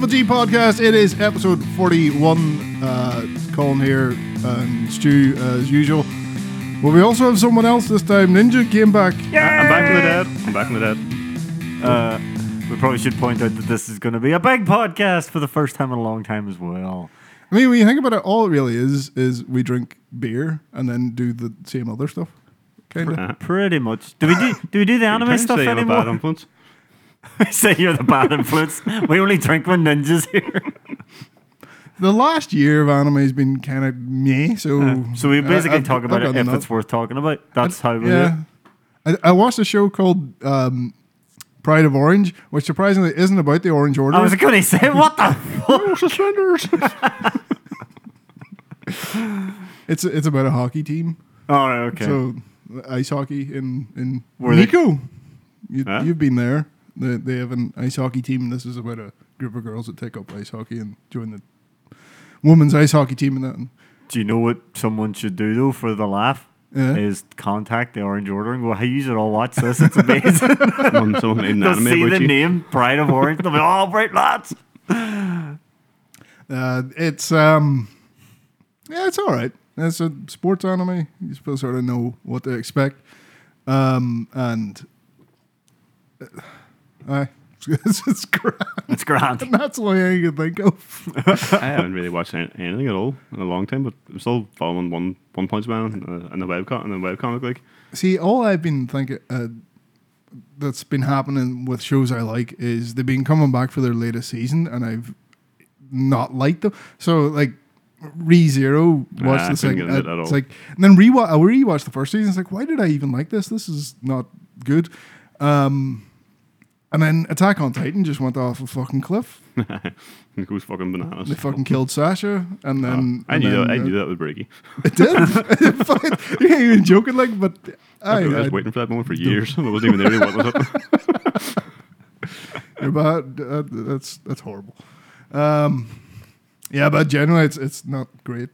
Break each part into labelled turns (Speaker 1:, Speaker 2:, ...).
Speaker 1: podcast. It is episode 41. Uh, Colin here and Stu as usual. But we also have someone else this time. Ninja came back.
Speaker 2: I- I'm back in the dead. I'm back in the dead. Uh, we probably should point out that this is going to be a big podcast for the first time in a long time as well.
Speaker 1: I mean, when you think about it, all it really is is we drink beer and then do the same other stuff. Kind of.
Speaker 2: Pretty much. Do we do do we do the anime
Speaker 3: Can you
Speaker 2: stuff
Speaker 3: say I'm a bad
Speaker 2: anymore?
Speaker 3: influence?
Speaker 2: We say you're the bad influence. We only drink when ninjas here.
Speaker 1: The last year of anime has been kind of meh, so.
Speaker 2: Uh-huh. So we
Speaker 1: Uh, I-
Speaker 2: basically
Speaker 1: I've-
Speaker 2: talk
Speaker 1: I've
Speaker 2: about it
Speaker 1: done
Speaker 2: if
Speaker 1: enough.
Speaker 2: it's worth talking about. That's how we do
Speaker 1: Yeah. I, I watched a show called um, Pride of Orange, which surprisingly isn't about the Orange Order.
Speaker 2: it. I was going to say what the
Speaker 3: Oh, suspenders!
Speaker 1: It's it's about a hockey team.
Speaker 2: All right, okay.
Speaker 1: So ice hockey in in
Speaker 2: Were they-
Speaker 1: Nico. You,
Speaker 3: Huh?
Speaker 1: You've been there. They, they have an ice hockey team. This is about a group of girls that take up ice hockey and join the women's ice hockey team and that. And
Speaker 2: do you know what someone should do though for the laugh?
Speaker 1: Yeah.
Speaker 2: Is contact the Orange Order and go, hey, you should all watch this. It's amazing.
Speaker 3: Someone, someone made an
Speaker 2: They'll
Speaker 3: anime
Speaker 2: see
Speaker 3: about
Speaker 2: the
Speaker 3: you.
Speaker 2: name Pride of Orange. They'll be all right, lads.
Speaker 1: Uh, it's um, yeah, it's all right. It's a sports anime. You're supposed to sort of know what to expect. Um, and uh, aye, it's, it's grand.
Speaker 2: It's grand.
Speaker 1: That's the only thing I can think of.
Speaker 3: I haven't really watched any- anything at all in a long time, but I'm still following One One Punch Man uh, and the webcomic and the webcomic like.
Speaker 1: See, all I've been thinking uh, that's been happening with shows I like is they've been coming back for their latest season, and I've not liked them. So like. Re Zero watched
Speaker 3: I
Speaker 1: the
Speaker 3: couldn't
Speaker 1: second.
Speaker 3: get into that at
Speaker 1: it's
Speaker 3: all.
Speaker 1: like and then rewatch. I rewatched the first season. It's like, why did I even like this? This is not good. Um, and then Attack on Titan just went off a fucking cliff.
Speaker 3: It goes fucking bananas.
Speaker 1: They fucking killed Sasha, and
Speaker 3: Oh,
Speaker 1: then
Speaker 3: I
Speaker 1: and
Speaker 3: knew
Speaker 1: then,
Speaker 3: that. I
Speaker 1: uh,
Speaker 3: knew that was breaky.
Speaker 1: It did. Fuck, you ain't even joking, like, but
Speaker 3: I,
Speaker 1: uh, I,
Speaker 3: was
Speaker 1: I,
Speaker 3: waiting for that moment for years. I wasn't even there. to witness it.
Speaker 1: You're about uh, that's that's horrible. Um, yeah, but generally, it's it's not great.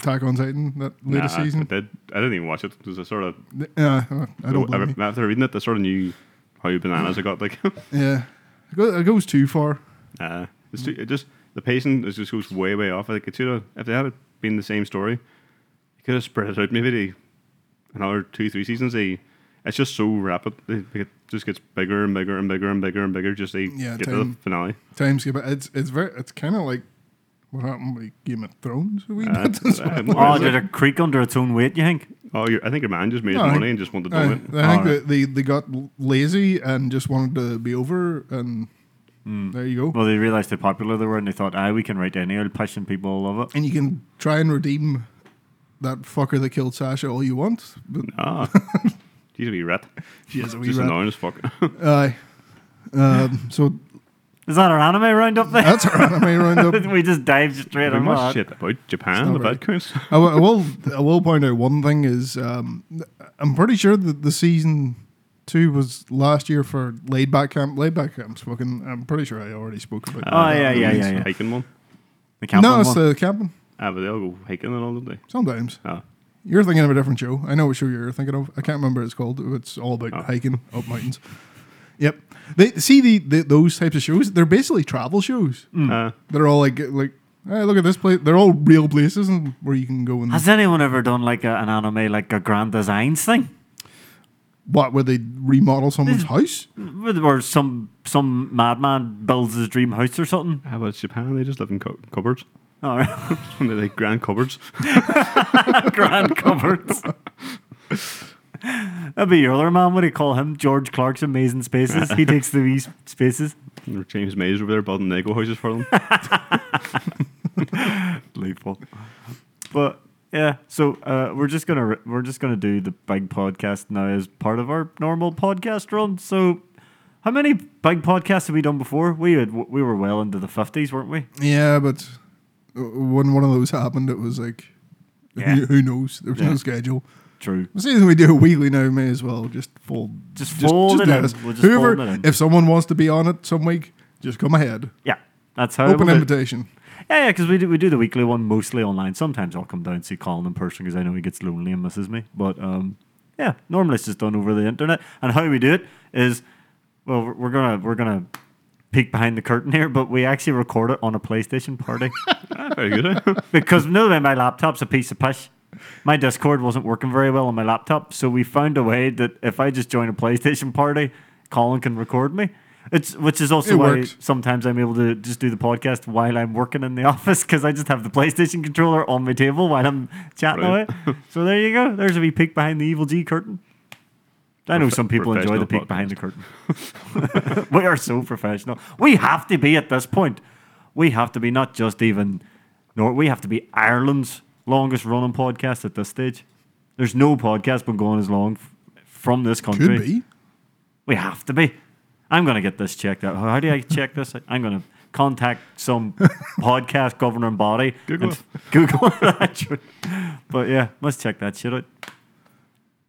Speaker 1: Attack on Titan that
Speaker 3: Nah,
Speaker 1: latest
Speaker 3: I
Speaker 1: season.
Speaker 3: did. I didn't even watch it because I sort of
Speaker 1: Yeah, I don't blame you.
Speaker 3: after reading it, I sort of knew how bananas I got. Like,
Speaker 1: Yeah, it goes, it goes too far.
Speaker 3: Uh, it's too, it just the pacing is just goes way way off. Like it should have if they had it been the same story, it could have spread it out maybe to another two three seasons. They it's just so rapid. They, it just gets bigger and bigger and bigger and bigger and bigger. Just they
Speaker 1: Yeah,
Speaker 3: get to the
Speaker 1: time.
Speaker 3: finale. Uh,
Speaker 1: Time skip. It's it's very. It's kind of like what happened with Game of Thrones. A wee
Speaker 3: Uh,
Speaker 1: bit as
Speaker 3: uh,
Speaker 1: well.
Speaker 3: more
Speaker 2: Oh,
Speaker 3: or less.
Speaker 2: did it creak under its own weight, you think?
Speaker 3: oh, you're, I think your man just made
Speaker 1: No, I
Speaker 3: money
Speaker 1: think-
Speaker 3: and just wanted to
Speaker 1: I, I
Speaker 3: do
Speaker 1: think
Speaker 3: it.
Speaker 1: that they, they got lazy and just wanted to be over, and
Speaker 3: Hmm.
Speaker 1: there you go.
Speaker 2: Well, they realised how popular they were and they thought, ah, we can write any old passion, people will love it.
Speaker 1: and you can try and redeem that fucker that killed Sasha all you want, but
Speaker 3: Ah, she's a wee rat.
Speaker 1: she is a wee
Speaker 3: Just
Speaker 1: rat.
Speaker 3: annoying as fuck.
Speaker 1: Aye. Um, so
Speaker 2: Is that our anime roundup there?
Speaker 1: that's our anime roundup.
Speaker 2: we just dived straight
Speaker 3: There's
Speaker 2: on
Speaker 3: much
Speaker 2: that.
Speaker 3: shit about Japan,
Speaker 1: not
Speaker 3: if
Speaker 1: right.
Speaker 3: that counts.
Speaker 1: I will, I will. I will point out one thing is um, I'm pretty sure that the season two was last year for Laid Back Camp. Laid Back Camp's fucking. I'm pretty sure I already spoke about.
Speaker 2: Oh, yeah, yeah, yeah, yeah.
Speaker 3: Uh, Hiking one.
Speaker 2: The camp
Speaker 1: No,
Speaker 2: one
Speaker 1: it's
Speaker 2: one.
Speaker 1: the camping.
Speaker 3: Ah, but they all go hiking and all, don't they?
Speaker 1: Sometimes
Speaker 3: Ah,
Speaker 1: you're thinking of a different show. I know what show you're thinking of. I can't remember what it's called. It's all
Speaker 2: Oh.
Speaker 1: about hiking up mountains. Yep. They see the, the those types of shows. They're basically travel shows.
Speaker 2: Mm.
Speaker 3: Ah.
Speaker 1: They're all like like. Hey, look at this place. They're all real places and where you can go and
Speaker 2: Has anyone ever done like a, an anime, like a Grand Designs thing?
Speaker 1: What, where they remodel someone's house?
Speaker 2: Where some some madman builds his dream house or something?
Speaker 3: How about Japan? They just live in cu- cupboards.
Speaker 2: All right.
Speaker 3: They're like grand cupboards.
Speaker 2: Grand cupboards. That'd be your other man. What do you call him? George Clark's Amazing Spaces. He takes the wee spaces.
Speaker 3: Or James Mays over there building Lego houses for them.
Speaker 2: Delightful. But yeah, so uh, we're just gonna re- we're just gonna do the big podcast now as part of our normal podcast run. So, how many big podcasts have we done before? We had we were well into the fifties, weren't we?
Speaker 1: Yeah, but when one of those happened, it was like,
Speaker 2: Yeah.
Speaker 1: who, who knows? There was
Speaker 2: Yeah.
Speaker 1: no schedule.
Speaker 2: True.
Speaker 1: The season we do it weekly now may as well just fold.
Speaker 2: Just fold it
Speaker 1: let
Speaker 2: in.
Speaker 1: us-
Speaker 2: We'll just
Speaker 1: Whoever,
Speaker 2: fold it in.
Speaker 1: if someone wants to be on it some week, just come ahead.
Speaker 2: Yeah, that's how.
Speaker 1: Open
Speaker 2: we'll do-
Speaker 1: invitation.
Speaker 2: Yeah, yeah, because we do, we do the weekly one mostly online. Sometimes I'll come down and see Colin in person because I know he gets lonely and misses me. But um, yeah, normally it's just done over the internet. And how we do it is, well, we're- we're gonna we're gonna peek behind the curtain here, but we actually record it on a PlayStation party
Speaker 3: Ah, very good. eh?
Speaker 2: because no, my laptop's a piece of pish. My Discord wasn't working very well on my laptop, so we found a way that if I just join a PlayStation party, Colin can record me. It's which is also
Speaker 1: It
Speaker 2: why
Speaker 1: works.
Speaker 2: sometimes I'm able to just do the podcast while I'm working in the office because I just have the PlayStation controller on my table while I'm chatting
Speaker 3: Right.
Speaker 2: away. So there you go. There's a wee peek behind the evil G curtain. I know
Speaker 3: Profe-
Speaker 2: some people enjoy the
Speaker 3: professional
Speaker 2: peek behind the curtain. we are so professional. We have to be at this point. We have to be not just even nor we have to be Ireland's longest running podcast at this stage. There's no podcast been going as long f- from this country.
Speaker 1: Could be.
Speaker 2: We have to be. I'm going to get this checked out. How do I check this? I'm going to contact some podcast governing body.
Speaker 3: Google
Speaker 2: and- Google it. but yeah, let's check that shit out.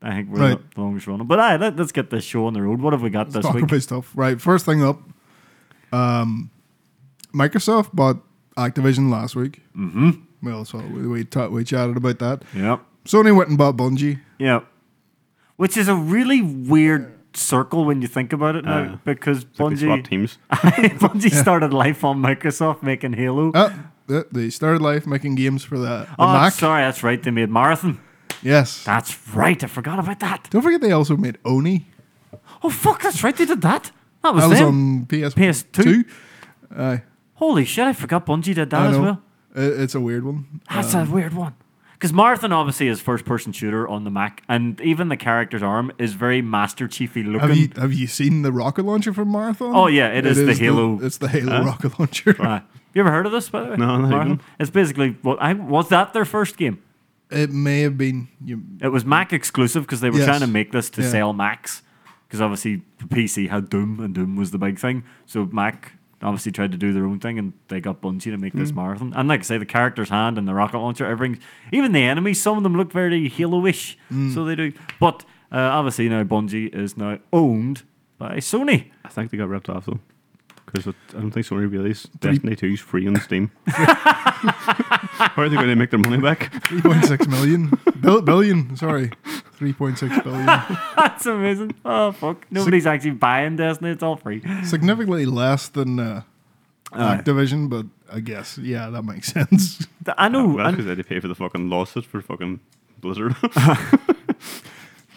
Speaker 2: I think we're
Speaker 1: Right.
Speaker 2: the longest running. But aye, let, let's get this show on the road. What have we got this
Speaker 1: Talk
Speaker 2: week?
Speaker 1: about stuff. Right. First thing up, um, Microsoft bought Activision last week. Mm-hmm. Well, so we we, ta- we chatted about that.
Speaker 2: Yep.
Speaker 1: Sony went and bought Bungie.
Speaker 2: Yep. Which is a really weird circle when you think about it now
Speaker 3: Aye.
Speaker 2: because
Speaker 3: Uh, Like they swap
Speaker 2: Bungie,
Speaker 3: teams.
Speaker 2: Bungie started life on Microsoft making Halo.
Speaker 1: Uh, they- they started life making games for the, the
Speaker 2: oh,
Speaker 1: Mac.
Speaker 2: sorry, that's right. They made Marathon.
Speaker 1: Yes.
Speaker 2: That's right. I forgot about that.
Speaker 1: Don't forget they also made Oni.
Speaker 2: Oh fuck, that's right. They did that. That was
Speaker 1: That was
Speaker 2: them.
Speaker 1: on PS
Speaker 2: PS2?
Speaker 1: Aye,
Speaker 2: Holy shit! I forgot Bungie did that
Speaker 1: I
Speaker 2: Oh, as
Speaker 1: know. Um,
Speaker 2: well.
Speaker 1: It- it's a weird one.
Speaker 2: That's a weird one. Because Marathon obviously is first-person shooter on the Mac, and even the character's arm is very Master Chiefy looking.
Speaker 1: Have you have you seen the rocket launcher from Marathon?
Speaker 2: Oh, yeah, it is the Halo-
Speaker 1: it's the Halo rocket launcher.
Speaker 2: Uh, you ever heard of this, by the way?
Speaker 3: No, not
Speaker 2: Marathon?
Speaker 3: even.
Speaker 2: It's basically well, I was that their first game.
Speaker 1: It may have been you.
Speaker 2: It was Mac exclusive because they were
Speaker 1: Yes.
Speaker 2: trying to make this to
Speaker 1: Yeah.
Speaker 2: sell Macs. Because obviously the PC had Doom, and Doom was the big thing. So Mac obviously tried to do their own thing, and they got Bungie to make this
Speaker 1: Mm.
Speaker 2: marathon. And like I say, the character's hand and the rocket launcher, everything, even the enemies, some of them look very Halo-ish.
Speaker 1: Mm.
Speaker 2: So they do. But uh, obviously now Bungie is now owned by Sony.
Speaker 3: I think they got ripped off though. Because I don't think Sony released Destiny 2's free on Steam. How are they going to make their money back?
Speaker 1: Three point six million Bill, billion. Sorry, three point six billion.
Speaker 2: That's amazing. Oh fuck! Nobody's actually buying Destiny. It's all free.
Speaker 1: Significantly less than uh, Activision, but I guess yeah, that makes sense.
Speaker 2: Th- I know.
Speaker 3: Well,
Speaker 2: I-
Speaker 3: that's because they had to pay for the fucking losses for fucking Blizzard.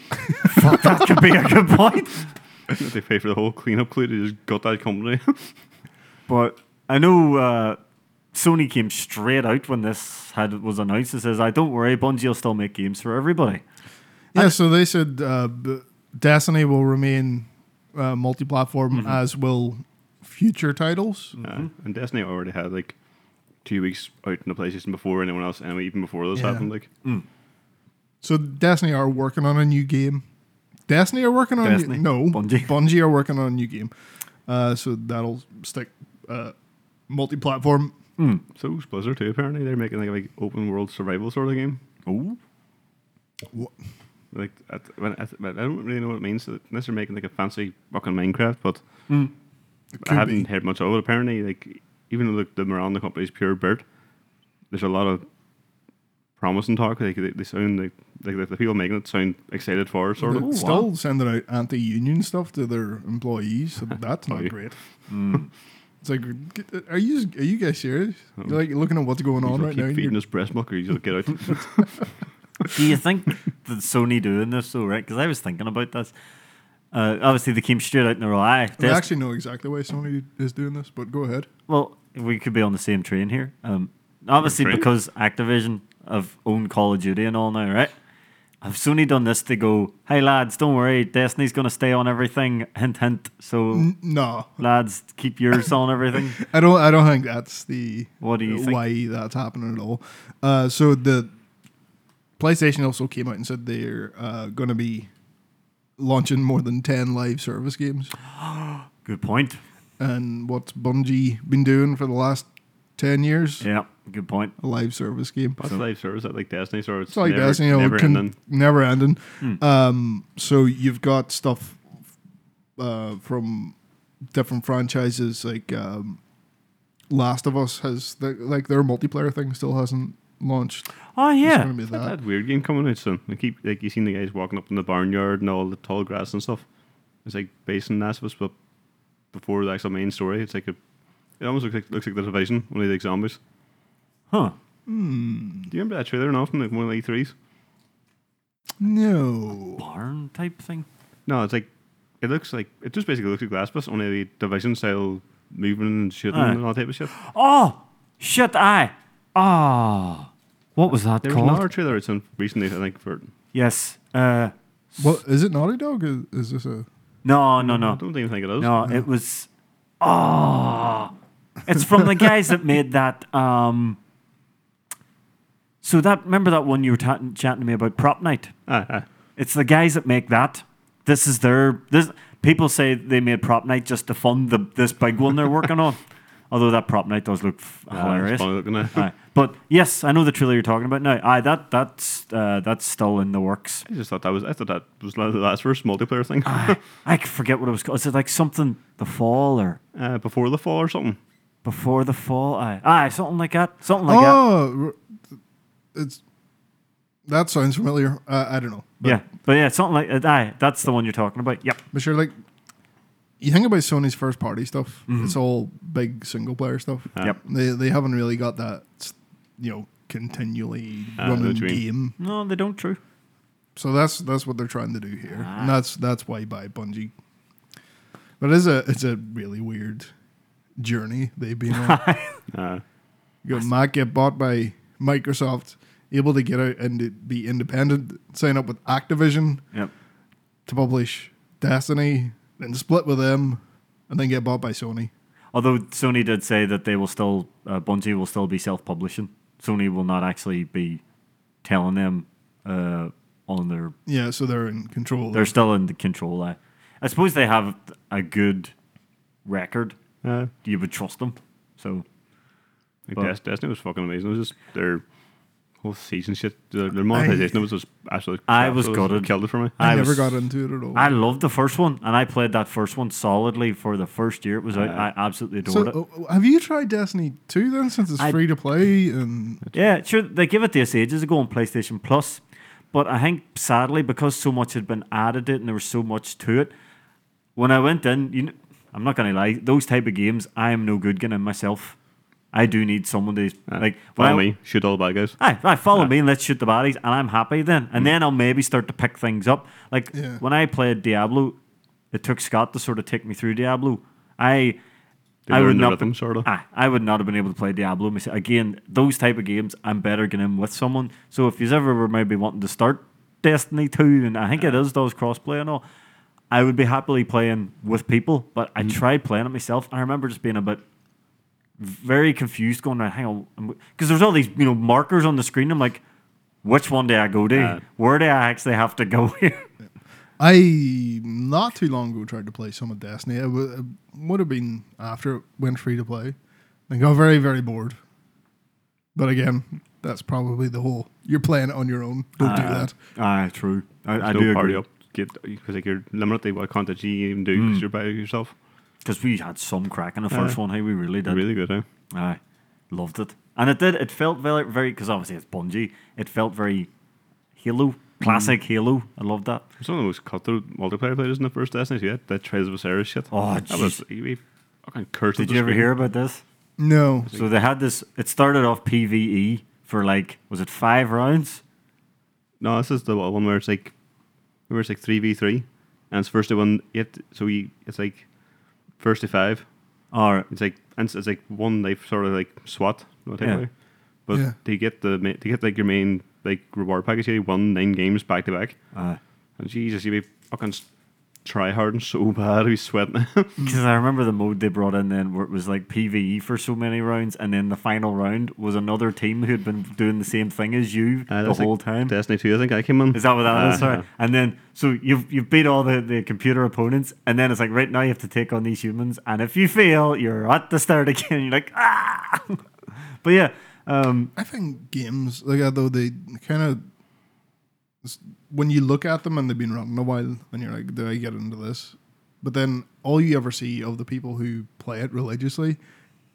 Speaker 2: that could be a good point.
Speaker 3: they pay for the whole cleanup crew. They just got that company.
Speaker 2: But I know uh, Sony came straight out when this had was announced and says, "I don't worry, Bungie will still make games for everybody."
Speaker 1: yeah, so they said uh, b- Destiny will remain uh, multi-platform,
Speaker 2: Mm-hmm.
Speaker 1: as will future titles.
Speaker 3: Uh, and Destiny already had like two weeks out in the PlayStation before anyone else, and even before this
Speaker 1: Yeah.
Speaker 3: happened. Like
Speaker 1: So Destiny are working on a new game. Destiny are working on a new-
Speaker 2: Destiny?
Speaker 1: no
Speaker 2: Bungie.
Speaker 1: Bungie are working on a new game. Uh, so that'll stick uh, multi-platform.
Speaker 3: so, is Blizzard too. Apparently, they're making like a big open world survival sort of game.
Speaker 2: Oh,
Speaker 3: Like, at, when, at, but I don't really know what it means. Unless they're making like a fancy fucking Minecraft, but I
Speaker 1: Hmm. could
Speaker 3: haven't
Speaker 1: be.
Speaker 3: heard much of it. Apparently, like even though the, the Miranda company is pure dirt, there's a lot of promising talk. Like they, they sound like, like the- the people making it sound excited for it, sort
Speaker 1: They're
Speaker 3: of.
Speaker 2: Oh,
Speaker 1: still sending out er anti-union stuff to their employees. So that's not
Speaker 3: Sorry.
Speaker 1: great.
Speaker 2: Mm.
Speaker 1: It's like, are you are you guys serious? You're like looking at what's going
Speaker 3: He's
Speaker 1: on
Speaker 3: like,
Speaker 1: right
Speaker 3: keep
Speaker 1: now. and
Speaker 3: feeding
Speaker 1: you're-
Speaker 3: us breast milk, or you'll get out.
Speaker 2: do you think that Sony doing this though, right? Because I was thinking about this. Uh, obviously, they came straight out and they were like, "Aye,
Speaker 1: I
Speaker 2: Dest-
Speaker 1: actually know exactly why Sony is doing this, but go ahead.
Speaker 2: Well, we could be on the same train here. Um, obviously,
Speaker 3: Train?
Speaker 2: because Activision have owned Call of Duty and all now, right? Have Sony done this to go, hey lads, don't worry, Destiny's going to stay on everything, hint, hint. So,
Speaker 1: N- no,
Speaker 2: lads, keep yours on everything.
Speaker 1: I don't. I don't think that's the
Speaker 2: What do you think?
Speaker 1: why that's happening at all. Uh, so the PlayStation also came out and said they're uh, going to be launching more than ten live service games.
Speaker 2: Good point.
Speaker 1: And what's Bungie been doing for the last ten years?
Speaker 2: Yeah, good point.
Speaker 1: A live service game.
Speaker 3: What's live service? That like Destiny, sort of.
Speaker 1: It's like
Speaker 3: never,
Speaker 1: that, you know,
Speaker 3: never
Speaker 1: never can,
Speaker 3: ending. Hmm.
Speaker 1: ending. Never ending. Um, so you've got stuff uh, from different franchises, like um, Last of Us has the, like their multiplayer thing still hasn't launched.
Speaker 2: Oh,
Speaker 1: It's
Speaker 2: yeah.
Speaker 1: gonna be
Speaker 3: That,
Speaker 1: that.
Speaker 3: that weird game coming out soon. They keep like you seen the guys walking up in the barnyard and all the tall grass and stuff. It's like based on Last of Us, but before the actual main story. It's like a, it almost looks like, looks like the division, only like zombies.
Speaker 2: Huh.
Speaker 3: Do you remember that trailer and often like one of the E E3s?
Speaker 1: No.
Speaker 2: Barn type thing.
Speaker 3: No, it's like it looks like it just basically looks like Glassbus, only the division style movement and shooting
Speaker 2: Aye.
Speaker 3: and all that type of shit.
Speaker 2: Oh shit! I ah. What was that
Speaker 3: There was
Speaker 2: called?
Speaker 3: another trailer that's on recently, I think, for
Speaker 2: Yes. Uh.
Speaker 1: Well, is it Naughty Dog? Is, is this a
Speaker 2: No. No. No.
Speaker 3: I don't even think it is.
Speaker 2: No, it was. Oh, it's from the guys that made that. Um, so that remember that one you were ta- chatting to me about prop night.
Speaker 3: Aye, aye.
Speaker 2: It's the guys that make that. This is their this. People say they made prop night just to fund the this big one they're working on. Although that prop night does look f-
Speaker 3: Aye, it's
Speaker 2: hilarious.
Speaker 3: funny looking, aye.
Speaker 2: Aye. But yes, I know the trailer you're talking about now. Aye, that that's uh, that's still in the works.
Speaker 3: I just thought that was I thought that was like the last first multiplayer thing.
Speaker 2: Aye, I forget what it was called. Is it like something the fall or
Speaker 3: Uh, before the fall or something.
Speaker 2: Before the fall, aye, aye, something like that, something like
Speaker 1: oh, r- it's that sounds familiar. Uh, I don't know.
Speaker 2: that. yeah, but yeah, something like that. Aye, that's the one you're talking about. Yep.
Speaker 1: But sure, like you think about Sony's first party stuff,
Speaker 3: Mm-hmm.
Speaker 1: it's all big single player stuff.
Speaker 3: Uh-huh.
Speaker 2: Yep.
Speaker 1: They they haven't really got that s- you know continually
Speaker 3: Ah, I know
Speaker 1: running
Speaker 3: what you mean.
Speaker 1: game.
Speaker 2: No, they don't. True.
Speaker 1: So that's that's what they're trying to do here,
Speaker 2: Ah.
Speaker 1: and that's that's why you buy Bungie. But it's a it's a really weird journey they've been on.
Speaker 3: Uh,
Speaker 1: you got Mac get bought by Microsoft, able to get out and to be independent, sign up with Activision
Speaker 2: Yep.
Speaker 1: to publish Destiny, then split with them, and then get bought by Sony.
Speaker 2: Although Sony did say that they will still, uh, Bungie will still be self-publishing. Sony will not actually be telling them uh, on their.
Speaker 1: Yeah, so they're in control.
Speaker 2: They're still in the control. Aye. I suppose they have a good record.
Speaker 3: uh,
Speaker 2: You would trust them. So
Speaker 3: like
Speaker 2: But-
Speaker 3: Des- Destiny was er fucking amazing. It was just their whole season shit. Their, their monetization was just absolutely.
Speaker 2: I was
Speaker 3: absolutely
Speaker 2: gutted.
Speaker 3: Killed it for me.
Speaker 1: I,
Speaker 2: I
Speaker 1: never
Speaker 2: was-
Speaker 1: got into it at all.
Speaker 2: I loved the first one, and I played that first one solidly for the first year it was out.
Speaker 3: Aye.
Speaker 2: I absolutely adored
Speaker 1: so,
Speaker 2: it.
Speaker 1: oh, have you tried Destiny 2 then, since it's
Speaker 2: I-
Speaker 1: free to play? And
Speaker 2: Yeah, sure. They give it this ages ago on PlayStation Plus, but I think sadly because so much had been added to it and there was so much to it, when I went in, you know, I'm not gonna lie, those type of games I am no good in myself. I do need someone to like when
Speaker 3: Uh, Follow
Speaker 2: I-
Speaker 3: me, Uh, shoot all the bad guys.
Speaker 2: Aye, aye, follow me and let's shoot the bodies, and I'm happy then.
Speaker 3: Hmm.
Speaker 2: And then I'll maybe start to pick things up. Like
Speaker 1: Yeah.
Speaker 2: when I played Diablo, it took Scott to sort of take me through Diablo. I,
Speaker 3: They
Speaker 2: I would
Speaker 3: learned the
Speaker 2: not,
Speaker 3: rhythm, sorta.
Speaker 2: Aye, I would not have been able to play Diablo myself. Again, those type of games, I'm better getting in with someone. So if you ever were maybe wanting to start Destiny two, and I think it is those crossplay and all, I would be happily playing with people. But I tried playing it myself, and I remember just being a bit very confused going around, hang on, because there's all these, you know, markers on the screen. I'm like, which one do I go to?
Speaker 3: Uh,
Speaker 2: Where do I actually have to go here?
Speaker 1: I, not too long ago, tried to play some of Destiny. It, w- it would have been after it went free to play. I got very, very bored. But again, that's probably the whole. You're playing it on your own. Don't do that.
Speaker 2: Ah, true. I, I
Speaker 3: There's no
Speaker 2: do
Speaker 3: party
Speaker 2: agree.
Speaker 3: up. Get because like you're limited what content you even do
Speaker 2: Mm.
Speaker 3: because you're by yourself.
Speaker 2: Because we had some crack in the first one. Hey, we really did.
Speaker 3: Really good, eh? huh?
Speaker 2: Aye, loved it, and it did. It felt very, very because obviously it's Bungie. It felt very Halo,
Speaker 3: Mm.
Speaker 2: classic Halo. I loved that.
Speaker 3: It's one of the most cutthroat multiplayer players in the first Destiny. Yeah, that Trails of Osiris shit.
Speaker 2: Oh,
Speaker 3: that was he, he fucking cursed. at
Speaker 2: Did
Speaker 3: the
Speaker 2: you ever
Speaker 3: screen.
Speaker 2: hear about this?
Speaker 1: No.
Speaker 2: So they had this. It started off PVE for like was it five rounds?
Speaker 3: No, this is the one where it's like where it's like three v three, and it's first to one. Yet so you it's like first to five.
Speaker 2: Or
Speaker 3: It's like and it's, it's like one life sort of like SWAT. no, technically. But
Speaker 1: Yeah.
Speaker 3: to get the ma- to get like your main like reward package, you won nine games back to back,
Speaker 2: uh,
Speaker 3: and Jesus, you be fucking try hard and so bad, you sweating. Uh,
Speaker 2: Because I remember the mode they brought in then where it was like PVE for so many rounds, and then the final round was another team who had been doing the same thing as you
Speaker 3: Uh,
Speaker 2: the
Speaker 3: that's like
Speaker 2: whole time.
Speaker 3: Destiny two, I think I came in.
Speaker 2: Is that what that
Speaker 3: Uh,
Speaker 2: is? Sorry.
Speaker 1: Uh-huh.
Speaker 2: And then, so you've you've beat all the, the computer opponents, and then it's like right now you have to take on these humans, and if you fail, you're at the start again. You're like ah, but yeah, um,
Speaker 1: I think games, like although they kind of, when you look at them and they've been running a while, and you're like, "Did I get into this?" But then all you ever see of the people who play it religiously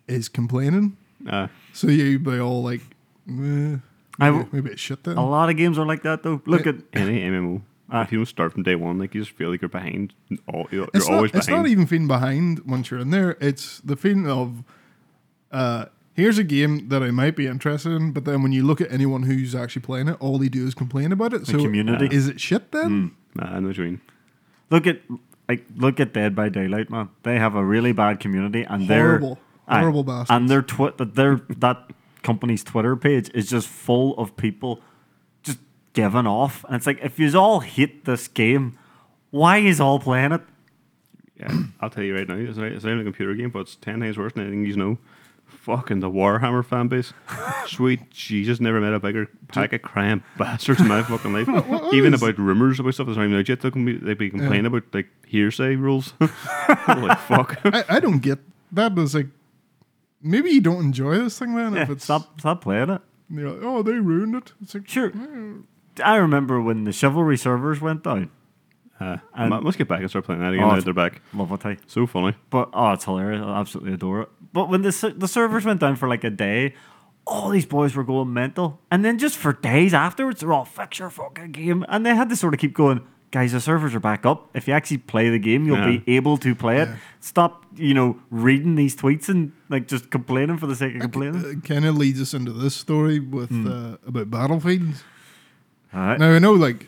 Speaker 1: is complaining.
Speaker 3: Uh,
Speaker 1: So you be all like, eh,
Speaker 2: I
Speaker 1: maybe,
Speaker 2: w-
Speaker 1: maybe it's shit then.
Speaker 2: a lot of games are like that though. Look at
Speaker 3: any MMO
Speaker 2: Aye.
Speaker 3: If you don't start from day one, like you just feel like you're behind. All, you're
Speaker 1: It's
Speaker 3: always
Speaker 1: not, it's
Speaker 3: behind.
Speaker 1: not even feeling behind once you're in there. It's the feeling of, uh, here's a game that I might be interested in, but then when you look at anyone who's actually playing it, all they do is complain about it. So
Speaker 2: community.
Speaker 1: is it shit then?
Speaker 3: nah, I know what you mean.
Speaker 2: Look at like look at Dead by Daylight, man. They have a really bad community, and
Speaker 1: Horrible.
Speaker 2: they're
Speaker 1: Horrible
Speaker 2: aye,
Speaker 1: bastards.
Speaker 2: And their twi- that their that company's Twitter page is just full of people just giving off, and it's like if you all hate this game, why is all playing it?
Speaker 3: Yeah, I'll tell you right now, it's not, it's not even a computer game, but it's ten times worse than anything you know. Fucking the Warhammer fan base. Sweet Jesus, never met a bigger pack of crying bastards in my fucking life. even about rumors about stuff that's not even out yet, they'll com- they'd be complaining about like hearsay rules. Holy fuck.
Speaker 1: I, I don't get that. It's like maybe you don't enjoy this thing then. if
Speaker 2: Yeah,
Speaker 1: it's
Speaker 2: stop stop playing it.
Speaker 1: you're like, oh, they ruined it. It's like
Speaker 2: Sure. I remember when the chivalry servers went down.
Speaker 3: Uh,
Speaker 2: And-
Speaker 3: I must get back and start playing that again
Speaker 2: Oh,
Speaker 3: now
Speaker 2: it's-
Speaker 3: they're back.
Speaker 2: Love it, aye.
Speaker 3: So funny.
Speaker 2: But oh, it's hilarious. I absolutely adore it. But when the ser- the servers went down for like a day, all these boys were going mental. And then just for days afterwards, they're all fix your fucking game. And they had to sort of keep going, guys, the servers are back up. If you actually play the game, you'll be able to play it. Stop, you know, reading these tweets and like just complaining for the sake of complaining.
Speaker 1: it kind of uh, leads us into this story with
Speaker 2: Hmm.
Speaker 1: uh, about Battlefield.
Speaker 2: All right.
Speaker 1: Now I know, like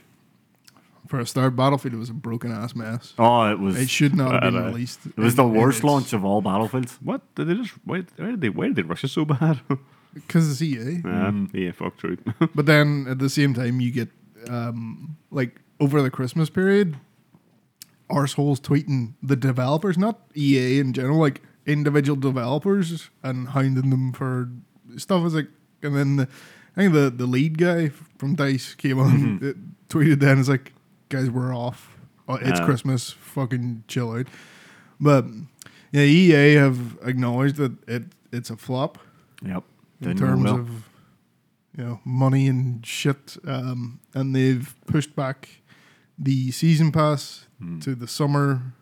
Speaker 1: for a start, Battlefield was a broken ass mess.
Speaker 2: Oh, it was
Speaker 1: It should not have been
Speaker 3: Bad, eh?
Speaker 1: released.
Speaker 2: it was the worst launch of all battlefields.
Speaker 3: What? Did they just why, why did they why did they rush it so bad?
Speaker 1: because it's E EA.
Speaker 3: Nah,
Speaker 2: Mm.
Speaker 3: Yeah, fuck true.
Speaker 1: But then at the same time, you get um, like over the Christmas period, arseholes tweeting the developers, not EA in general, like individual developers and hounding them for stuff. Is like, and then the, I think the, the lead guy from Dice came on, uh tweeted then, it's like, guys, we're off. Uh, It's
Speaker 3: Yeah.
Speaker 1: Christmas. Fucking chill out. But yeah, EA have acknowledged that it it's a flop
Speaker 2: Yep.
Speaker 1: in
Speaker 2: Didn't go
Speaker 1: terms
Speaker 2: well.
Speaker 1: of you know money and shit, um, and they've pushed back the season pass to the summer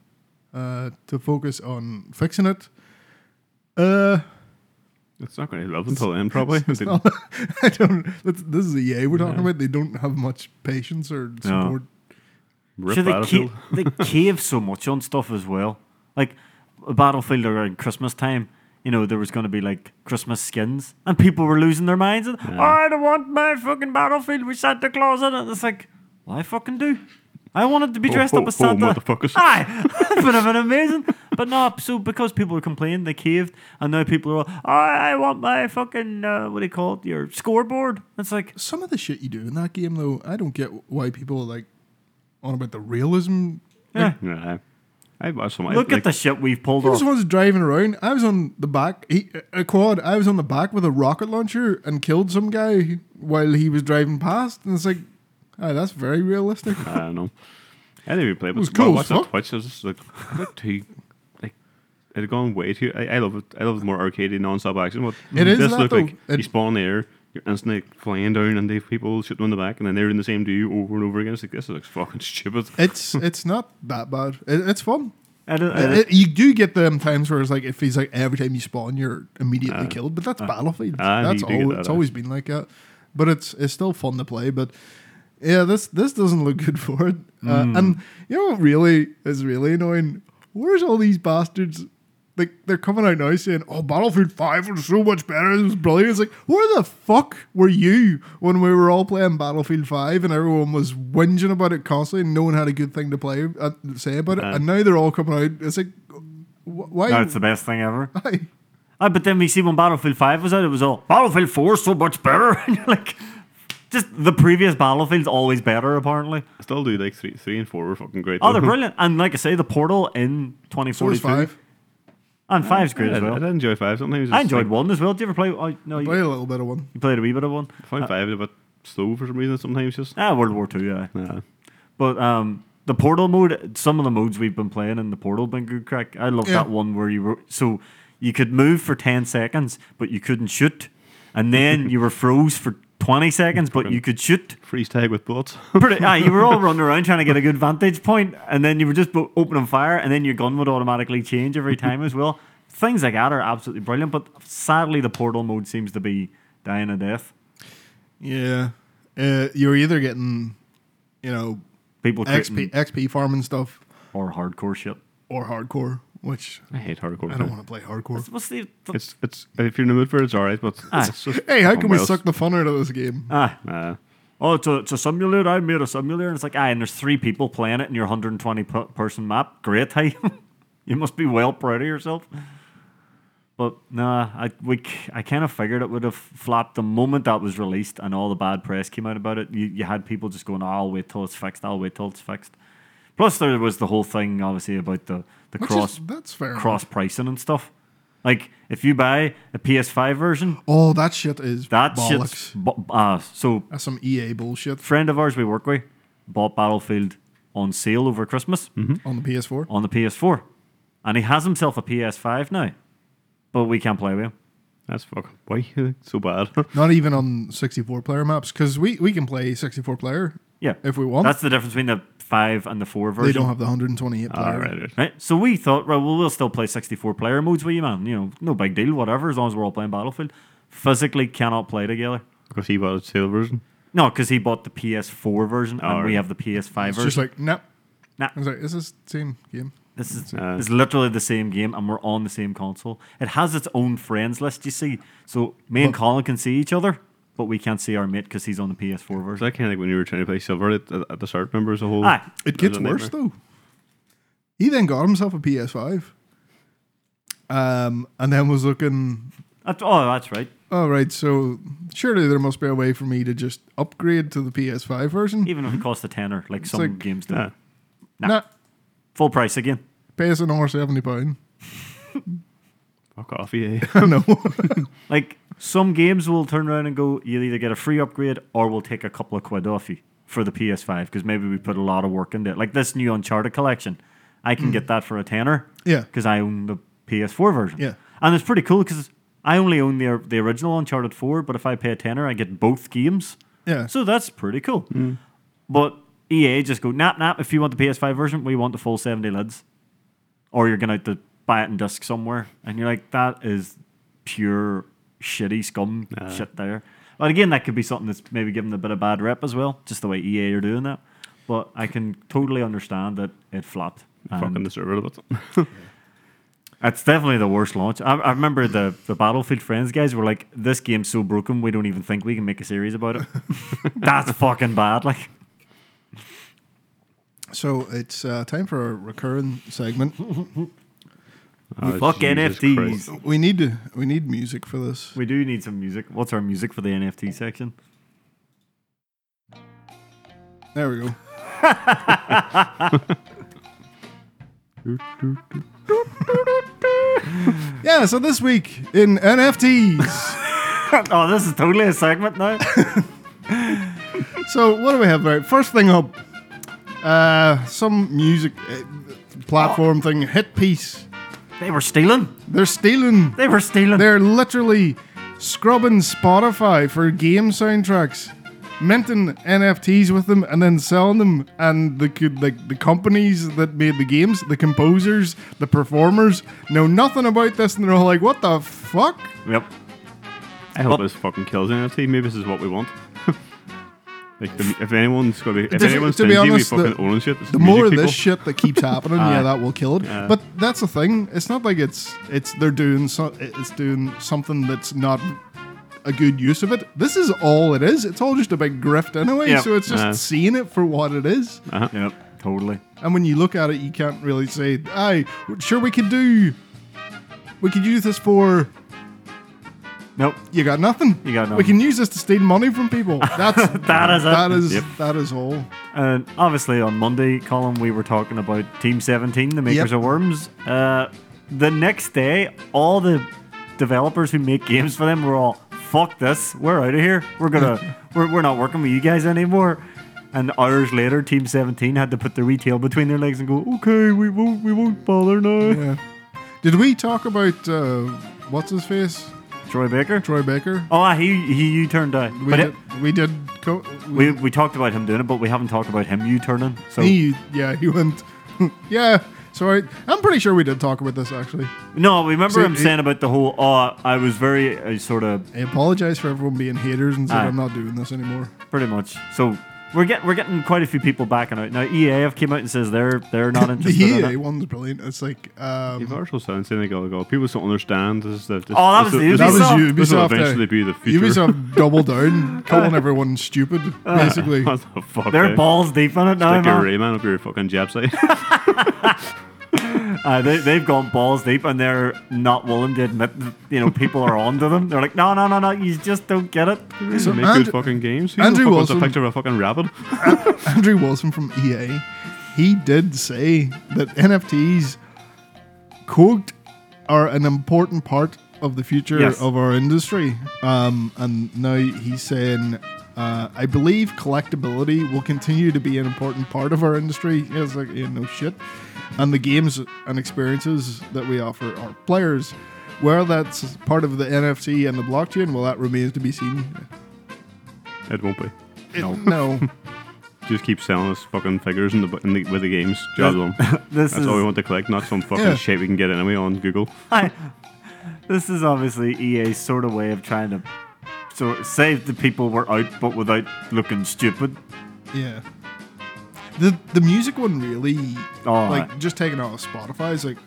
Speaker 1: uh, to focus on fixing it. Uh,
Speaker 3: it's not going to love until then, probably. They-
Speaker 1: I don't. That's, this is EA we're talking about. They don't have much patience or support.
Speaker 3: rip
Speaker 2: Sure, they,
Speaker 3: Battlefield.
Speaker 2: ca- they cave so much on stuff as well. Like Battlefield around Christmas time, you know, there was going to be like Christmas skins, and people were losing their minds. And, oh, I don't want my fucking Battlefield with Santa Claus in it. And it's like, well, I fucking do. I wanted
Speaker 1: Oh,
Speaker 2: to be dressed
Speaker 3: ho,
Speaker 2: up as
Speaker 3: ho,
Speaker 2: Santa.
Speaker 3: motherfuckers.
Speaker 2: Aye, would have been amazing. But no, so because people were complaining, they caved, and now people are all, oh, I want my fucking uh, what do you call it, your scoreboard. It's like,
Speaker 1: Some of the shit you do in that game, though, I don't get why people are like on about the realism.
Speaker 2: yeah,
Speaker 3: Nah. I watched some.
Speaker 2: look
Speaker 3: I,
Speaker 2: at the shit we've pulled
Speaker 1: He was
Speaker 2: off.
Speaker 1: the ones driving around. I was on the back, he, a quad. I was on the back with a rocket launcher and killed some guy while he was driving past. And it's like, ah, that's very realistic.
Speaker 3: I don't know. I didn't even play, but
Speaker 1: was
Speaker 3: it's cool.
Speaker 1: cool
Speaker 3: I
Speaker 1: as
Speaker 3: watched it on
Speaker 1: fuck.
Speaker 3: Twitch. I was just like, what too, like, it had gone way too. I, I love it. I love the more arcadey, non-stop action. But
Speaker 1: It is
Speaker 3: this
Speaker 1: that,
Speaker 3: looked
Speaker 1: though.
Speaker 3: like
Speaker 1: It-
Speaker 3: you spawn in the air, you're instantly flying down, and they people shooting on the back, and then they're in the same to you over and over again. It's like this looks fucking stupid.
Speaker 1: it's it's not that bad. It, it's fun.
Speaker 2: I
Speaker 3: Uh,
Speaker 2: don't- I
Speaker 1: It-
Speaker 2: don't-
Speaker 1: it- you do get them times where it's like if he's like every time you spawn you're immediately killed, but that's Battlefield.
Speaker 3: Ah, Uh, you
Speaker 1: that's
Speaker 3: do get
Speaker 1: all.
Speaker 3: that,
Speaker 1: it's
Speaker 3: eh?
Speaker 1: always been like that. But it's it's still fun to play. But yeah, this this doesn't look good for it. Uh,
Speaker 2: Hmm.
Speaker 1: and you know what really is really annoying? Where's all these bastards? Like they're coming out now saying, "Oh, Battlefield Five was so much better. It was brilliant." It's like, where the fuck were you when we were all playing Battlefield Five and everyone was whinging about it constantly, and no one had a good thing to play uh, say about it?
Speaker 3: Aye.
Speaker 1: and now they're all coming out. It's like, wh- why?
Speaker 2: Uh-huh. No, it's the best thing ever.
Speaker 1: why?
Speaker 2: Ah, but then we see when Battlefield 5 was out, it was all Battlefield 4 is so much better. and you're like, just the previous Battlefield's always better, apparently.
Speaker 3: I still do like three, three and four were fucking great.
Speaker 2: Oh, they're
Speaker 3: though.
Speaker 2: brilliant. And like I say, the portal in
Speaker 1: So Mm-hmm. is
Speaker 2: 2042.
Speaker 1: five.
Speaker 2: And 5's great
Speaker 3: I,
Speaker 2: as
Speaker 3: did- I
Speaker 2: well.
Speaker 3: did enjoy five. Sometimes
Speaker 2: I enjoyed 1 as well. Did you ever play? Oh, no,
Speaker 1: Play
Speaker 2: you,
Speaker 1: a little bit of one.
Speaker 2: you played a wee bit of 1.
Speaker 3: I found five a bit slow for some reason. Sometimes just
Speaker 2: Ah, World War Two. yeah.
Speaker 3: nah.
Speaker 2: But um, the portal mode, some of the modes we've been playing in the portal been good crack. I love
Speaker 1: Yeah.
Speaker 2: that one where you were so you could move for ten seconds, but you couldn't shoot, and then you were froze for twenty seconds, but you could shoot.
Speaker 3: freeze tag with bullets.
Speaker 2: Pretty, ah, you were all running around trying to get a good vantage point, and then you were just bo- opening fire, and then your gun would automatically change every time as well. Things like that are absolutely brilliant, but sadly the portal mode seems to be dying a death.
Speaker 1: Yeah. Uh, you're either getting, you know,
Speaker 2: people
Speaker 1: XP
Speaker 2: creating
Speaker 1: XP farming stuff
Speaker 2: or hardcore shit.
Speaker 1: or hardcore, which
Speaker 3: I hate hardcore.
Speaker 1: I
Speaker 3: man.
Speaker 1: don't want to play hardcore.
Speaker 2: What's the, the
Speaker 3: It's it's if you're in the mood for it, it's alright. But
Speaker 2: Aye.
Speaker 3: it's just
Speaker 1: Hey, how can we
Speaker 3: somewhere else.
Speaker 1: suck the fun out of this game?
Speaker 2: ah?
Speaker 3: Nah.
Speaker 2: Oh, it's a, it's a simulator. I made a simulator. And it's like, ah, and there's three people playing it in your 120 p- person map. Great, hey. you must be well proud of yourself. But nah, I we, c- I kind of figured it would have flopped the moment that was released and all the bad press came out about it. You, you had people just going, oh, I'll wait till it's fixed. I'll wait till it's fixed. Plus, there was the whole thing, obviously, about the, the
Speaker 1: Which
Speaker 2: cross
Speaker 1: is that's fair.
Speaker 2: cross pricing and stuff. Like, if you buy a PS5 version,
Speaker 1: Oh, that shit is
Speaker 2: that shit's.
Speaker 1: bollocks.
Speaker 2: bu- Uh, so
Speaker 1: That's some EA bullshit
Speaker 2: friend of ours we work with bought Battlefield on sale over Christmas
Speaker 1: on the PS4.
Speaker 2: on the PS4, and he has himself a PS5 now, but we can't play with him.
Speaker 3: That's fucking why so bad.
Speaker 1: Not even on 64 player maps because we, we can play 64 player
Speaker 2: Yeah,
Speaker 1: if we want.
Speaker 2: that's the difference between the five and the four version.
Speaker 1: they don't have the 128 player.
Speaker 3: All right, right.
Speaker 2: Right, so we thought, right, well, we'll still play 64 player modes with you, man. You know, no big deal, whatever, as long as we're all playing Battlefield. Physically cannot play together.
Speaker 3: Because he bought a sale version.
Speaker 2: No, because he bought the PS4 version and we
Speaker 3: Alright.
Speaker 2: have the PS5
Speaker 1: It's
Speaker 2: version.
Speaker 1: just like, nope.
Speaker 2: Nah.
Speaker 1: I was like, is this the same game?
Speaker 2: This is
Speaker 3: Uh,
Speaker 2: it's literally the same game, and we're on the same console. It has its own friends list, you see. So me and
Speaker 1: But-
Speaker 2: Colin can see each other, but we can't see our mate because he's on the PS4
Speaker 3: Is
Speaker 2: version.
Speaker 3: that kind of like when you were trying to play silver at, at, at the start? Remember as a whole.
Speaker 2: Aye.
Speaker 1: It
Speaker 3: That
Speaker 1: gets
Speaker 3: was a
Speaker 1: worse though. He then got himself a PS5, um, and then was looking.
Speaker 2: That's, oh, that's right.
Speaker 1: All right, so surely there must be a way for me to just upgrade to the PS5 version.
Speaker 2: Even if it costs a tenner, like some
Speaker 1: like-
Speaker 2: games do,
Speaker 3: Yeah.
Speaker 2: nah.
Speaker 1: Nah,
Speaker 2: full price again.
Speaker 1: pay us another seventy pound. Oh,
Speaker 3: Fuck off, EA.
Speaker 1: no,
Speaker 2: Like some games will turn around and go, you'll either get a free upgrade or we'll take a couple of quid off you for the PS5 because maybe we put a lot of work into it. Like this new Uncharted collection, I can get that for a tenner.
Speaker 1: Mm. yeah,
Speaker 2: because I own the PS4 version.
Speaker 1: Yeah.
Speaker 2: and it's pretty cool because I only own the the original Uncharted 4, but if I pay a tenner, I get both games.
Speaker 1: yeah.
Speaker 2: So that's pretty cool. But EA just go nap nap. If you want the PS5 version, we want the full seventy lids, or you're gonna have to buy it in disc somewhere. And you're like, that is pure shitty scum shit there. But again, that could be something that's maybe given a bit of bad rep as well, just the way EA are doing that. But I can totally understand that it flopped. and-
Speaker 3: Fucking the server, but
Speaker 2: that's definitely the worst launch. I, I remember the, the Battlefield Friends guys were like, "This game's so broken, we don't even think we can make a series about it." That's fucking bad. Like,
Speaker 1: So it's uh, time for a recurring segment.
Speaker 3: Oh,
Speaker 2: fuck
Speaker 3: Jesus
Speaker 2: NFTs.
Speaker 3: Christ.
Speaker 1: We need to, we need music for this.
Speaker 2: we do need some music. What's our music for the NFT section?
Speaker 1: There we go. yeah. So this week in NFTs.
Speaker 2: oh, this is totally a segment now.
Speaker 1: So what do we have right? First thing up, uh, some music uh, platform thing, hit piece.
Speaker 2: they were stealing.
Speaker 1: They're stealing.
Speaker 2: They were stealing.
Speaker 1: They're literally scrubbing Spotify for game soundtracks, minting NFTs with them, and then selling them. And the co- like the companies that made the games, the composers, the performers know nothing about this, and they're all like, "What the fuck?"
Speaker 2: yep.
Speaker 3: I hope
Speaker 2: Oh.
Speaker 3: this fucking kills NFT. Maybe this is what we want. like, the, if anyone's gonna be, if
Speaker 1: To be-
Speaker 3: anyone's
Speaker 1: to be
Speaker 3: stingy,
Speaker 1: honest,
Speaker 3: we fucking
Speaker 1: the-
Speaker 3: own shit. It's
Speaker 1: the
Speaker 3: music
Speaker 1: more of
Speaker 3: people. Uh,
Speaker 1: this shit that keeps happening, yeah,
Speaker 2: Aye.
Speaker 1: that will kill it.
Speaker 3: Yeah.
Speaker 1: But that's the thing. It's not like it's it's they're doing so, it's doing something that's not a good use of it. This is all it is. It's all just a big grift anyway.
Speaker 2: Yep.
Speaker 1: So it's just
Speaker 3: Aye.
Speaker 1: seeing it for what it is.
Speaker 2: Yep. Totally.
Speaker 1: And when you look at it, you can't really say, "Aye, sure we could do, we could use this for."
Speaker 2: Nope.
Speaker 1: You got nothing.
Speaker 2: You got
Speaker 1: We
Speaker 2: nothing.
Speaker 1: can use this to steal money from people. That's
Speaker 2: That is it.
Speaker 1: that is
Speaker 3: Yep.
Speaker 1: that is all.
Speaker 2: And obviously on Monday, Colin, we were talking about Team 17, the makers
Speaker 1: Yep.
Speaker 2: of Worms. Uh, the next day, all the developers who make games for them were all, "Fuck this, we're out of here. We're gonna, we're, we're not working with you guys anymore." And hours later, Team 17 had to put their retail between their legs and go, "Okay, we won't, we won't bother now."
Speaker 1: Yeah. Did we talk about uh, what's his face?
Speaker 2: Troy Baker.
Speaker 1: Troy Baker.
Speaker 2: Oh, aye, he he you turned out.
Speaker 1: We
Speaker 2: but
Speaker 1: did,
Speaker 2: it,
Speaker 1: we did. Co-
Speaker 2: we we talked about him doing it, but we haven't talked about him you turning. So
Speaker 1: he, yeah, he went. yeah, sorry. I'm pretty sure we did talk about this actually.
Speaker 2: no, we remember
Speaker 1: So
Speaker 2: him
Speaker 1: he-
Speaker 2: saying about the whole, "Oh, I was very uh, sort of."
Speaker 1: I apologize for everyone being haters and said
Speaker 2: Aye.
Speaker 1: I'm not doing this anymore.
Speaker 2: Pretty much. So we're getting we're getting quite a few people backing out now. EA have came out and says they're they're not
Speaker 1: The
Speaker 2: interested. in
Speaker 1: EA
Speaker 2: it.
Speaker 1: one's brilliant. It's like
Speaker 3: The
Speaker 1: um,
Speaker 3: Universal Sound Synagogue. oh, People don't understand. This is the, this,
Speaker 2: Oh, that
Speaker 3: this
Speaker 2: was
Speaker 3: is-
Speaker 2: the
Speaker 1: that was
Speaker 2: Ubisoft.
Speaker 1: Ubisoft.
Speaker 3: This will
Speaker 1: eh?
Speaker 3: eventually be the future.
Speaker 1: Ubisoft doubled down, calling everyone stupid. Basically,
Speaker 3: What the fuck?
Speaker 2: They're
Speaker 3: eh?
Speaker 2: balls deep in it now,
Speaker 3: Stick your
Speaker 2: man.
Speaker 3: Rayman up your fucking eh? jab site.
Speaker 2: Uh, they, they've gone balls deep and they're not willing to admit that, you know, people are onto them. They're like, no, no, no, no, you just don't get it.
Speaker 1: So
Speaker 3: make
Speaker 1: Andrew-
Speaker 3: good fucking games. Who
Speaker 1: Andrew
Speaker 3: the fuck wants
Speaker 1: Wilson-
Speaker 3: a picture of a fucking rabbit?
Speaker 1: Andrew Wilson from EA, he did say that NFTs, quote, are an important part of the future
Speaker 2: Yes.
Speaker 1: of our industry. Um, and now he's saying, uh, I believe collectability will continue to be an important part of our industry. He was like, yeah, no shit. And the games and experiences that we offer our players. Where that's part of the NFT and the blockchain, well, that remains to be seen.
Speaker 3: It won't be.
Speaker 1: No. no.
Speaker 3: Just keep selling us fucking figures in the, in the with the games. Job done.
Speaker 2: This
Speaker 3: That's
Speaker 2: is
Speaker 3: all we want to collect, not some fucking
Speaker 1: Yeah.
Speaker 3: shit we can get anyway on Google.
Speaker 2: I- this is obviously EA's sort of way of trying to sort of save the people we're out, but without looking stupid.
Speaker 1: Yeah. The the music one really
Speaker 2: Oh,
Speaker 1: like
Speaker 2: aye.
Speaker 1: just taken out of Spotify is like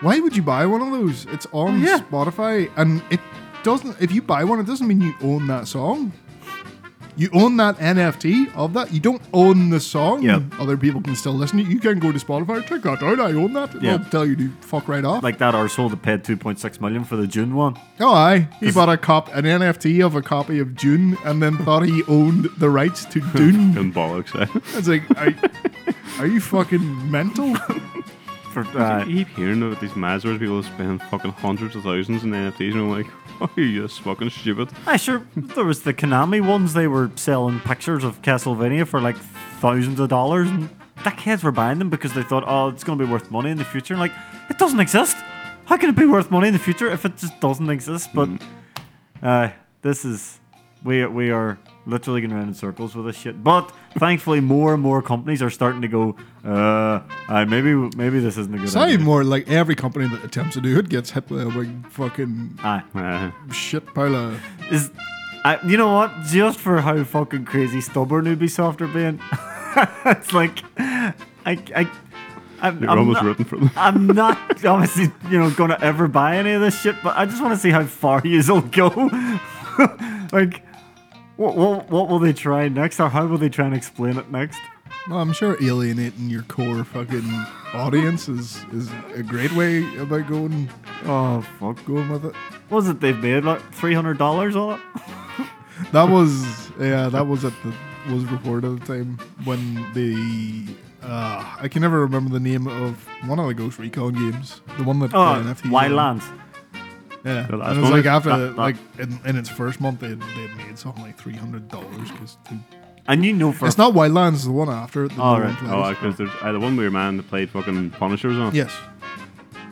Speaker 1: why would you buy one of those? It's on
Speaker 2: Yeah.
Speaker 1: Spotify and it doesn't if you buy one it doesn't mean you own that song. You own that NFT of that. You don't own the song.
Speaker 2: Yeah.
Speaker 1: Other people can still listen to it. You can go to Spotify, check that out, I own that.
Speaker 2: Yeah.
Speaker 1: They'll tell you to fuck right off.
Speaker 2: Like that arsehole that paid 2.6 million for the June one.
Speaker 1: oh aye. He
Speaker 2: This-
Speaker 1: bought a cop an NFT of a copy of June and then thought he owned the rights to Dune.
Speaker 3: Fucking bollocks. eh?
Speaker 1: It's like, are, are you fucking mental?
Speaker 2: For, uh,
Speaker 3: You keep hearing about these Mazars people spend fucking hundreds of thousands in NFTs, and I'm like, oh, you just fucking stupid.
Speaker 2: I sure there was the Konami ones. They were selling pictures of Castlevania for like thousands of dollars, and that kids were buying them because they thought, oh, it's going to be worth money in the future. And like, it doesn't exist. How can it be worth money in the future if it just doesn't exist? But uh, this is we we are literally going around in circles with this shit. But thankfully, more and more companies are starting to go, uh, uh maybe maybe this isn't a good
Speaker 1: It's not even
Speaker 2: idea.
Speaker 1: more like every company that attempts to do it gets hit with a big fucking
Speaker 2: Aye.
Speaker 3: Uh,
Speaker 1: shit pile of.
Speaker 2: is I, you know what? Just for how fucking crazy stubborn Ubisoft are being, it's like I I I'm,
Speaker 3: you're
Speaker 2: I'm
Speaker 3: almost
Speaker 2: not,
Speaker 3: rooting for them.
Speaker 2: I'm not obviously you know gonna ever buy any of this shit, but I just want to see how far you'll go. like, what, what what will they try next, or how will they try and explain it next?
Speaker 1: Well, I'm sure alienating your core fucking audience is, is a great way about going
Speaker 2: Oh fuck!
Speaker 1: going with it.
Speaker 2: What was it they've made like three hundred dollars on it?
Speaker 1: That was yeah, that was at the was reported at the time when the uh, I can never remember the name of one of the Ghost Recon games, the one that
Speaker 2: Oh,
Speaker 1: uh, NFTs on.
Speaker 2: Wildlands.
Speaker 1: Yeah,
Speaker 3: The last
Speaker 1: and it was
Speaker 3: one.
Speaker 1: like after
Speaker 2: That- that-
Speaker 1: like in, in its first month they they made something like three hundred dollars because
Speaker 2: And you know for
Speaker 1: it's not Wildlands it's the one after it, the
Speaker 2: Oh,
Speaker 1: new
Speaker 2: right.
Speaker 1: one
Speaker 3: Oh,
Speaker 1: plays.
Speaker 3: because there's uh, the one where your man that played fucking Punishers on
Speaker 1: yes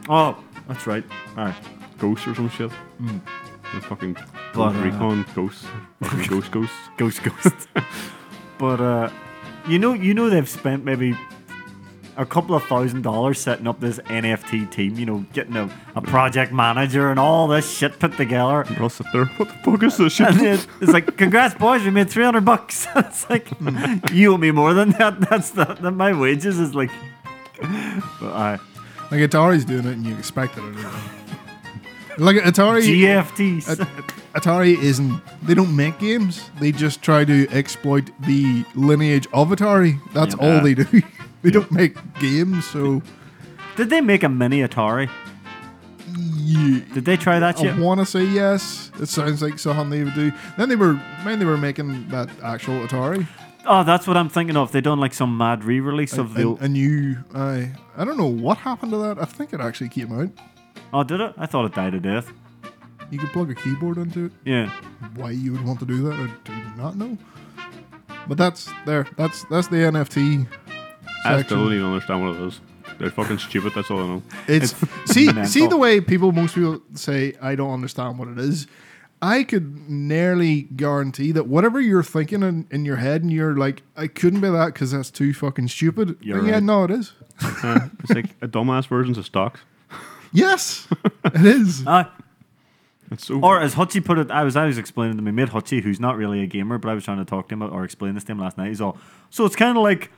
Speaker 2: oh that's right. All right.
Speaker 3: Ghosts or some shit. The fucking
Speaker 2: But, uh,
Speaker 3: Recon Ghosts, fucking Ghost Ghosts.
Speaker 2: ghost ghost but uh you know you know they've spent maybe a couple of thousand dollars setting up this nft team you know getting a, a project manager and all this shit put together
Speaker 3: I'll sit there. What the fuck is this shit?
Speaker 2: and it- it's like congrats boys we made 300 bucks it's like you owe me more than that that's not that my wages is like uh, but I,
Speaker 1: like Atari's doing it and you expect it or anything. like Atari
Speaker 2: gft
Speaker 1: At- Atari isn't they don't make games they just try to exploit the lineage of Atari that's
Speaker 2: Yeah.
Speaker 1: all they do they don't make games so
Speaker 2: did they make a mini atari
Speaker 1: yeah.
Speaker 2: did they try that shit
Speaker 1: I want to say yes. It sounds like something they would do. Then they were, man, they were making that actual Atari,
Speaker 2: oh that's what i'm thinking of they done like some mad re-release of the
Speaker 1: a, a new. I I don't know what happened to that. I think it actually came out.
Speaker 2: oh did it i thought it died a death
Speaker 1: You could plug a keyboard into it.
Speaker 2: yeah
Speaker 1: Why you would want to do that, I do not know. But that's there. That's that's the NFT.
Speaker 3: I
Speaker 1: section.
Speaker 3: still don't even understand what it is. They're fucking stupid. That's all I know.
Speaker 1: It's
Speaker 2: It's
Speaker 1: see
Speaker 2: mental.
Speaker 1: see the way people most people say I don't understand what it is. I could nearly guarantee that whatever you're thinking in, in your head and you're like, I couldn't be that because that's too fucking stupid.
Speaker 2: You're
Speaker 1: But yeah,
Speaker 2: right.
Speaker 1: no, it is.
Speaker 3: Uh, it's like a dumbass versions of stocks.
Speaker 2: Uh,
Speaker 1: Yes, it is.
Speaker 2: Aye.
Speaker 3: It's so.
Speaker 2: Or as Hutchie put it, I was I was explaining to my mate Hutchie, who's not really a gamer, but I was trying to talk to him or explain this to him last night. He's all, so it's kind of like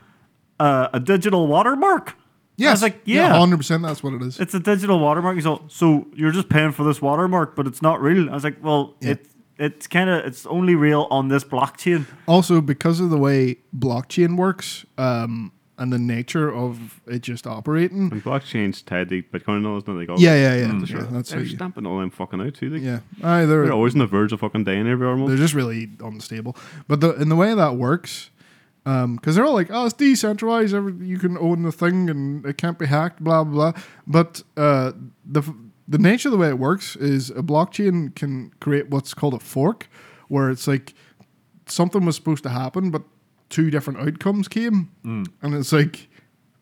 Speaker 2: uh, a digital watermark. I was like, yeah,
Speaker 1: hundred percent. That's what it is.
Speaker 2: it's a digital watermark. He's all, so you're just paying for this watermark, but it's not real. I was like, well,
Speaker 1: Yeah.
Speaker 2: it it's kind of it's only real on this blockchain.
Speaker 1: also because of the way blockchain works um, and the nature of it just operating.
Speaker 3: and blockchain's tied to Bitcoin and all, isn't it? Like, all
Speaker 1: Yeah, yeah, yeah.
Speaker 3: the-
Speaker 1: yeah, that's
Speaker 3: they're
Speaker 1: what you-
Speaker 3: stamping all them fucking out too. Like,
Speaker 1: yeah. Aye, they're
Speaker 3: They're always on the verge of fucking dying every hour.
Speaker 1: they're
Speaker 3: month.
Speaker 1: just really unstable. But the in the way that works, because they're all like, oh, it's decentralized. Every, you can own the thing and it can't be hacked. Blah blah. blah. But uh, the f- the nature of the way it works is a blockchain can create what's called a fork, where it's like something was supposed to happen, but two different outcomes came, and it's like.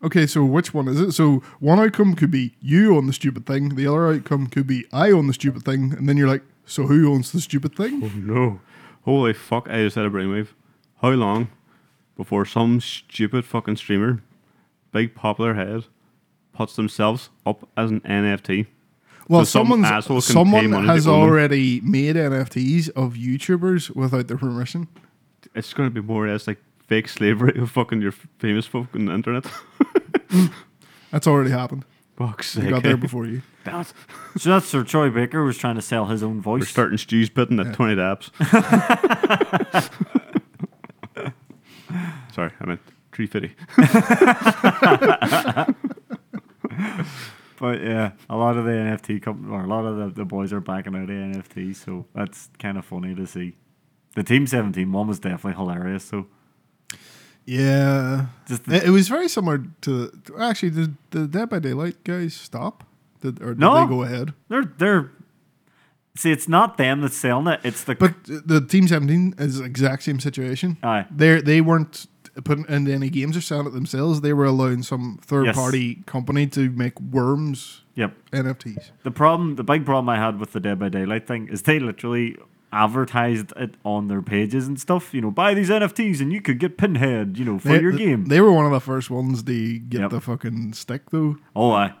Speaker 1: Okay, so which one is it? So one outcome could be you own the stupid thing, the other outcome could be I own the stupid thing, and then you're like, so who owns the stupid thing?
Speaker 3: Oh no. Holy fuck, I just had a brainwave. How long before some stupid fucking streamer, big popular head, puts themselves up as an NFT?
Speaker 1: Well,
Speaker 3: So some
Speaker 1: someone's,
Speaker 3: asshole can pay
Speaker 1: someone
Speaker 3: money
Speaker 1: has
Speaker 3: to own them.
Speaker 1: already made NFTs of YouTubers without their permission.
Speaker 3: It's going to be more or less like fake slavery of fucking your famous fucking internet.
Speaker 1: That's already happened.
Speaker 3: Fuck's
Speaker 1: They
Speaker 3: sake.
Speaker 1: got there before you.
Speaker 3: That's-
Speaker 2: So that's Sir Troy Baker was trying to sell his own voice.
Speaker 3: We're starting stews pitting at
Speaker 1: Yeah.
Speaker 3: 20 daps. Sorry, I meant 350.
Speaker 2: But yeah, a lot of the NFT company or a lot of the, the boys are backing out of NFT, so that's kind of funny to see. The Team 17 one was definitely hilarious. So
Speaker 1: Yeah.
Speaker 2: just the,
Speaker 1: It, it was very similar to. to- Actually, did the Dead by Daylight guys stop? Did, or did
Speaker 2: No.
Speaker 1: they go ahead?
Speaker 2: they're they're see, it's not them that's selling it; it's the
Speaker 1: But the Team 17 is the exact same situation.
Speaker 2: Aye.
Speaker 1: They they weren't putting into any games or selling it themselves. They were allowing some third
Speaker 2: Yes.
Speaker 1: party company to make worms
Speaker 2: yep.
Speaker 1: NFTs.
Speaker 2: The problem, the big problem I had with the Dead by Daylight thing is they literally advertised it on their pages and stuff. You know, buy these NFTs and you could get Pinhead, you know, for
Speaker 1: They-
Speaker 2: your
Speaker 1: th-
Speaker 2: game.
Speaker 1: They were one of the first ones to get
Speaker 2: Yep.
Speaker 1: the fucking stick, though.
Speaker 2: Oh, I.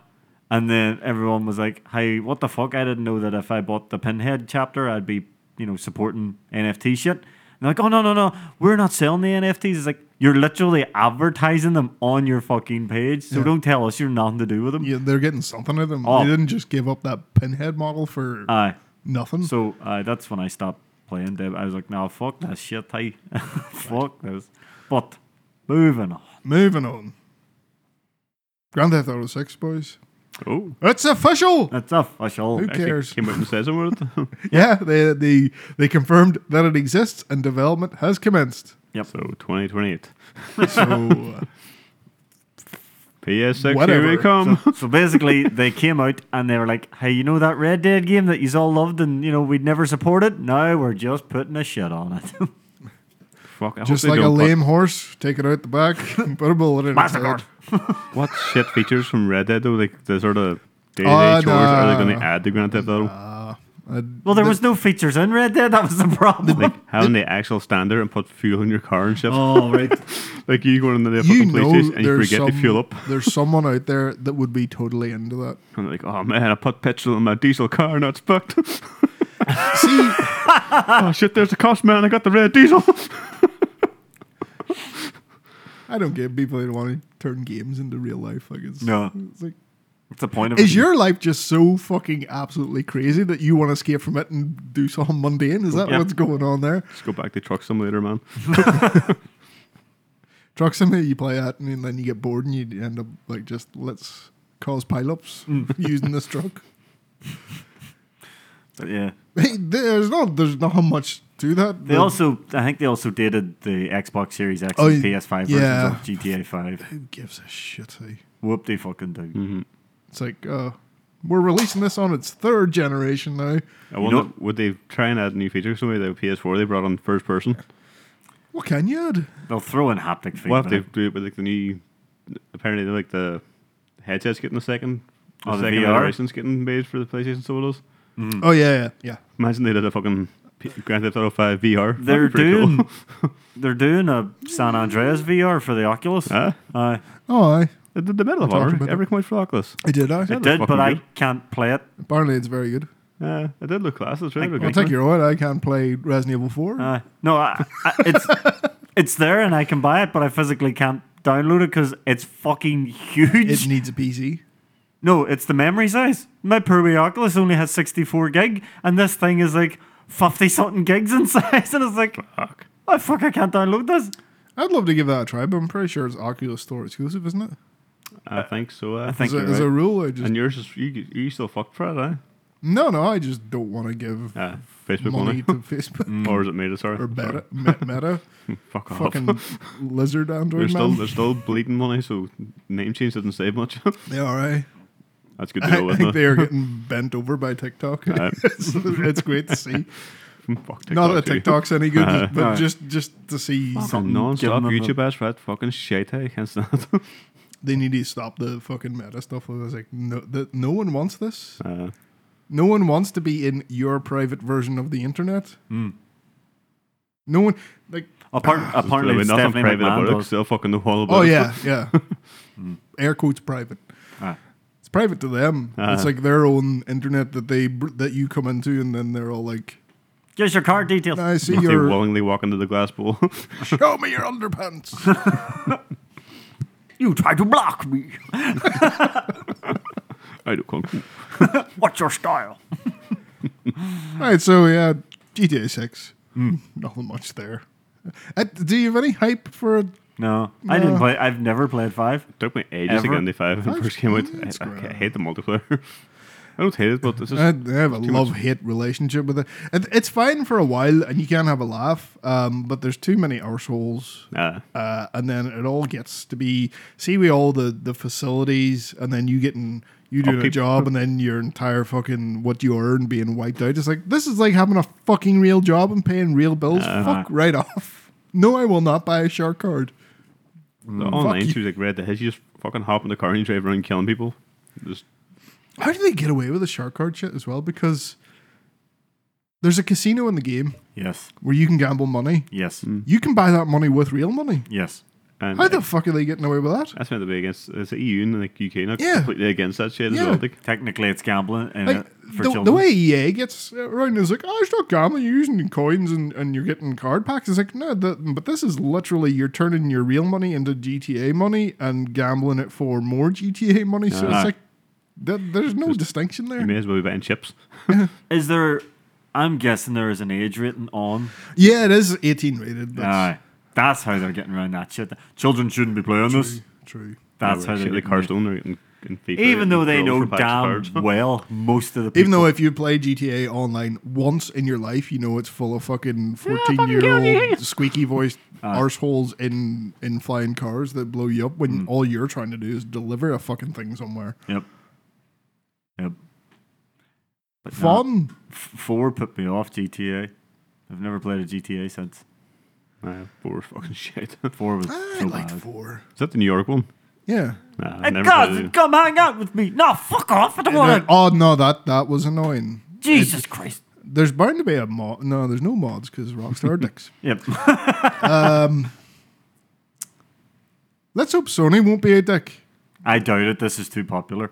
Speaker 2: And then everyone was like, hey, what the fuck? I didn't know that if I bought the Pinhead chapter, I'd be, you know, supporting NFT shit. And they're like, oh, no, no, no. We're not selling the NFTs. It's like, you're literally advertising them on your fucking page. So
Speaker 1: Yeah.
Speaker 2: don't tell us you're nothing to do with them.
Speaker 1: Yeah, they're getting something out of them.
Speaker 2: Oh.
Speaker 1: They didn't just give up that pinhead model for
Speaker 2: Aye.
Speaker 1: nothing.
Speaker 2: So uh, that's when I stopped playing Deb. I was like, no, fuck that shit. Hey, fuck this. But moving on.
Speaker 1: Moving on. Grand Theft Auto 6, boys.
Speaker 3: Oh,
Speaker 1: It's official.
Speaker 2: That's official.
Speaker 1: Who
Speaker 3: actually
Speaker 1: cares?
Speaker 3: came out and said something about it.
Speaker 1: Yeah, they, they they confirmed that it exists and development has commenced.
Speaker 2: Yep.
Speaker 3: So 2028.
Speaker 1: So uh,
Speaker 3: PS6,
Speaker 1: Whatever.
Speaker 3: here we come.
Speaker 2: So basically, they came out and they were like, "Hey, you know that Red Dead game that you all loved and you know we'd never support it? Now we're just putting a shit on it."
Speaker 3: Fuck, I hope
Speaker 1: just
Speaker 3: they
Speaker 1: like a
Speaker 3: don't put-
Speaker 1: lame horse, take it out the back and put a bullet in its head.
Speaker 2: Massacre.
Speaker 3: What shit features from Red Dead though? Like the sort of day to
Speaker 1: Oh,
Speaker 3: day chores are they
Speaker 1: no.
Speaker 3: going to add to Grand Theft Auto?
Speaker 1: Uh, I'd-
Speaker 2: well, there was no features in Red Dead. That was the problem.
Speaker 3: Like having the actual standard and put fuel in your car and shit.
Speaker 2: oh right.
Speaker 3: Like you going into the
Speaker 1: you
Speaker 3: fucking police
Speaker 1: know
Speaker 3: station and you
Speaker 1: there's
Speaker 3: forget to
Speaker 1: some-
Speaker 3: fuel up.
Speaker 1: there's someone out there that would be totally into that.
Speaker 3: And like, oh man, I put petrol in my diesel car and that's fucked.
Speaker 1: See,
Speaker 3: oh shit, there's the cost man. I got the red diesel.
Speaker 1: I don't get people that want to turn games into real life. Like it's
Speaker 2: No.
Speaker 1: It's like,
Speaker 2: What's the point of
Speaker 1: is
Speaker 2: it?
Speaker 1: your life just so fucking absolutely crazy that you want to escape from it and do something mundane? Is that
Speaker 2: Yeah.
Speaker 1: what's going on there?
Speaker 3: Let's go back to truck simulator, man.
Speaker 1: Truck simulator, you play at, and then you get bored, and you end up like just let's cause pileups
Speaker 2: Mm.
Speaker 1: using this truck.
Speaker 2: But yeah.
Speaker 1: Hey, there's not there's not much to that.
Speaker 2: They
Speaker 1: but
Speaker 2: also, I think they also dated the Xbox Series X
Speaker 1: Oh,
Speaker 2: and PS5
Speaker 1: yeah.
Speaker 2: versions of GTA 5.
Speaker 1: who gives a shit? hey?
Speaker 2: Whoop they fucking do.
Speaker 1: Mm-hmm. It's like uh, we're releasing this on its third generation eh? now.
Speaker 3: I wonder
Speaker 2: know-
Speaker 3: would they try and add new features? Somebody the PS4 they brought on first person.
Speaker 1: What can you add?
Speaker 2: They'll throw in haptic feedback.
Speaker 3: What if they do it with like the new? Apparently, like the headsets getting the second, the
Speaker 2: Oh, the
Speaker 3: second
Speaker 2: VR?
Speaker 3: generation's getting made for the PlayStation Solos.
Speaker 2: Mm.
Speaker 1: Oh yeah, yeah, yeah.
Speaker 3: Imagine they did a fucking P- Grand Theft Auto 5 VR. That'd
Speaker 2: They're
Speaker 3: be pretty cool.
Speaker 2: doing, they're doing a San Andreas VR for the Oculus. Uh,
Speaker 3: Huh?
Speaker 2: Aye.
Speaker 1: Oh, I
Speaker 3: They did the Medal of
Speaker 1: We're talking
Speaker 3: Honor.
Speaker 1: about
Speaker 3: Every coin for Oculus.
Speaker 1: I did. I
Speaker 3: Yeah.
Speaker 2: it did,
Speaker 3: fucking
Speaker 2: but I
Speaker 3: good.
Speaker 2: can't play it.
Speaker 1: apparently it's very good.
Speaker 3: Uh, it did look class. It's really
Speaker 2: Like,
Speaker 3: good.
Speaker 1: I'll take your oil. I can't play Resident Evil 4.
Speaker 2: Uh, no, I, I, it's it's there and I can buy it, but I physically can't download it because it's fucking huge.
Speaker 1: it needs a PC.
Speaker 2: no, it's the memory size. My poor wee Oculus only has 64 gig, and this thing is like 50 something gigs in size, and it's like,
Speaker 3: Fuck.
Speaker 2: oh fuck, I can't download this.
Speaker 1: I'd love to give that a try, but I'm pretty sure it's Oculus Store exclusive, isn't it?
Speaker 3: I think so. Uh,
Speaker 2: I think
Speaker 1: As a,
Speaker 2: you're
Speaker 1: as a
Speaker 2: right.
Speaker 1: rule, I just
Speaker 3: And yours is you. You still fucked for it, eh?
Speaker 1: no, no. I just don't want to give
Speaker 3: Uh, Facebook
Speaker 1: money
Speaker 3: money, Mm.
Speaker 1: to Facebook
Speaker 3: or is it Meta? Sorry,
Speaker 1: Mm. or
Speaker 3: Sorry.
Speaker 1: Meta, Me- Meta,
Speaker 3: Fuck off.
Speaker 1: fucking lizard
Speaker 3: they're
Speaker 1: Android
Speaker 3: still
Speaker 1: man.
Speaker 3: they're still bleeding money, so name change doesn't save much.
Speaker 1: They are. eh?
Speaker 3: That's good to
Speaker 1: I,
Speaker 3: know,
Speaker 1: I
Speaker 3: isn't
Speaker 1: think
Speaker 3: it?
Speaker 1: they are getting bent over by TikTok.
Speaker 3: Aye.
Speaker 1: it's, it's great to see.
Speaker 3: Fuck TikTok.
Speaker 1: Not that
Speaker 3: too. Uh-huh.
Speaker 1: TikTok's any good,
Speaker 3: Aye.
Speaker 1: but
Speaker 2: Aye.
Speaker 1: just just to see
Speaker 2: Fuck.
Speaker 1: some,
Speaker 3: Fucking non-stop
Speaker 2: Give 'em a-
Speaker 3: YouTube ads for that fucking shit. I can't stand it.
Speaker 1: they need to stop the fucking Meta stuff. I was like, no, that no one wants this.
Speaker 3: Uh,
Speaker 1: No one wants to be in your private version of the internet.
Speaker 3: Hmm.
Speaker 1: No one like.
Speaker 2: Apart, apparently,
Speaker 3: there's
Speaker 2: it's
Speaker 3: nothing
Speaker 2: definitely
Speaker 3: private about it.
Speaker 2: McMahon
Speaker 3: 'cause
Speaker 2: does.
Speaker 3: They'll fucking know all about
Speaker 1: Oh
Speaker 3: it.
Speaker 1: yeah, yeah. Mm. Air quotes private.
Speaker 2: Ah.
Speaker 1: It's private to them. It's
Speaker 3: Uh-huh.
Speaker 1: like their own internet that they br- that you come into, and then they're all like,
Speaker 2: Here's your card details.
Speaker 1: "I see
Speaker 3: If they
Speaker 1: your
Speaker 3: willingly walk into the glass bowl.
Speaker 1: show me your underpants."
Speaker 2: You try to block me.
Speaker 3: I do kung fu.
Speaker 2: What's your style?
Speaker 1: all right, so yeah, GTA Six. Nothing much there. Uh, do you have any hype for? it?
Speaker 2: No, I didn't play. I've never played five.
Speaker 3: Took me ages to
Speaker 2: Ever?
Speaker 3: get into five when it first came out.
Speaker 1: That's Uh,
Speaker 3: I, I
Speaker 1: grand.
Speaker 3: hate the multiplayer. I don't hate it, but it's just
Speaker 1: I I have a love hate relationship with it. it. It's fine for a while, and you can have a laugh. Um, but there's too many arseholes
Speaker 3: uh,
Speaker 1: uh, and then it all gets to be see we all the the facilities and then you getting you doing a
Speaker 3: Upkeep.
Speaker 1: job and then your entire fucking what you earn being wiped out it's like this is like having a fucking real job and paying real bills fuck right off no i will not buy a shark card
Speaker 3: the online
Speaker 1: you.
Speaker 3: too. Like Red Dead, you just fucking hop in the car and you drive around killing people. Just
Speaker 1: how do they get away with the shark card shit as well because there's a casino in the game
Speaker 2: Yes,
Speaker 1: where you can gamble money
Speaker 2: yes,
Speaker 1: you can buy that money with real money
Speaker 2: yes.
Speaker 3: and
Speaker 1: how the fuck are they getting away with that
Speaker 3: that's meant to be against it's the EU and like UK not
Speaker 1: Yeah.
Speaker 3: completely against that shit as
Speaker 1: Yeah.
Speaker 3: well. Like,
Speaker 2: Technically, it's gambling and
Speaker 1: Like,
Speaker 2: it- for
Speaker 1: the,
Speaker 2: children.
Speaker 1: the way EA gets around is like, oh, it's not gambling. You're using coins and, and you're getting card packs. It's like, no, the, but this is literally you're turning your real money into GTA money and gambling it for more GTA money. So
Speaker 2: Uh-huh.
Speaker 1: it's like, th- there's no distinction
Speaker 3: you
Speaker 1: there.
Speaker 3: may as well be buying chips.
Speaker 2: is there? I'm guessing there is an age written on.
Speaker 1: Yeah, it is 18 rated. That's
Speaker 2: Aye, that's how they're getting around that shit. Children shouldn't be playing this.
Speaker 1: true.
Speaker 2: That's how
Speaker 3: Like, shit,
Speaker 2: they're getting
Speaker 3: like
Speaker 2: around.
Speaker 3: Hearthstone or in, in FIFA.
Speaker 2: Even though they
Speaker 3: they're all
Speaker 2: know
Speaker 3: for packs of
Speaker 2: damn
Speaker 3: cards.
Speaker 2: well most of the people.
Speaker 1: Even though if you play GTA Online once in your life, you know it's full of fucking 14 year old squeaky voiced
Speaker 2: Uh,
Speaker 1: arseholes in, in flying cars that blow you up
Speaker 2: Mm.
Speaker 1: when all you're trying to do is deliver a fucking thing somewhere.
Speaker 2: Yep. Yep. But no,
Speaker 1: Fun.
Speaker 2: f- four put me off GTA. I've never played a GTA since.
Speaker 3: Aye, poor fucking shit.
Speaker 2: Four was
Speaker 1: I
Speaker 2: so
Speaker 1: liked
Speaker 2: bad.
Speaker 1: four.
Speaker 3: Is that the New York one?
Speaker 1: Yeah.
Speaker 3: Nah, I
Speaker 2: Hey,
Speaker 3: never
Speaker 2: guys,
Speaker 3: played it.
Speaker 2: come hang out with me. No, fuck off. I don't want to.
Speaker 1: oh no, that that was annoying.
Speaker 2: Jesus Christ.
Speaker 1: There's bound to be a mod. No, there's no mods because Rockstar are dicks.
Speaker 2: Yep.
Speaker 1: Let's hope Sony won't be a dick.
Speaker 2: I doubt it. This is too popular.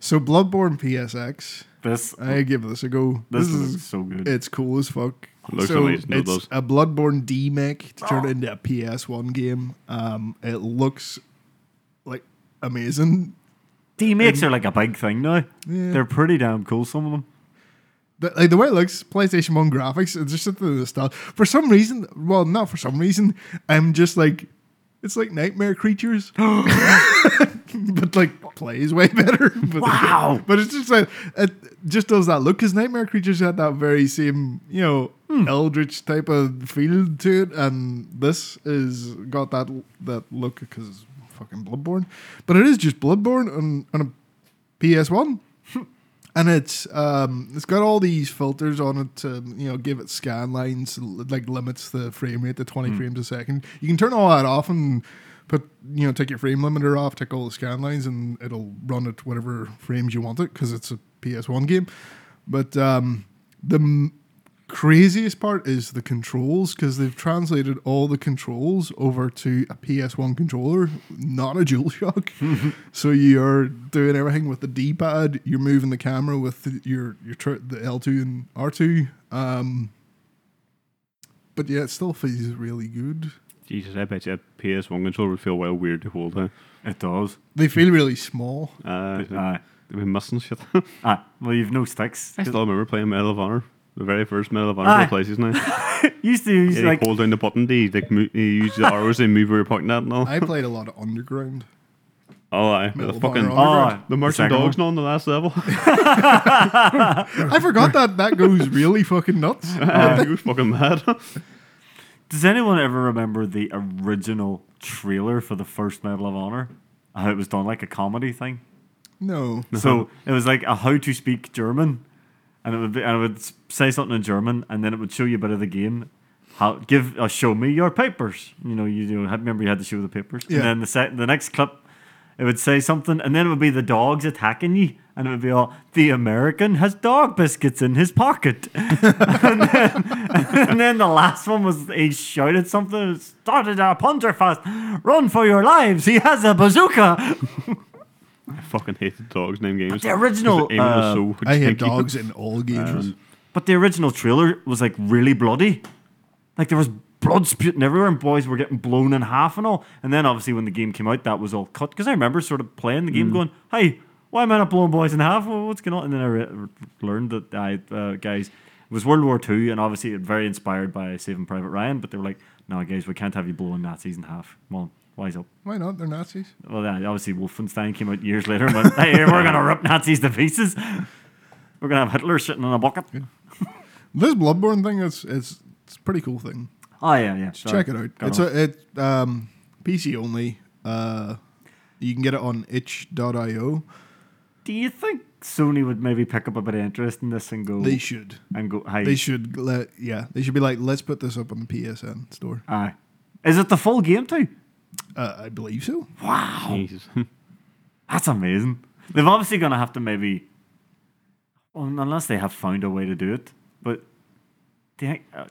Speaker 1: So Bloodborne PSX,
Speaker 2: This
Speaker 1: I give this a go.
Speaker 2: this is so good.
Speaker 1: it's cool as fuck.
Speaker 3: Looks
Speaker 1: so
Speaker 3: amazing, it
Speaker 1: it's
Speaker 3: does.
Speaker 1: a Bloodborne D make to turn it into a PS1 game. Um, it looks like amazing.
Speaker 2: D makes are like a big thing now.
Speaker 1: Yeah.
Speaker 2: They're pretty damn cool. Some of them.
Speaker 1: The, like the way it looks, PlayStation One graphics, it's just something stuff. For some reason, well, not for some reason, I'm just like, it's like Nightmare Creatures, but like plays way better. But,
Speaker 2: Wow.
Speaker 1: But it's just like it just does that look because Nightmare Creatures had that very same you know Eldritch type of feel to it, and this is got that that look because it's fucking Bloodborne, but it is just Bloodborne on on a PS One and it's um it's got all these filters on it to you know give it scan lines l- like limits the frame rate to 20 frames a second you can turn all that off and put you know take your frame limiter off take all the scan lines and it'll run at whatever frames you want it because it's a ps1 game but um the m- craziest part is the controls because they've translated all the controls over to a PS1 controller, not a DualShock. so you're doing everything with the D-pad. You're moving the camera with the- your your tr- the L2 and R2. Um, but yeah, it still feels really good.
Speaker 3: Jesus, I bet you a PS1 controller would feel well weird to hold out.
Speaker 2: It does.
Speaker 1: They feel really small.
Speaker 3: Uh,
Speaker 2: Aye.
Speaker 3: we mustn't shit.
Speaker 2: Ah, well, you've no sticks.
Speaker 3: I still remember playing Medal of Honor, the very first Medal of Honor
Speaker 2: Aye.
Speaker 3: for the PlayStation. Now.
Speaker 2: used to use
Speaker 3: yeah, you
Speaker 2: like
Speaker 3: hold down the button, do you, like, mo- you use the arrows and move where you're pointing at and all.
Speaker 1: I played a lot of Underground.
Speaker 3: oh, aye.
Speaker 1: Medal of
Speaker 3: The
Speaker 1: Honor
Speaker 3: fucking
Speaker 1: on-
Speaker 2: oh,
Speaker 3: the merchant
Speaker 2: second
Speaker 3: dogs
Speaker 2: one.
Speaker 3: not on the last level.
Speaker 1: I forgot that that goes really fucking nuts.
Speaker 2: Um,
Speaker 3: It was fucking mad.
Speaker 2: Does anyone ever remember the original trailer for the first Medal of Honor? How it was done like a comedy thing.
Speaker 1: No.
Speaker 2: So it was like a how to speak German, and it would be, and it would s- say something in German, and then it would show you a bit of the game. How give uh, show me your papers? You know, you, you know, remember you had to show the papers,
Speaker 1: Yeah.
Speaker 2: and then the sec- the next clip, it would say something, and then it would be the dogs attacking you, and it would be all the American has dog biscuits in his pocket, and, then, and then the last one was he shouted something, it started a Punterfast, run for your lives, he has a bazooka.
Speaker 3: I fucking hated dogs name games.
Speaker 2: the original,
Speaker 3: Because The aiming
Speaker 2: uh,
Speaker 3: was so
Speaker 1: I hate
Speaker 3: janky.
Speaker 1: dogs in all games.
Speaker 2: But the original trailer was like really bloody. Like there was blood spewing everywhere and boys were getting blown in half and all. And then obviously when the game came out, that was all cut. Because I remember sort of playing the game going, hey, why am I not blowing boys in half? Wha- What's going on? And then I re- learned that I, uh, guys, it was World War II and obviously it very inspired by Saving Private Ryan. But they were like, no, guys, we can't have you blowing Nazis in half. Come on, wise up.
Speaker 1: Why not? They're Nazis.
Speaker 2: Well, then obviously Wolfenstein came out years later and went, hey, we're going to rip Nazis to pieces. We're going to have Hitler sitting in a bucket.
Speaker 1: This Bloodborne thing is it's it's a pretty cool thing.
Speaker 2: Oh yeah, yeah.
Speaker 1: Just check it out. it's a it um PC only. Uh you can get it on itch.io.
Speaker 2: Do you think Sony would maybe pick up a bit of interest in this and go
Speaker 1: They should.
Speaker 2: and go? Hey,
Speaker 1: They should let yeah, they should be like, let's put this up on the PSN store.
Speaker 2: aye. Is it the full game too?
Speaker 1: Uh, I believe so.
Speaker 2: Wow,
Speaker 3: Jesus.
Speaker 2: that's amazing. They've obviously gonna have to maybe, un- unless they have found a way to do it. But do you think? Uh,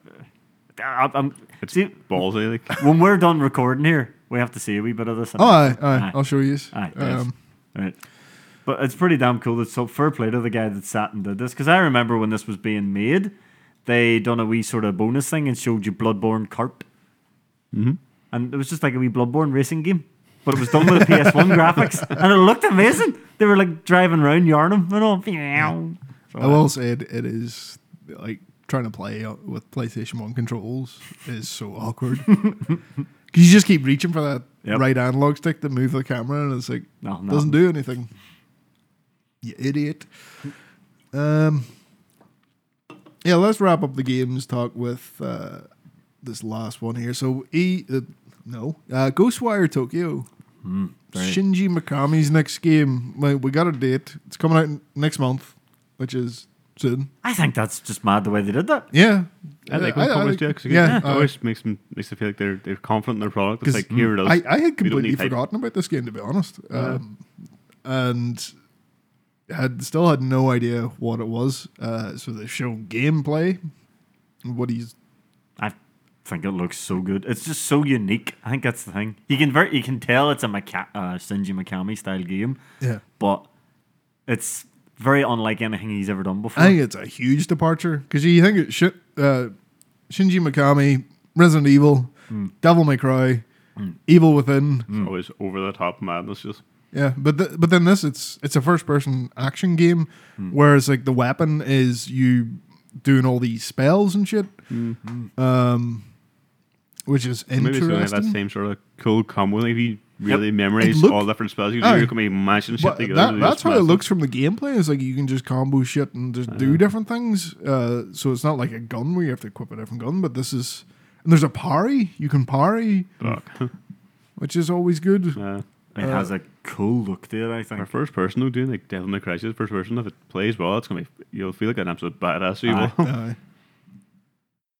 Speaker 2: uh, I- I'm,
Speaker 3: It's
Speaker 2: see,
Speaker 3: ballsy. Like,
Speaker 2: when we're done recording here, we have to see a wee bit of this.
Speaker 1: Oh aye, aye,
Speaker 2: Aye.
Speaker 1: I'll show you.
Speaker 2: Aye, yes.
Speaker 1: um,
Speaker 2: Right. But it's pretty damn cool. That's so fair play to the guy that sat and did this. Because I remember when this was being made, they done a wee sort of bonus thing and showed you Bloodborne Kart. Mm-hmm. And it was just like a wee Bloodborne racing game. But it was done with PS1 graphics. And it looked amazing. They were like driving around Yarnum and all. So,
Speaker 1: I will say it, it is like trying to play uh, with PlayStation One controls is so awkward. 'Cause you just keep reaching for that
Speaker 2: Yep.
Speaker 1: right analog stick to move the camera, and it's like
Speaker 2: No, no.
Speaker 1: doesn't do anything. You idiot. Um, yeah, let's wrap up the games talk with uh, this last one here. So E, uh, no, uh, Ghostwire Tokyo.
Speaker 3: Hmm,
Speaker 2: very-
Speaker 1: Shinji Mikami's next game. Like we got a date. It's coming out n- next month, which is soon.
Speaker 2: I think that's just mad the way they did that.
Speaker 1: Yeah.
Speaker 3: I like
Speaker 1: Yeah,
Speaker 3: when companies do it 'cause it
Speaker 1: yeah, uh,
Speaker 3: always makes them makes them feel like they're they're confident in their product.
Speaker 1: 'Cause
Speaker 3: It's like here it is.
Speaker 1: I, I had
Speaker 3: We don't
Speaker 1: completely
Speaker 3: need hype.
Speaker 1: forgotten about this game to be honest, um, and had still had no idea what it was. Uh, so they show gameplay, what he's
Speaker 2: I think it looks so good. It's just so unique. I think that's the thing. You can very, you can tell it's a Mika- uh, Shinji Mikami style game.
Speaker 1: yeah.
Speaker 2: but it's very unlike anything he's ever done before.
Speaker 1: I think it's a huge departure because you think it should, uh, Shinji Mikami, Resident Evil, Devil May Cry, Evil Within.
Speaker 3: It's always over the top madness. Just
Speaker 1: Yeah, but th- but then this it's it's a first person action game,
Speaker 3: Hmm.
Speaker 1: whereas like the weapon is you doing all these spells and shit, um, which is
Speaker 3: Mm-hmm. maybe it's
Speaker 1: interesting.
Speaker 3: gonna have that same sort of cool combo. Like if you really
Speaker 1: It
Speaker 3: memorize
Speaker 1: looked-
Speaker 3: all different spells, you
Speaker 1: Aye.
Speaker 3: can be mashing shit
Speaker 1: But
Speaker 3: together.
Speaker 1: that,
Speaker 3: to
Speaker 1: that's
Speaker 3: just
Speaker 1: how it
Speaker 3: mash them.
Speaker 1: looks from the gameplay. Is like you can just combo shit and just
Speaker 3: Uh-huh.
Speaker 1: do different things. Uh, so it's not like a gun where you have to equip a different gun. But this is and there's a parry. You can parry,
Speaker 3: Fuck.
Speaker 1: which is always good.
Speaker 3: Yeah.
Speaker 2: it
Speaker 1: uh,
Speaker 2: has a cool look to it, I
Speaker 3: Uh, Our
Speaker 2: think.
Speaker 3: first person though, doing like Devil May Cry's first person. If it plays well, it's gonna be you'll feel like an absolute badass. You
Speaker 2: Aye.
Speaker 3: will.
Speaker 1: Aye.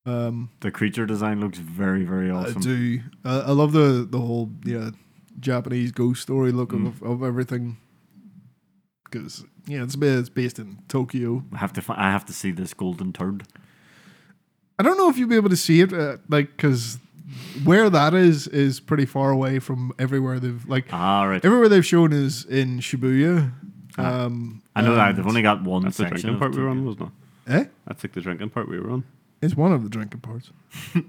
Speaker 1: um,
Speaker 2: The creature design looks very, very
Speaker 1: I
Speaker 2: awesome.
Speaker 1: do. Uh, I love the the whole yeah Japanese ghost story look
Speaker 2: Hmm.
Speaker 1: of, of everything. Because yeah, it's ba- it's based in Tokyo.
Speaker 2: I have to, fi- I have to see this golden turd.
Speaker 1: I don't know if you'll be able to see it, uh, like because where that is is pretty far away from everywhere they've like
Speaker 2: All Ah, right.
Speaker 1: everywhere they've shown is in Shibuya.
Speaker 2: Ah.
Speaker 1: Um,
Speaker 2: I know that
Speaker 1: and-
Speaker 2: they've only got one
Speaker 3: That's the
Speaker 2: section.
Speaker 3: drinking
Speaker 2: of
Speaker 3: part we were on,
Speaker 2: Tokyo.
Speaker 3: wasn't it?
Speaker 1: Eh?
Speaker 3: That's like the drinking part we were on.
Speaker 1: It's one of the drinking parts.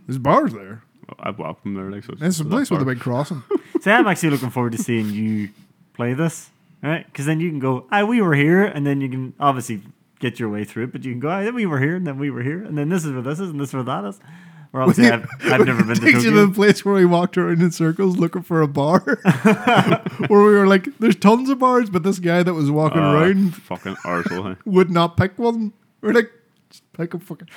Speaker 1: There's bars there.
Speaker 3: I walked from there. Like, so
Speaker 1: It's a
Speaker 3: so
Speaker 1: place
Speaker 3: that
Speaker 1: with a
Speaker 3: far.
Speaker 1: big crossing.
Speaker 2: See, I'm actually looking forward to seeing you play this, right? Because then you can go, ah, we were here, and then you can obviously get your way through it, but you can go, ah, then we were here, and then we were here, and then this is where this is, and this is where that is. Or obviously, I've, I've never been to
Speaker 1: Takes you to the
Speaker 2: Tokyo.
Speaker 1: place where we walked around in circles looking for a bar, where we were like, "There's tons of bars," but this guy that was walking
Speaker 2: Uh.
Speaker 3: Ah,
Speaker 1: around
Speaker 3: Fucking arsehole. hey.
Speaker 1: would not pick one. We're like, "Just pick a fucking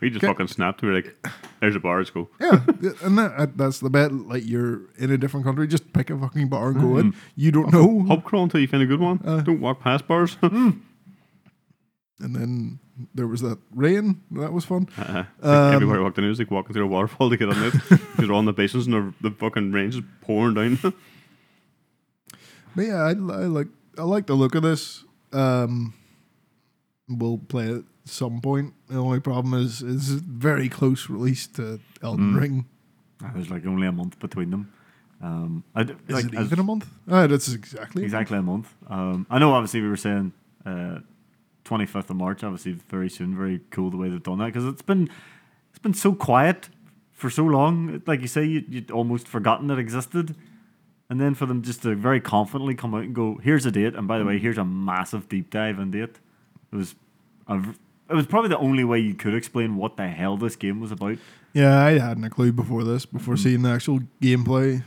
Speaker 3: We just
Speaker 1: Okay.
Speaker 3: fucking snapped. We were like, there's a bar, let's go.
Speaker 1: yeah, and that, that's the bet. Like you're in a different country, just pick a fucking bar and
Speaker 2: Hmm.
Speaker 1: go in. You don't know,
Speaker 3: Hub crawl until you find a good one.
Speaker 1: Uh.
Speaker 3: Don't walk past bars.
Speaker 1: and then there was that rain. That was fun.
Speaker 3: Uh, like
Speaker 1: Um,
Speaker 3: everywhere I walked in, it was like walking through a waterfall to get on it. Because we're on the basins and the, the fucking rain's just pouring down.
Speaker 1: But yeah, I, I like I like the look of this. Um, we'll play it at some point. The only problem is it's very close release to Elden Ring.
Speaker 2: There's like only a month between them. Um, I d-
Speaker 1: Is
Speaker 2: like,
Speaker 1: it
Speaker 2: as-
Speaker 1: even a month? Ah, that's exactly.
Speaker 2: exactly a month. Um, I know, obviously, we were saying uh, 25th of March. Obviously, very soon. Very cool the way they've done that because it's been it's been so quiet for so long. It- Like you say, you, you'd almost forgotten it existed, and then for them just to very confidently come out and go, "Here's a date," and by the way, here's a massive deep dive into it. It was a v it was probably the only way you could explain what the hell this game was about.
Speaker 1: Yeah, I hadn't a clue before this, before seeing the actual gameplay.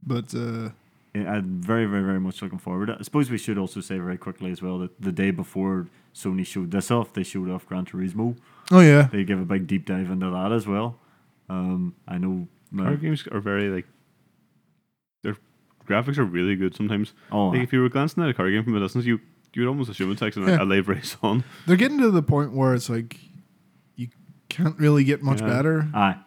Speaker 1: But uh,
Speaker 2: Yeah, I'm very, very, very much looking forward. I suppose we should also say very quickly as well that the day before Sony showed this off, they showed off Gran Turismo.
Speaker 1: oh yeah,
Speaker 2: They gave a big deep dive into that as well. Um, I know.
Speaker 3: Our
Speaker 2: My,
Speaker 3: games are very like their graphics are really good sometimes.
Speaker 2: oh,
Speaker 3: Like if you were glancing at a car game from a distance, you you would almost assume it's actually
Speaker 1: Yeah.
Speaker 3: a live race on.
Speaker 1: they're getting to the point where it's like you can't really get much
Speaker 3: Yeah.
Speaker 1: better.
Speaker 2: aye.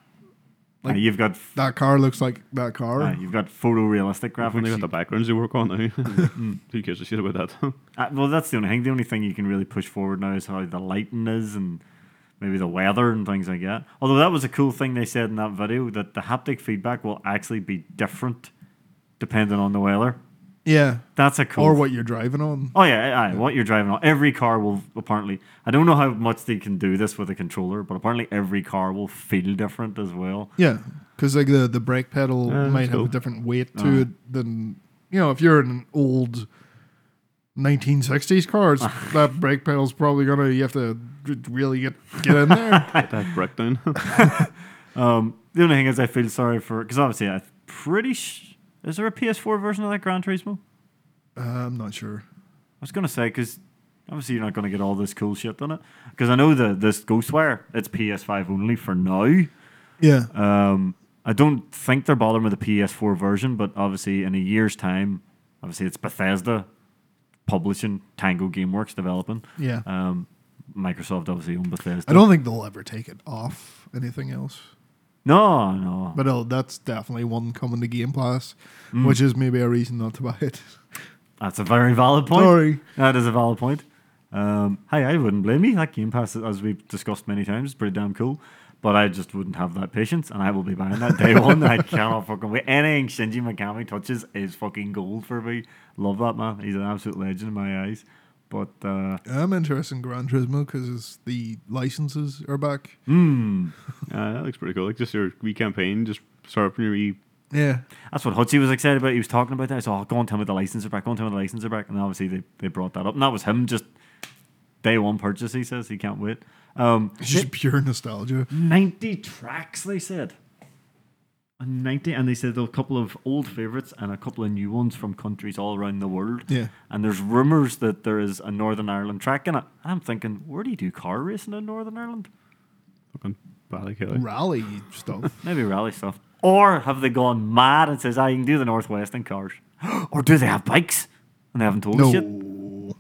Speaker 1: Like-
Speaker 2: Aye, you've got f-
Speaker 1: That car looks like that car.
Speaker 2: aye, you've got photorealistic
Speaker 3: I've
Speaker 2: graphics.
Speaker 3: only got the
Speaker 2: You-
Speaker 3: backgrounds they work on now.
Speaker 1: Mm-hmm.
Speaker 3: Who cares a shit about that?
Speaker 2: uh, well, that's the only thing. The only thing you can really push forward now is how the lighting is and maybe the weather and things like that. Although that was a cool thing they said in that video that the haptic feedback will actually be different depending on the weather.
Speaker 1: Yeah,
Speaker 2: That's a cool.
Speaker 1: or what you're driving on.
Speaker 2: Oh yeah, aye, aye, what you're driving on. Every car will apparently. I don't know how much they can do this with a controller, but apparently every car will feel different as well.
Speaker 1: Yeah, because like the the brake pedal
Speaker 3: Yeah, Ah, that's
Speaker 1: might have
Speaker 3: cool. Ah.
Speaker 1: a different weight to
Speaker 2: Uh.
Speaker 1: it than you know if you're in an old 1960s car, it's, that brake pedal's probably gonna you have to d- really get get in there.
Speaker 3: Get that breakdown.
Speaker 2: Um, the only thing is, I feel sorry for because obviously I'm pretty. Sh- is there a PS4 version of that Gran Turismo?
Speaker 1: uh, I'm not sure.
Speaker 2: I was gonna say because obviously you're not gonna get all this cool shit on it because I know the this Ghostwire it's PS5 only for now.
Speaker 1: Yeah,
Speaker 3: Uh,
Speaker 2: Um, I don't think they're bothering with the PS4 version, but obviously in a year's time, obviously it's Bethesda publishing, Tango GameWorks developing.
Speaker 1: yeah.
Speaker 3: uh,
Speaker 2: Um, Microsoft obviously own Bethesda.
Speaker 1: I don't think they'll ever take it off anything else.
Speaker 2: No, no.
Speaker 1: But oh, that's definitely one coming to Game Pass,
Speaker 3: Mm.
Speaker 1: which is maybe a reason not to buy it.
Speaker 2: That's a very valid point.
Speaker 1: Sorry.
Speaker 2: That is a valid point. Um, hey, I wouldn't blame you. That Game Pass, as we've discussed many times, is pretty damn cool. But I just wouldn't have that patience, and I will be buying that day one. I cannot fucking wait. Anything Shinji Mikami touches is fucking gold for me. Love that man. He's an absolute legend in my eyes. But uh,
Speaker 1: I'm interested in Gran Turismo because the licenses are back.
Speaker 3: Mm. uh, that looks pretty cool. Like just your wee campaign, just start up your wee
Speaker 1: Yeah,
Speaker 2: That's what Hutchie was excited about. He was talking about that. He said, oh, go and tell me the license are back. Go and tell me the license are back. And obviously they, they brought that up. And that was him just day one purchase, he says. He can't wait. Um,
Speaker 1: it's just pure nostalgia.
Speaker 3: Mm.
Speaker 2: 90 tracks, they said. And 90. And they said there were a couple of old favourites and a couple of new ones from countries all around the world.
Speaker 1: Yeah.
Speaker 2: And there's rumours that there is a Northern Ireland track in it. And I'm thinking, where do you do car racing in Northern Ireland?
Speaker 3: fucking valley killer.
Speaker 1: Rally stuff.
Speaker 2: Maybe rally stuff. Or have they gone mad and says, I can do the Northwest in cars? or do they have bikes? And they haven't told us yet.
Speaker 1: No.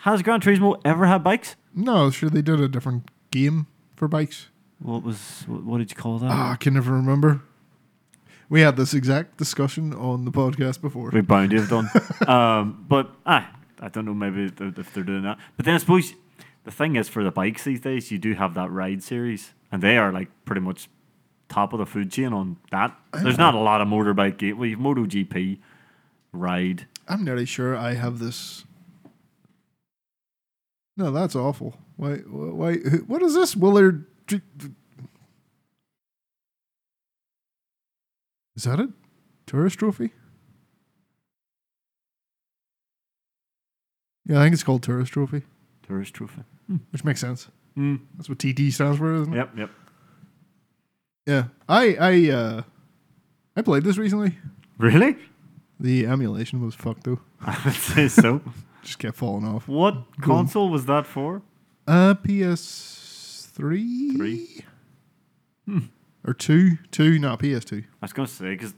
Speaker 2: Has Gran Turismo ever had bikes?
Speaker 1: No, sure they did a different game for bikes.
Speaker 2: What was what, what did you call that?
Speaker 1: Ah, I can never remember. We had this exact discussion on the podcast before.
Speaker 2: we bound to have done. um, but ah, I don't know. Maybe if they're- if they're doing that. But then I suppose The thing is, for the bikes these days, you do have that ride series, and they are like pretty much top of the food chain on that. There's not a lot of motorbike gateway. You've MotoGP, ride.
Speaker 1: I'm nearly sure I have this. No, that's awful. Why? Why? who- What is this? Willard? Is that it? Tourist trophy? Yeah, I think it's called tourist trophy,
Speaker 2: Tourist trophy.
Speaker 1: which makes sense.
Speaker 2: Mm.
Speaker 1: That's what TT stands for, isn't it?
Speaker 2: Yep, yep.
Speaker 1: Yeah. I I uh I played this recently.
Speaker 2: Really?
Speaker 1: The emulation was fucked though.
Speaker 2: I would say so.
Speaker 1: Just kept falling off.
Speaker 2: What console was that for?
Speaker 1: Uh PS three? Hmm.
Speaker 2: Three.
Speaker 1: Or two? Two, not PS two.
Speaker 2: I was going to say, because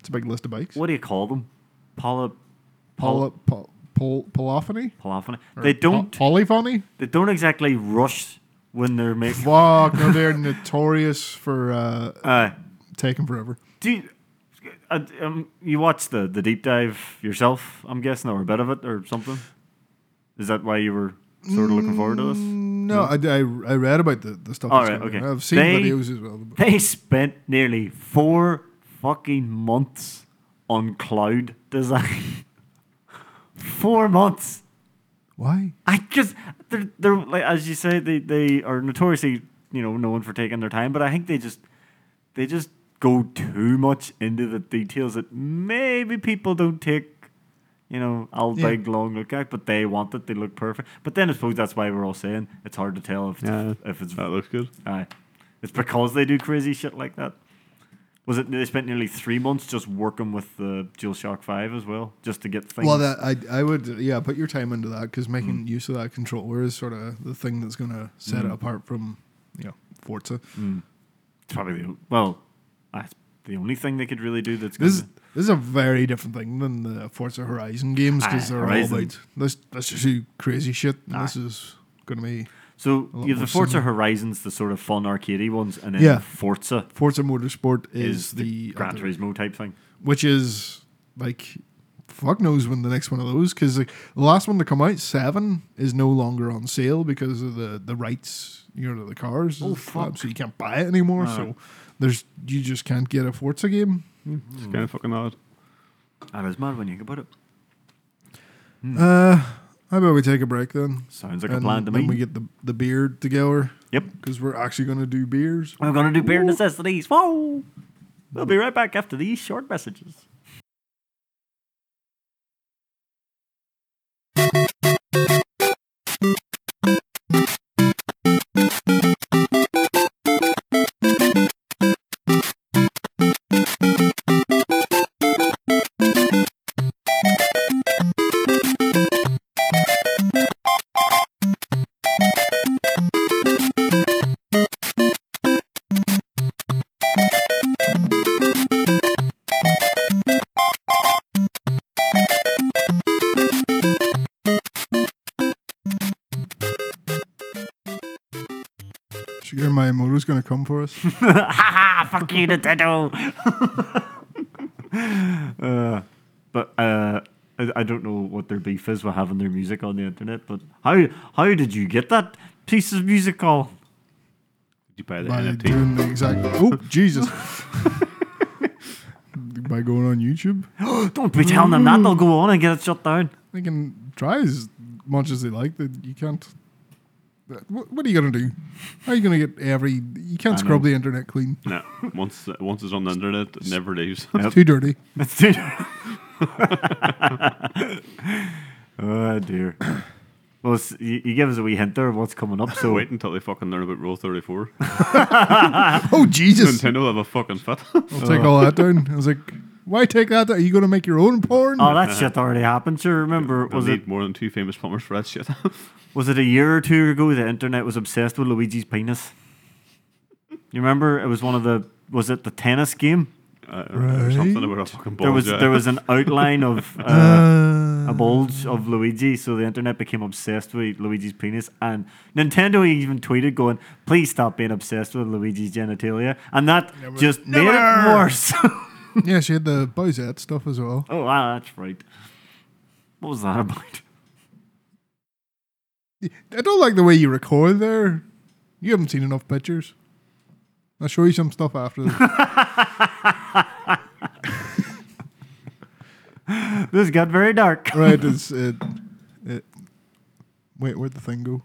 Speaker 1: It's a big list of bikes.
Speaker 2: what do you call them? Poly,
Speaker 1: Poly, pol, pol, polyphony?
Speaker 2: polyphony.
Speaker 1: Or
Speaker 2: They
Speaker 1: po-
Speaker 2: don't.
Speaker 1: polyphony?
Speaker 2: They don't exactly rush when they're making.
Speaker 1: Fuck no, they're notorious for uh
Speaker 2: Uh,
Speaker 1: taking forever.
Speaker 2: do you, uh, um, you watched the, the deep dive yourself? I'm guessing, or a bit of it, or something. Is that why you were sort of looking forward to this?
Speaker 1: No, I, I, I read about the, the stuff.
Speaker 2: Hmm. All
Speaker 1: that's
Speaker 2: right,
Speaker 1: coming out.
Speaker 2: okay.
Speaker 1: I've seen
Speaker 2: They-
Speaker 1: videos as well.
Speaker 2: They spent nearly four fucking months on cloud design. four months.
Speaker 1: Why?
Speaker 2: I just they're they're like as you say they they are notoriously you know known for taking their time, but I think they just they just go too much into the details that maybe people don't take. You know, I'll
Speaker 1: Yeah.
Speaker 2: big long look at, but they want it. They look perfect. But then I suppose that's why we're all saying it's hard to tell if it's,
Speaker 3: Yeah.
Speaker 2: if it's
Speaker 1: Uh.
Speaker 3: That looks good.
Speaker 2: Aye. It's because they do crazy shit like that. Was it they spent nearly three months just working with the DualShock Five as well, just to get things? Mm.
Speaker 1: Well, that I I would yeah put your time into that because making use of that controller is sort of the thing that's gonna set it apart from you know Forza.
Speaker 2: Mm. it's probably the, well, that's the only thing they could really do that's
Speaker 1: This is
Speaker 2: gonna-
Speaker 1: this is a very different thing than the Forza Horizon games because
Speaker 2: Aye,
Speaker 1: they're
Speaker 2: Ah, Horizon. Ah.
Speaker 1: all about let's let's just do crazy shit. And
Speaker 2: Aye.
Speaker 1: this is gonna be
Speaker 2: so
Speaker 1: lot
Speaker 2: you have the
Speaker 1: more
Speaker 2: Forza
Speaker 1: similar.
Speaker 2: Horizons, the sort of fun arcadey ones, and then
Speaker 1: Yeah.
Speaker 2: Forza
Speaker 1: Forza Motorsport is,
Speaker 2: is
Speaker 1: the,
Speaker 2: the, Gran
Speaker 1: other-
Speaker 2: Turismo type thing.
Speaker 1: which is like fuck knows when the next one of those because like, the last one to come out seven is no longer on sale because of the the rights you know to the cars
Speaker 2: Oh,
Speaker 1: It's-
Speaker 2: fuck.
Speaker 1: so you can't buy it anymore
Speaker 2: Ah.
Speaker 1: so there's you just can't get a Forza game
Speaker 3: It's kind of fucking mad.
Speaker 2: That is mad when you think about it.
Speaker 1: uh how about we take a break then
Speaker 2: Sounds Hmm. like a plan to
Speaker 1: then
Speaker 2: me.
Speaker 1: we get the the beer together
Speaker 2: yep,
Speaker 1: because we're actually going to do beers
Speaker 2: I'm gonna do beer necessities. Whoa, we'll be right back after these short messages.
Speaker 1: sure my motor's going to come for us
Speaker 2: ha ha, Ah, fuck you, Nintendo. uh, but uh, I, I don't know what their beef is with having their music on the internet. But how how did you get that piece of music on?
Speaker 3: Did you buy the
Speaker 1: by
Speaker 3: NFT?
Speaker 1: doing the exact oh Jesus by going on YouTube
Speaker 2: don't be telling them that. They'll go on and get it shut down.
Speaker 1: They can try as much as they like. That you can't. What, what are you gonna do? How are you gonna get every? You can't
Speaker 2: I
Speaker 1: scrub
Speaker 2: know.
Speaker 1: the internet clean.
Speaker 3: No. Once once it's on the internet, it never leaves.
Speaker 1: It's too dirty.
Speaker 2: That's too. oh dear. Well, it's, you, you give us a wee hint there of what's coming up. So
Speaker 3: Wait until they fucking learn about Rule 34.
Speaker 1: Oh Jesus!
Speaker 3: Nintendo have a fucking fit.
Speaker 1: I'll
Speaker 2: Oh.
Speaker 1: take all that down. I was like, why take that? down? Are you gonna make your own porn?
Speaker 2: Oh, that shit already happened. Sure, remember
Speaker 3: We'll
Speaker 2: was it
Speaker 3: need more than two famous plumbers for that shit. Uh,
Speaker 2: Was it a year or two ago the internet was obsessed with Luigi's penis? You remember it was one of the was it the tennis game?
Speaker 3: Uh, or Something
Speaker 1: Right.
Speaker 3: about a fucking ball.
Speaker 2: There was
Speaker 3: yeah.
Speaker 2: there was an outline of uh,
Speaker 1: Uh,
Speaker 2: a bulge of Luigi, so the internet became obsessed with Luigi's penis, and Nintendo even tweeted going, "Please stop being obsessed with Luigi's genitalia," and that just made it
Speaker 1: Never.
Speaker 2: worse.
Speaker 1: yeah, she had the Bowsette stuff as well.
Speaker 2: oh, ah, that's right. What was that about?
Speaker 1: I don't like the way you record there. You haven't seen enough pictures. I'll show you some stuff after this.
Speaker 2: This got very dark.
Speaker 1: right, it's it, it. Wait, where'd the thing go?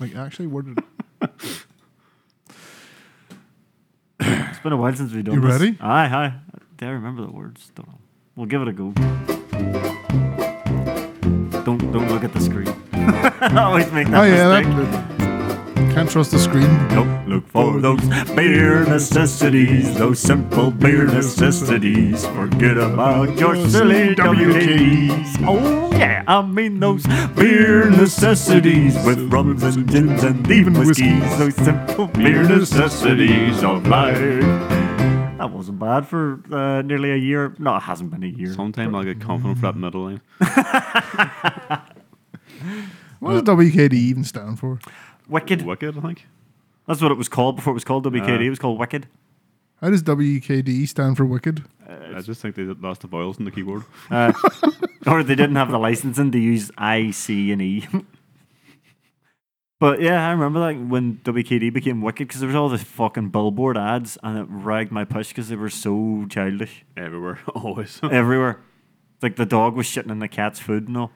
Speaker 1: like, actually, where did?
Speaker 2: It's been a while since we've done
Speaker 1: You
Speaker 2: this.
Speaker 1: ready?
Speaker 2: Aye, aye. Do I remember the words? Don't know. We'll give it a go. Don't don't look at the screen. I always make that
Speaker 1: Oh yeah,
Speaker 2: mistake.
Speaker 1: that, that- can't trust the screen.
Speaker 2: Don't look for those beer necessities, those simple beer necessities. Forget about your silly WKs. Oh, yeah, I mean those beer necessities with rums and gins and even whiskeys. Those simple beer necessities of life. That wasn't bad for uh, nearly a year. No, it hasn't been a year.
Speaker 3: Sometime I'll get confident for that middle line.
Speaker 1: What
Speaker 2: Uh,
Speaker 1: does WKD even stand for?
Speaker 2: Wicked.
Speaker 3: Wicked, I think.
Speaker 2: That's what it was called before it was called WKD. it was called Wicked.
Speaker 1: How does WKD stand for wicked?
Speaker 3: I just think they lost the vowels in the keyboard.
Speaker 2: Uh, or they didn't have the licensing to use I, C, and E. but yeah, I remember like when WKD became Wicked because there was all this fucking billboard ads and it ragged my push because they were so childish
Speaker 3: Everywhere, always.
Speaker 2: everywhere. Like the dog was shitting in the cat's food and all.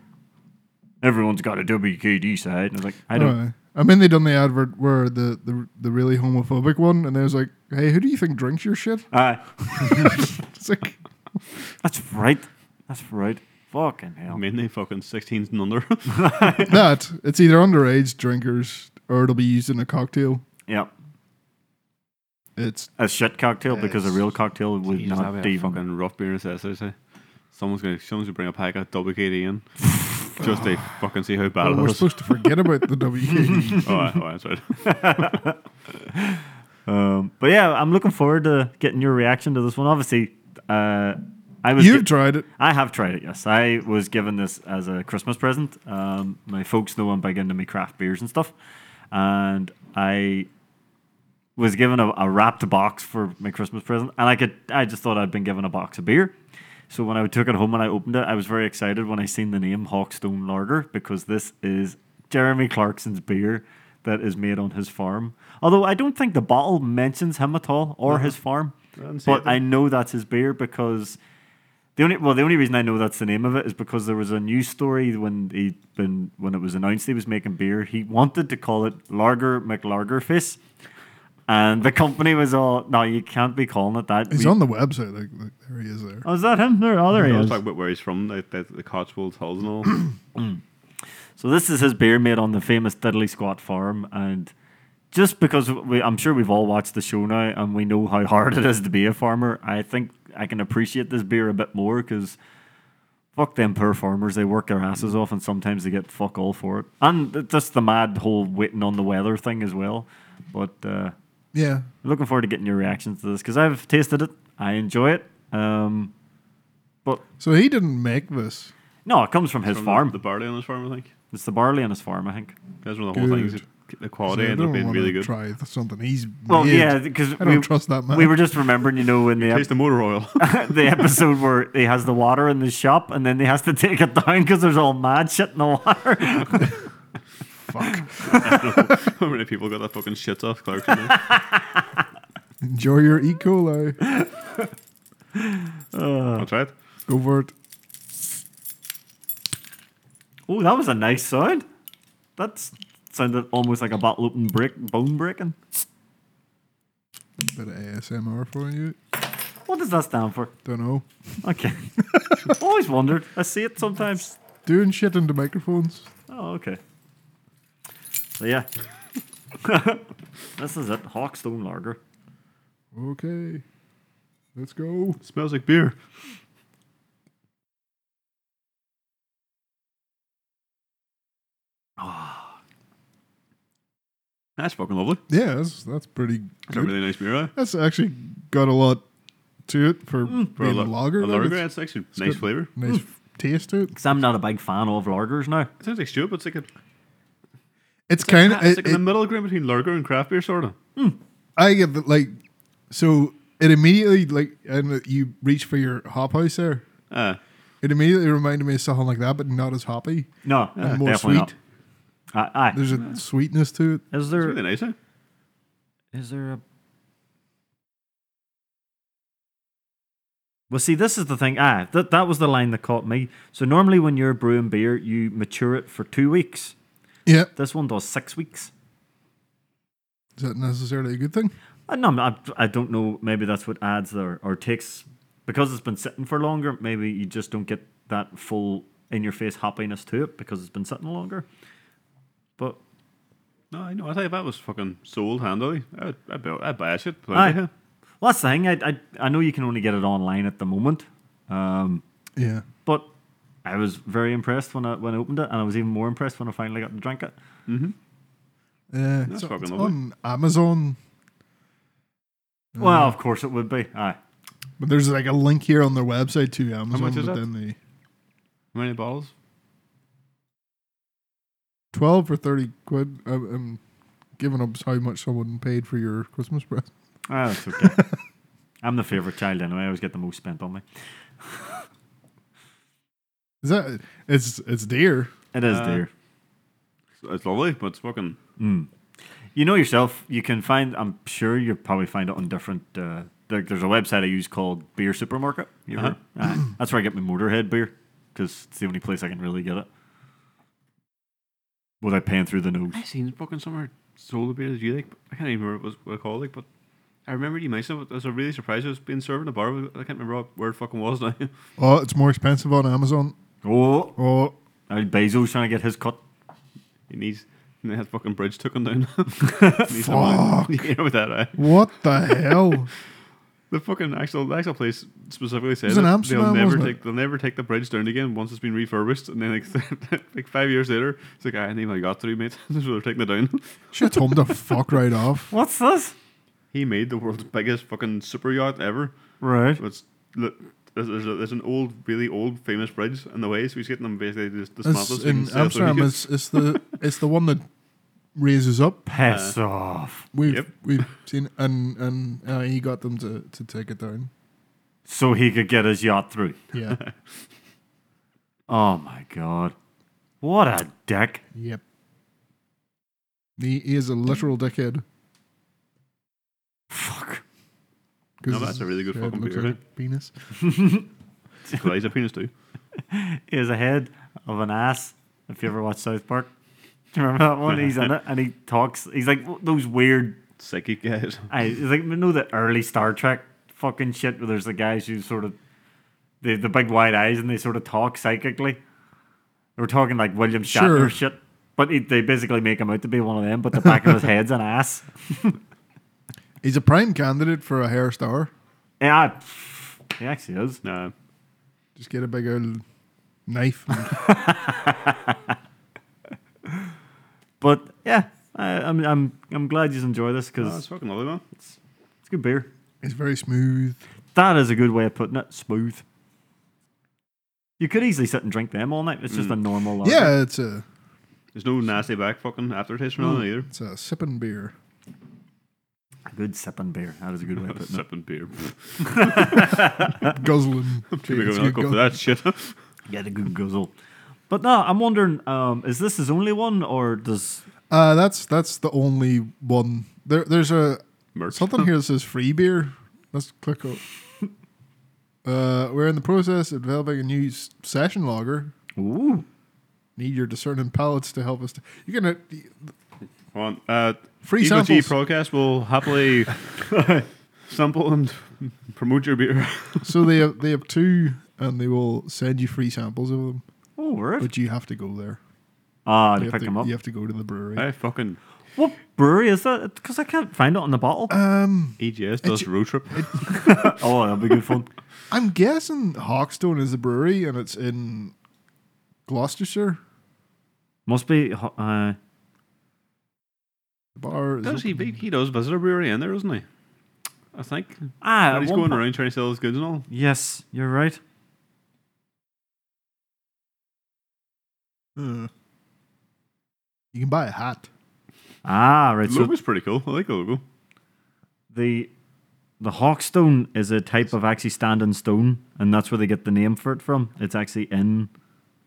Speaker 2: Everyone's got a WKD side. And I was like, I don't.
Speaker 1: Alright. I mean, they done the advert where the, the the really homophobic one, and they was like, "Hey, who do you think drinks your shit?"
Speaker 2: Aye.
Speaker 1: It's like,
Speaker 2: that's right. That's right. Fucking hell.
Speaker 3: Mainly fucking 16s and under.
Speaker 1: that it's either underage drinkers or it'll be used in a cocktail.
Speaker 2: Yep.
Speaker 1: It's
Speaker 2: A shit cocktail because a
Speaker 1: Yes.
Speaker 2: real cocktail would
Speaker 3: Jesus, that'd
Speaker 2: not
Speaker 3: be a
Speaker 2: even
Speaker 3: fucking rough beer necessities. eh? Someone's gonna, someone's gonna bring a pack of WKD in, just to fucking see how bad
Speaker 2: Oh,
Speaker 1: well,
Speaker 3: it
Speaker 1: we're
Speaker 3: is.
Speaker 1: supposed to forget about the WKD.
Speaker 3: oh, aye, oh, aye, that's right.
Speaker 2: Um, but yeah, I'm looking forward to getting your reaction to this one. Obviously, uh, I was
Speaker 1: You've
Speaker 2: gi-
Speaker 1: tried it.
Speaker 2: I have tried it. Yes, I was given this as a Christmas present. Um, my folks know I'm big into me craft beers and stuff, and I was given a, a wrapped box for my Christmas present, and I could I just thought I'd been given a box of beer. So when I took it home and I opened it, I was very excited when I seen the name Hawkstone Lager because this is Jeremy Clarkson's beer that is made on his farm. Although I don't think the bottle mentions him at all or his farm,
Speaker 3: didn't see
Speaker 2: but
Speaker 3: it.
Speaker 2: I know that's his beer because the only well, the only reason I know that's the name of it is because there was a news story when he been when it was announced he was making beer. He wanted to call it Lager McLagerface, and the company was all, "No, you can't be calling it that."
Speaker 1: He's
Speaker 2: We-
Speaker 1: on the website. Like, like, there he is. There.
Speaker 2: oh, is that him? There, oh, there
Speaker 3: I
Speaker 2: he
Speaker 3: was
Speaker 2: is.
Speaker 3: talking about where he's from, like the, the Cotswolds, Hulls and all.
Speaker 2: So this is his beer made on the famous Diddley Squat farm, and just because we, I'm sure we've all watched the show now and we know how hard it is to be a farmer, I think I can appreciate this beer a bit more because fuck them poor farmers, they work their asses off and sometimes they get fuck all for it, and th- just the mad whole waiting on the weather thing as well. But uh,
Speaker 1: Yeah.
Speaker 2: looking forward to getting your reactions to this because I've tasted it, I enjoy it. Um, but
Speaker 1: So he didn't make this.
Speaker 2: no, it comes from his farm.
Speaker 3: the barley on his farm, I think.
Speaker 2: it's the barley on his farm, I think.
Speaker 3: That's one of the whole things.
Speaker 1: Good.
Speaker 3: The
Speaker 1: So
Speaker 2: Oh,
Speaker 3: quality
Speaker 1: I
Speaker 3: ended up
Speaker 1: don't
Speaker 3: being
Speaker 1: want
Speaker 3: really
Speaker 1: to
Speaker 3: good.
Speaker 1: try something he's
Speaker 2: Well,
Speaker 1: made.
Speaker 2: yeah, because
Speaker 1: I don't
Speaker 2: we,
Speaker 1: trust that man.
Speaker 2: we were just remembering, you know, when the,
Speaker 3: Taste
Speaker 2: ep-
Speaker 3: the motor oil.
Speaker 2: the episode where he has the water in the shop and then he has to take it down because there's all mad shit in the water.
Speaker 1: Fuck.
Speaker 3: How many people got that fucking shit off Clarkson? eh?
Speaker 1: Enjoy your E. coli.
Speaker 3: I'll try it.
Speaker 1: Go for it.
Speaker 2: oh, that was a nice sound. That sounded almost like a bottle open break, bone breaking.
Speaker 1: Bit of ASMR for you.
Speaker 2: What does that stand for?
Speaker 1: Don't know.
Speaker 2: Okay. Always wondered. I see it sometimes.
Speaker 1: Doing shit into microphones.
Speaker 2: Oh, okay. So, yeah. this is it. Hawkstone Lager.
Speaker 1: Okay. Let's go.
Speaker 3: Smells like beer. That's fucking lovely.
Speaker 1: Yeah, that's, that's pretty
Speaker 3: That's a
Speaker 1: good.
Speaker 3: really nice beer, eh?
Speaker 1: That's actually got a lot to it for
Speaker 3: Mm, For a
Speaker 1: being a
Speaker 3: la-
Speaker 1: lager.
Speaker 3: A
Speaker 1: like,
Speaker 3: lager,
Speaker 1: it's
Speaker 3: it's actually nice
Speaker 1: good.
Speaker 3: flavor.
Speaker 1: Nice f- taste to it.
Speaker 2: Because I'm not a big fan of lagers now.
Speaker 3: It sounds like stupid, but it's like a
Speaker 1: It's kind of.
Speaker 3: it's like in the middle ground between lager and craft beer, sort of.
Speaker 1: I get that, like, so it immediately, like, and you reach for your hop house there.
Speaker 3: Uh,
Speaker 1: It immediately reminded me of something like that, but not as hoppy
Speaker 2: No,
Speaker 1: and
Speaker 2: uh,
Speaker 1: more
Speaker 2: definitely
Speaker 1: sweet.
Speaker 2: not. Aye, aye.
Speaker 1: There's a sweetness to it.
Speaker 2: Is
Speaker 3: It's
Speaker 2: there
Speaker 3: really nice, eh?
Speaker 2: Is there a? Well, see, this is the thing. Ah, that that was the line that caught me. So normally, when you're brewing beer, you mature it for two weeks.
Speaker 1: Yeah,
Speaker 2: This one does six weeks.
Speaker 1: is that necessarily a good thing?
Speaker 2: I no, I, I don't know. Maybe that's what adds there or takes because it's been sitting for longer. Maybe you just don't get that full in your face happiness to it because it's been sitting longer. But
Speaker 3: No, I know. I think if I was fucking sold handily, I'd, I'd, buy, I'd buy shit.
Speaker 2: Aye.
Speaker 3: plenty, yeah.
Speaker 2: well, that's the thing. I, I I know you can only get it online at the moment. Um,
Speaker 1: Yeah,
Speaker 2: But I was very impressed when I when I opened it, and I was even more impressed when I finally got to drink it.
Speaker 1: yeah. it's,
Speaker 3: That's fucking
Speaker 1: Uh, it's
Speaker 3: lovely.
Speaker 1: on Amazon,
Speaker 2: Well, of course it would be. Aye.
Speaker 1: but there's like a link here on their website to Amazon.
Speaker 3: much is
Speaker 1: but
Speaker 3: that?
Speaker 1: then the
Speaker 3: How many bottles?
Speaker 1: twelve or thirty quid. I- I'm giving up how much someone paid for your Christmas present.
Speaker 2: Ah, that's okay. I'm the favourite child anyway. I always get the most spent on me.
Speaker 1: Is that it's it's dear.
Speaker 2: It is
Speaker 3: Uh,
Speaker 2: dear.
Speaker 3: It's, it's lovely, but it's fucking.
Speaker 2: You know yourself. You can find. I'm sure you'll probably find it on different. Uh, there, there's a website I use called Beer Supermarket. You ever- Aye. that's where I get my Motorhead beer because it's the only place I can really get it without paying through the nose.
Speaker 3: I seen fucking somewhere sold a beer that you like. but I can't even remember what it was what it called like, but I remember you mentioned it. I was really surprised it was being served in a bar. but I can't remember what where it fucking was now.
Speaker 1: Oh, it's more expensive on Amazon.
Speaker 2: Oh,
Speaker 1: Oh,
Speaker 2: now Bezos trying to get his cut.
Speaker 3: he needs. And that fucking bridge took him down. Needs some money. You know that, eh?
Speaker 1: what the hell?
Speaker 3: The fucking actual the actual place specifically said
Speaker 1: was in
Speaker 3: it.
Speaker 1: Amsterdam,
Speaker 3: they'll never
Speaker 1: wasn't it?
Speaker 3: take they'll never take the bridge down again once it's been refurbished, and then like, like five years later, it's like "Ah, I ain't even got through, mate. so they're taking it down.
Speaker 1: She told him to fuck right off.
Speaker 2: What's this?
Speaker 3: He made the world's biggest fucking super yacht ever.
Speaker 2: Right.
Speaker 3: It's look, there's, there's, a, there's an old, really old, famous bridge in the way, so he's getting them basically just
Speaker 1: It's
Speaker 3: dismantled. So he can
Speaker 1: in
Speaker 3: sail through
Speaker 1: Amsterdam.
Speaker 3: it.
Speaker 1: It's, it's the it's the one that raises up.
Speaker 2: Piss off.
Speaker 1: We've
Speaker 3: Yep.
Speaker 1: we've seen and and uh, he got them to to take it down.
Speaker 2: So he could get his yacht through.
Speaker 1: Yeah.
Speaker 2: Oh my god. What a dick.
Speaker 1: yep. He, he is a literal dickhead.
Speaker 2: Fuck.
Speaker 1: 'cause
Speaker 3: No, that's a really good
Speaker 1: his head
Speaker 3: fucking
Speaker 1: looks
Speaker 3: beer,
Speaker 1: like a penis.
Speaker 3: Well, he's a penis too.
Speaker 2: He has a head of an ass. If you ever watch South Park. Do you remember that one? He's in it and he talks. He's like those weird
Speaker 3: Psychic guys.
Speaker 2: I it's like you know the early Star Trek fucking shit where there's the guys who sort of they the big wide eyes and they sort of talk psychically. We're talking like William Shatner
Speaker 1: Sure.
Speaker 2: shit, but he, they basically make him out to be one of them. But the back of his head's an ass.
Speaker 1: He's a prime candidate for a hair star.
Speaker 2: Yeah, he actually is.
Speaker 3: Nah,
Speaker 1: Just get a big old knife.
Speaker 2: But yeah, I, I'm I'm I'm glad you enjoy this
Speaker 3: nah,
Speaker 2: because
Speaker 3: it's fucking lovely, man.
Speaker 2: it's good beer.
Speaker 1: It's very smooth.
Speaker 2: That is a good way of putting it. Smooth. You could easily sit and drink them all night. It's just a normal. uh, lager.
Speaker 1: Yeah, it's a
Speaker 3: There's no nasty back fucking aftertaste or nothing either.
Speaker 1: it's a sipping beer.
Speaker 2: good sipping beer. That is a good way of putting it.
Speaker 3: Sipping beer.
Speaker 1: Guzzling.
Speaker 3: Should we
Speaker 1: It's
Speaker 3: go,
Speaker 1: good
Speaker 3: go
Speaker 1: gu-
Speaker 3: for that shit?
Speaker 2: Get a good guzzle. But no, I'm wondering, um, is this his only one or does
Speaker 1: Uh, that's that's the only one. There, there's a
Speaker 3: Merch.
Speaker 1: something here that says free beer. Let's click up. Uh, we're in the process of developing a new s- session logger.
Speaker 2: Ooh.
Speaker 1: Need your discerning palates to help us. To, you're gonna
Speaker 3: Come on. Uh,
Speaker 1: Free
Speaker 3: Evil G
Speaker 1: samples.
Speaker 3: Procast will happily sample and promote your beer.
Speaker 1: so they have, they have two, and they will send you free samples of them,
Speaker 2: Oh, word.
Speaker 1: but you have to go there.
Speaker 2: Ah,
Speaker 1: You
Speaker 2: to
Speaker 1: have
Speaker 2: pick
Speaker 1: to,
Speaker 2: him up.
Speaker 1: you have to go to the brewery.
Speaker 3: I fucking
Speaker 2: What brewery is that? Because I can't find it on the bottle.
Speaker 1: Um,
Speaker 3: EGS E does
Speaker 1: It's-
Speaker 3: road trip.
Speaker 2: oh, that'll be good fun.
Speaker 1: I'm guessing Hawkstone is the brewery, and it's in Gloucestershire.
Speaker 2: Must be. ho- Uh,
Speaker 1: The bar is
Speaker 3: Does he?
Speaker 1: open.
Speaker 3: He he does visit a brewery in there, doesn't he? I think.
Speaker 2: ah,
Speaker 3: And he's
Speaker 2: one
Speaker 3: going
Speaker 2: po-
Speaker 3: around trying to sell his goods and all.
Speaker 2: Yes, you're right.
Speaker 1: Uh, you can buy a hat.
Speaker 2: Ah, right.
Speaker 3: The
Speaker 2: So
Speaker 3: logo's pretty cool. I like the logo.
Speaker 2: the the hawkstone is a type of actually standing stone, and that's where they get the name for it from. It's actually in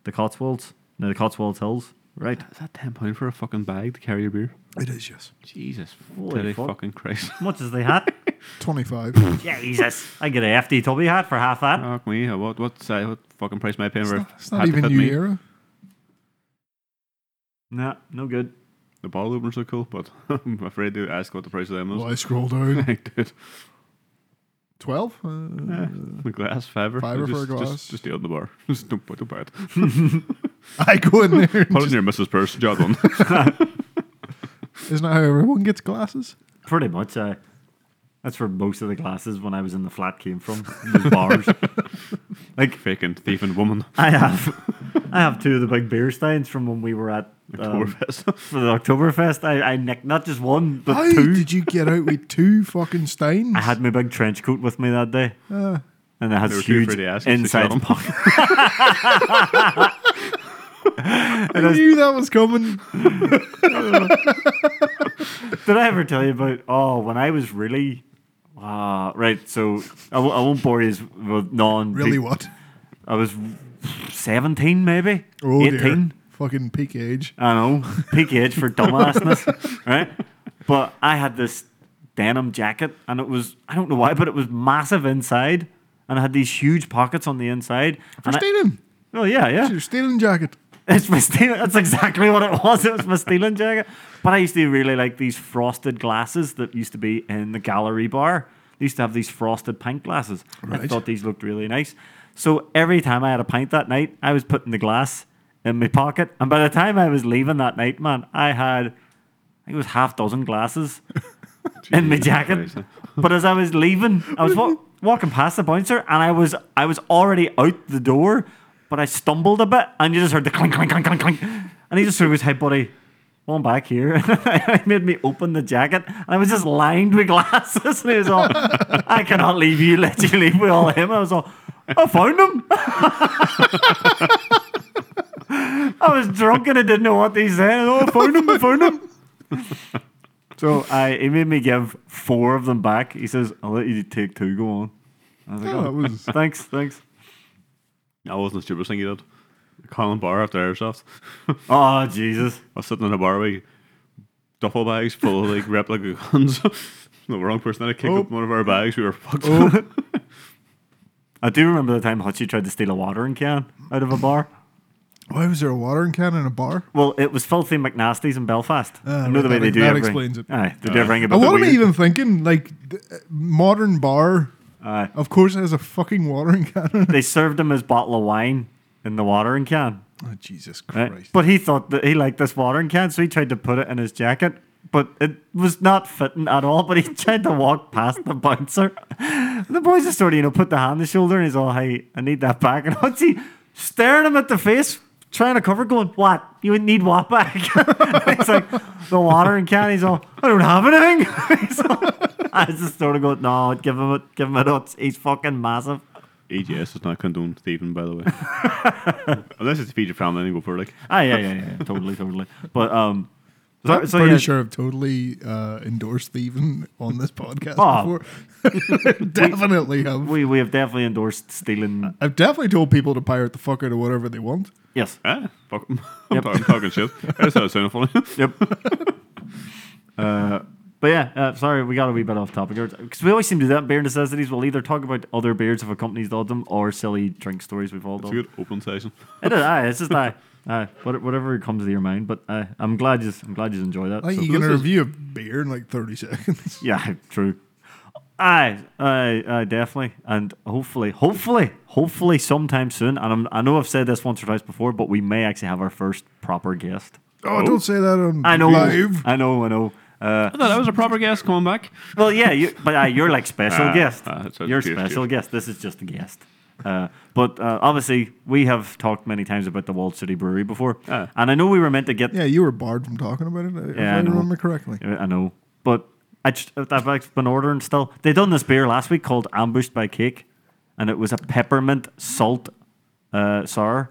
Speaker 2: the Cotswolds, no, the Cotswold Hills, right?
Speaker 3: Is that ten pound for a fucking bag to carry your beer?
Speaker 1: It is, yes.
Speaker 3: Jesus,
Speaker 2: Holy
Speaker 3: bloody
Speaker 2: fuck.
Speaker 3: fucking Christ!
Speaker 2: Much as they had.
Speaker 1: 25.
Speaker 2: Jesus, I get a hefty tubby hat for half that.
Speaker 3: Fuck me! What what uh, what fucking price am I paying
Speaker 1: it's
Speaker 3: for?
Speaker 1: not,
Speaker 3: a
Speaker 1: it's
Speaker 3: hat
Speaker 1: not
Speaker 3: to
Speaker 1: even
Speaker 3: fit
Speaker 1: New
Speaker 3: me?
Speaker 1: Era.
Speaker 2: Nah, no good.
Speaker 3: The bottle openers are cool, but I'm afraid to ask what the price of them
Speaker 1: Well,
Speaker 3: is.
Speaker 1: I scroll down.
Speaker 3: Like, dude,
Speaker 1: 12? Uh,
Speaker 3: the glass fiver.
Speaker 1: Fiver for
Speaker 3: just,
Speaker 1: a glass.
Speaker 3: Just, just deal in the bar. Just don't, don't buy it.
Speaker 1: I go in there. and
Speaker 3: Put it in
Speaker 1: just-
Speaker 3: your missus' purse. Job done.
Speaker 1: Isn't that how everyone gets glasses?
Speaker 2: Pretty much. Uh, that's where most of the glasses when I was in the flat came from. the bars.
Speaker 3: like faking thieving woman.
Speaker 2: I have, I have two of the big beer steins from when we were at um,
Speaker 3: Oktoberfest.
Speaker 2: for the Oktoberfest. I, I nicked not just one but
Speaker 1: how
Speaker 2: two.
Speaker 1: did you get out with two fucking steins?
Speaker 2: I had my big trench coat with me that day,
Speaker 1: Uh,
Speaker 2: and it had
Speaker 3: They were too
Speaker 2: huge
Speaker 3: afraid to ask if they
Speaker 2: inside
Speaker 3: got 'em.
Speaker 2: pocket.
Speaker 1: I knew that was coming.
Speaker 2: Did I ever tell you about? Oh, when I was really. Uh, right, so I w- I won't bore you with non.
Speaker 1: Really, what?
Speaker 2: I was 17, maybe.
Speaker 1: Oh,
Speaker 2: 18.
Speaker 1: dear. Fucking peak age.
Speaker 2: I know. Peak age for dumbassness, right? But I had this denim jacket, and it was, I don't know why, but it was massive inside, and it had these huge pockets on the inside.
Speaker 1: For
Speaker 2: and I-
Speaker 1: stealing.
Speaker 2: oh, yeah, yeah.
Speaker 1: Your stealing jacket.
Speaker 2: It's my steel. That's exactly what it was. It was my stealing jacket. But I used to really like these frosted glasses that used to be in the gallery bar. They used to have these frosted pint glasses. I
Speaker 1: Right.
Speaker 2: thought these looked really nice. So every time I had a pint that night, I was putting the glass in my pocket. And by the time I was leaving that night, man, I had I think it was half dozen glasses in my jacket.
Speaker 3: Christ.
Speaker 2: But as I was leaving, I was wa- walking past the bouncer, and I was I was already out the door, but I stumbled a bit, and you just heard the clink clink clink clink clink, and he just sort of goes, "Hey, buddy." Well, I'm back here. he made me open the jacket, and I was just lined with glasses. And he was all, "I cannot leave you. Let you leave with all him." I was all, "I found him." I was drunk and I didn't know what they said. Oh, I found him, I found him. So I, he made me give four of them back. He says, I'll let you take two, go on. I was like,
Speaker 1: Oh,
Speaker 2: oh,
Speaker 1: that was.
Speaker 2: thanks, thanks.
Speaker 3: That wasn't the stupidest thing you did. Colin Bar after airsoft.
Speaker 2: Oh, Jesus.
Speaker 3: I was sitting in a bar with duffel bags full of like replica guns. the wrong person had kicked
Speaker 1: Oh.
Speaker 3: up one of our bags. We were fucked.
Speaker 1: Oh,
Speaker 2: I do remember the time Hutchie tried to steal a watering can out of a bar.
Speaker 1: why was there a watering can in a bar?
Speaker 2: Well, it was Filthy McNasty's in Belfast.
Speaker 1: Ah,
Speaker 2: I know the
Speaker 1: right,
Speaker 2: way they
Speaker 1: that-
Speaker 2: do
Speaker 1: that
Speaker 2: everything.
Speaker 1: explains it.
Speaker 2: Aye, they do everything
Speaker 1: I
Speaker 2: about the
Speaker 1: wasn't
Speaker 2: weird.
Speaker 1: even thinking, like, th- modern bar,
Speaker 2: Aye.
Speaker 1: of course, has a fucking watering can in it.
Speaker 2: They served him his bottle of wine in the watering can.
Speaker 1: Oh, Jesus
Speaker 2: Right.
Speaker 1: Christ.
Speaker 2: But he thought that he liked this watering can, so he tried to put it in his jacket. But it was not fitting at all. But he tried to walk past the bouncer. The boys just sort of, you know, put the hand on the shoulder and he's all, hey, I need that back. And what's he staring him at the face, trying to cover, going, what? You would need what back? It's like, the watering can. He's all, I don't have anything. He's all, I was just sort of going, no, give him it, give him it. It's, he's fucking massive.
Speaker 3: EGS does not condone thieving, by the way. Unless it's to feed your family and you go for like.
Speaker 2: Ah, yeah, yeah, yeah, yeah. totally, totally. But, um, so,
Speaker 1: I'm
Speaker 2: so,
Speaker 1: pretty
Speaker 2: yeah,
Speaker 1: sure I've totally uh, endorsed thieving on this podcast
Speaker 2: Oh.
Speaker 1: before. definitely have.
Speaker 2: We we have definitely endorsed stealing.
Speaker 1: I've definitely told people to pirate the fuck out of whatever they want.
Speaker 2: Yes.
Speaker 3: Ah, fuck 'em. I'm,
Speaker 2: Yep.
Speaker 3: talk- I'm talking shit. I just thought it sounded funny.
Speaker 2: Yep. uh, but yeah, uh, sorry, we got a wee bit off topic because we always seem to do that. Beer necessities. We'll either talk about other beers if a company's done them, or silly drink stories we've all
Speaker 3: It's
Speaker 2: done.
Speaker 3: a good open session.
Speaker 2: It is. Aye, it's just aye, aye, what- whatever comes to your mind. But aye, I'm glad you. I'm glad you enjoy that.
Speaker 1: Like
Speaker 2: so-
Speaker 1: you can
Speaker 3: this is-
Speaker 1: review a beer in like thirty seconds.
Speaker 2: yeah, true. Aye, aye, aye, definitely, and hopefully, hopefully, hopefully, sometime soon. And I'm, I know I've said this once or twice before, but we may actually have our first proper guest.
Speaker 1: Oh, don't say that on
Speaker 2: I know,
Speaker 1: live.
Speaker 2: I know, I know. Uh,
Speaker 3: I thought that was a proper guest coming back.
Speaker 2: Well, yeah, you, but uh, you're like special
Speaker 3: Ah,
Speaker 2: guest.
Speaker 3: ah, it's okay,
Speaker 2: you're
Speaker 3: it's
Speaker 2: special
Speaker 3: okay.
Speaker 2: guest. This is just a guest. Uh, but uh, obviously, we have talked many times about the Walled City Brewery before,
Speaker 3: Ah.
Speaker 2: and I know we were meant to get.
Speaker 1: Yeah, you were barred from talking about it. uh, If
Speaker 2: Yeah, I
Speaker 1: I
Speaker 2: know.
Speaker 1: remember correctly.
Speaker 2: I know, but I just, uh, I've actually been ordering still. They done this beer last week called Ambushed by Cake, and it was a peppermint salt uh, sour.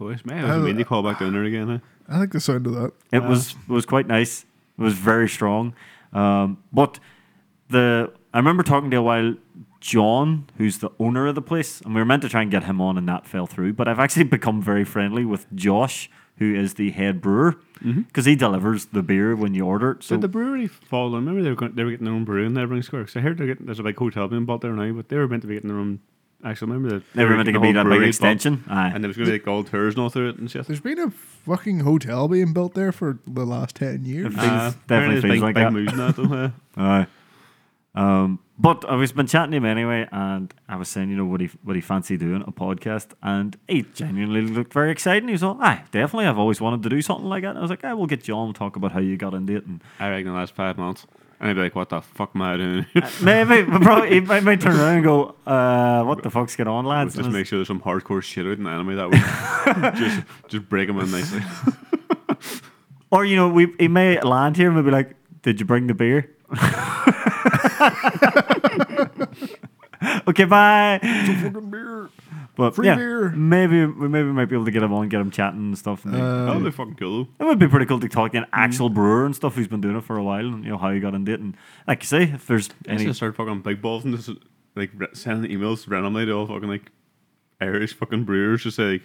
Speaker 3: I wish, man, Oh, I was mean to call back down there again. Huh?
Speaker 1: I like the sound of that.
Speaker 2: It was was quite nice. It was very strong. Um, but the I remember talking to a while John, who's the owner of the place, and we were meant to try and get him on, and that fell through. But I've actually become very friendly with Josh, who is the head brewer, because he delivers the beer when you order it. So
Speaker 3: Did the brewery fall down? Remember they were going, they were getting their own brew in Evergreen Square. Because I heard they're getting, there's a big hotel being built there now, but they were meant to be getting their own. Actually, remember that
Speaker 2: they were meant to
Speaker 3: getting
Speaker 2: be
Speaker 3: the
Speaker 2: that
Speaker 3: whole
Speaker 2: big
Speaker 3: brewery
Speaker 2: extension. Aye.
Speaker 3: built, and there was going to be like all tours and all through it and shit.
Speaker 1: There's been a fucking hotel being built there for the last 10 years.
Speaker 2: If-
Speaker 3: Uh,
Speaker 2: Things- definitely
Speaker 3: apparently there's
Speaker 2: things
Speaker 3: big,
Speaker 2: like
Speaker 3: big
Speaker 2: that.
Speaker 3: moves in that though. yeah.
Speaker 2: Aye. Um, but I was been chatting to him anyway, and I was saying, you know, what he what he fancy doing a podcast, and he genuinely looked very excited. He was all, "Aye, definitely, I've always wanted to do something like that." And I was like, "I will get you on and talk about how you got into it." And
Speaker 3: I reckon the last five months, and I'd be like, "What the fuck am I doing?"
Speaker 2: maybe, but probably he might, might turn around and go, uh, "What the fuck's going on, lads?"
Speaker 3: Just
Speaker 2: And I was-
Speaker 3: make sure there's some hardcore shit out in the anime that would just just break them in nicely.
Speaker 2: or you know, we he may land here and we'll be like, "Did you bring the beer?" okay, bye.
Speaker 1: fucking beer.
Speaker 2: But
Speaker 1: Free
Speaker 2: yeah,
Speaker 1: beer.
Speaker 2: maybe we maybe we might be able to get him on, get him chatting and stuff. And
Speaker 1: Uh,
Speaker 3: That'd be fucking cool.
Speaker 2: It would be pretty cool to talk to an
Speaker 1: Hmm.
Speaker 2: actual brewer and stuff who's been doing it for a while and you know how he got into it and like you say, if there's
Speaker 3: I
Speaker 2: any
Speaker 3: just start fucking big balls and just like re- sending emails randomly to all fucking like Irish fucking brewers, just say, like,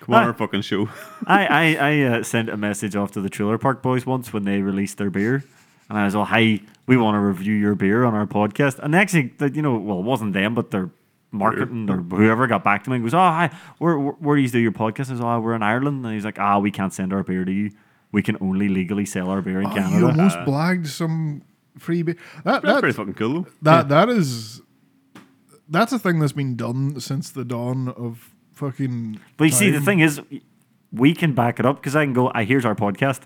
Speaker 3: "Come on
Speaker 2: Ah.
Speaker 3: our fucking show."
Speaker 2: I, I, I uh, sent a message off to the Trailer Park Boys once when they released their beer and I was all hey, we want to review your beer on our podcast and actually that you know, well it wasn't them but their marketing or whoever got back to me and goes, Oh hi, where where, where do you do your podcast? I was oh, we're in Ireland and he's like, Ah, we can't send our beer to you. We can only legally sell our beer in
Speaker 1: Oh,
Speaker 2: Canada.
Speaker 1: you almost blagged some free beer. That,
Speaker 3: That's
Speaker 1: that,
Speaker 3: pretty fucking cool. though.
Speaker 1: that, that is. That's a thing that's been done since the dawn of fucking.
Speaker 2: But you see, the
Speaker 1: time,
Speaker 2: thing is, we can back it up because I can go. I here's our podcast.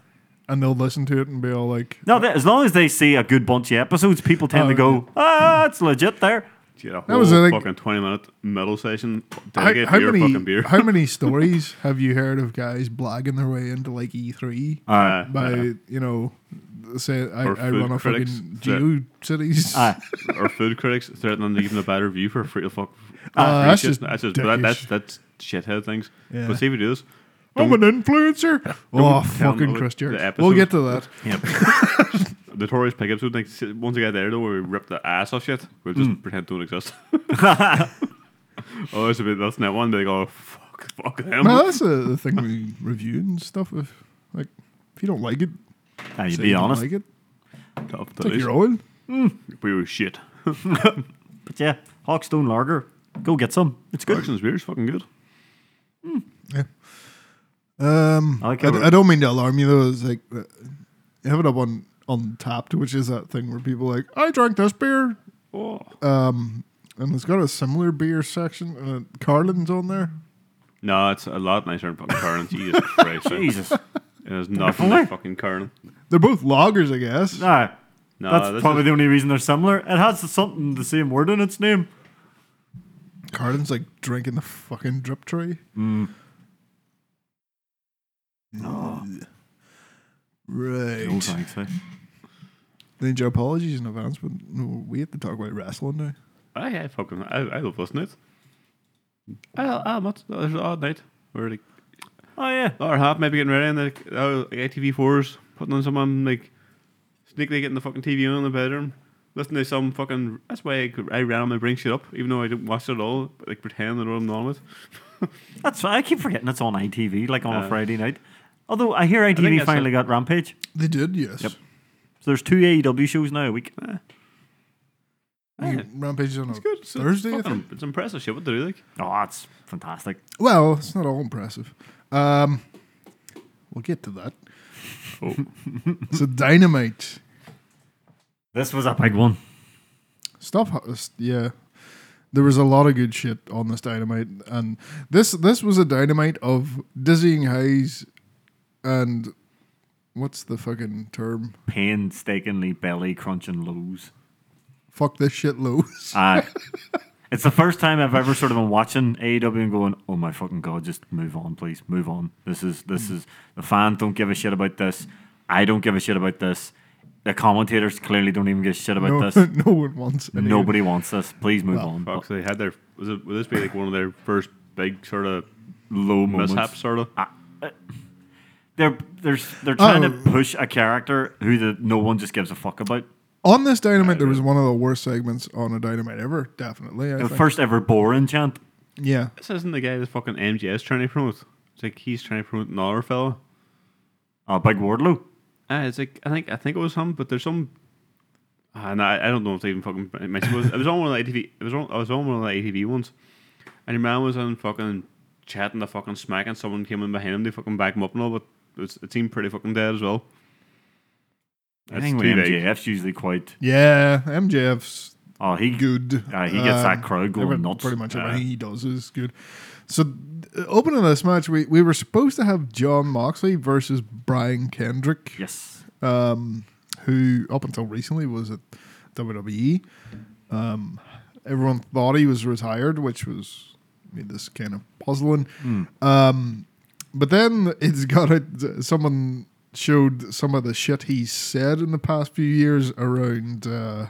Speaker 1: And they'll listen to it and be all like,
Speaker 2: No, that, as long as they see a good bunch of episodes, people tend
Speaker 1: Oh,
Speaker 2: to go, ah, it's legit there.
Speaker 3: Get a
Speaker 1: was
Speaker 3: whole
Speaker 1: it, like-
Speaker 3: fucking twenty minute middle session
Speaker 1: how,
Speaker 3: dedicated
Speaker 1: how
Speaker 3: to your fucking
Speaker 1: many
Speaker 3: beer.
Speaker 1: how many stories have you heard of guys blagging their way into like E three
Speaker 3: Uh,
Speaker 1: by you know say I,
Speaker 3: Or
Speaker 1: I
Speaker 3: food
Speaker 1: run a
Speaker 3: critics
Speaker 1: fucking
Speaker 3: that-
Speaker 1: Geo Cities
Speaker 2: Aye.
Speaker 3: or food critics threatening to give them a bad review for free to fuck.
Speaker 1: Ah,
Speaker 3: free
Speaker 1: that's
Speaker 3: shit.
Speaker 1: just
Speaker 3: that's just but that, that's
Speaker 1: dickish.
Speaker 3: that's shithead things.
Speaker 1: Yeah.
Speaker 3: But see if we do this.
Speaker 1: I'm an influencer. Oh, fucking
Speaker 3: the
Speaker 1: Chris Jerk.
Speaker 3: episode.
Speaker 1: We'll get to that.
Speaker 2: Yep.
Speaker 3: The Tories pick episode, like s- once we get there though, where we rip the ass off shit, we'll just
Speaker 2: Hmm.
Speaker 3: pretend it don't exist. oh, it's a bit that's not one. They go fuck, fuck them.
Speaker 1: No, that's the the thing we review and stuff. If like if you don't like it,
Speaker 2: Ah, you
Speaker 1: say
Speaker 2: be
Speaker 1: you don't
Speaker 2: honest.
Speaker 1: like it.
Speaker 3: Tough
Speaker 1: It's like
Speaker 3: days.
Speaker 1: your oil.
Speaker 3: We were shit.
Speaker 2: But yeah, Hawkstone Lager, go get some. It's good.
Speaker 3: Clarkson's beer's fucking good.
Speaker 1: Um,
Speaker 2: I
Speaker 1: I,
Speaker 2: like how
Speaker 1: d-
Speaker 2: we're-
Speaker 1: I don't mean to alarm you though. It's like uh, you have it up on untapped, which is that thing where people are like I drank this beer,
Speaker 3: Oh,
Speaker 1: um, and it's got a similar beer section. Uh, Carlin's on there.
Speaker 3: no, it's a lot nicer than fucking Carlin. Jesus Christ, man.
Speaker 2: Jesus. Ah,
Speaker 3: it is nothing like
Speaker 2: Definitely.
Speaker 3: fucking Carlin.
Speaker 1: They're both loggers, I guess.
Speaker 2: Nah,
Speaker 3: No,
Speaker 2: that's
Speaker 3: this
Speaker 2: probably
Speaker 3: is-
Speaker 2: the only reason they're similar. It has something, the same word in its name.
Speaker 1: Carlin's like drinking the fucking drip tray.
Speaker 3: Mm.
Speaker 1: Right.
Speaker 2: No thanks, eh?
Speaker 1: Need your apologies in advance, but no, we have to talk about wrestling now.
Speaker 3: I, I Ah, fucking I, I love listening to it. I, I'm not. uh, There's an odd night where like
Speaker 2: Oh, yeah.
Speaker 3: hour half maybe getting ready and like oh, like ATV fours putting on someone like sneakily getting the fucking TV on in the bedroom. Listening to some fucking that's why I, could- I randomly bring shit up even though I didn't watch it at all. But like pretend that I'm not on it.
Speaker 2: That's fine. I keep forgetting it's on ITV, like on a
Speaker 3: Uh,
Speaker 2: Friday night. Although I hear ITV
Speaker 3: that's a-
Speaker 2: finally got Rampage.
Speaker 1: They did, yes.
Speaker 2: Yep. So there's two AEW shows now a week.
Speaker 1: I think Rampage is on a
Speaker 3: It's good. It's,
Speaker 1: Thursday. I
Speaker 3: It's,
Speaker 1: think.
Speaker 3: fucking, it's impressive shit. What they do like?
Speaker 2: Oh, that's fantastic.
Speaker 1: Well, it's not all impressive. Um, we'll get to that.
Speaker 3: Oh.
Speaker 1: so dynamite
Speaker 2: This was a big one.
Speaker 1: stuff. ha- s- Yeah, there was a lot of good shit on this dynamite, and this this was a dynamite of dizzying highs, and what's the fucking term?
Speaker 2: painstakingly belly crunching lows.
Speaker 1: Fuck this shit lows.
Speaker 2: Uh, it's the first time I've ever sort of been watching AEW and going, "Oh my fucking god, just move on, please, move on." This is this is the fans don't give a shit about this. I don't give a shit about this. The commentators clearly don't even give a shit about
Speaker 1: No,
Speaker 2: this.
Speaker 1: no one wants any of it.
Speaker 2: Nobody wants this. Please move on.
Speaker 3: Fuck, so they had their. Was it, would this be like one of their first big sort of
Speaker 2: Low moments. uh,
Speaker 3: mishaps, sort of?
Speaker 2: They're they're they're trying
Speaker 1: Oh.
Speaker 2: to push a character who the, no one just gives a fuck about.
Speaker 1: On this Dynamite, there was one of the worst segments on a Dynamite ever. Definitely. I
Speaker 2: The
Speaker 1: think.
Speaker 2: first ever boring champ.
Speaker 1: yeah.
Speaker 3: This isn't the guy that fucking MGS trying to promote. It's like he's trying to promote another fella.
Speaker 2: Uh, Big Wardlow.
Speaker 3: Uh, it's like I think I think it was him, but there's some. Uh, no, I, I don't know if they even fucking. I mean, It was, it was on one of the ATV. It was on. I was on one of the ATV ones, and your man was on fucking chatting the fucking smack, and someone came in behind him. They fucking back him up and all, but it, was, it seemed pretty fucking dead as well.
Speaker 2: I
Speaker 3: That's
Speaker 2: think with
Speaker 3: too big.
Speaker 2: MJF's usually quite.
Speaker 1: Yeah. MJF's
Speaker 2: Oh, he
Speaker 1: good.
Speaker 2: Aye, he gets that crowd going
Speaker 1: every-
Speaker 2: nuts.
Speaker 1: Pretty much
Speaker 2: Aye.
Speaker 1: everything he does is good. So, uh, opening this match, we, we were supposed to have John Moxley versus Brian Kendrick,
Speaker 2: Yes.
Speaker 1: um, who up until recently was at WWE. Um, everyone thought he was retired, which was made this kind of puzzling.
Speaker 2: Hmm.
Speaker 1: Um, but then it's got it. Someone showed some of the shit he's said in the past few years around. Uh,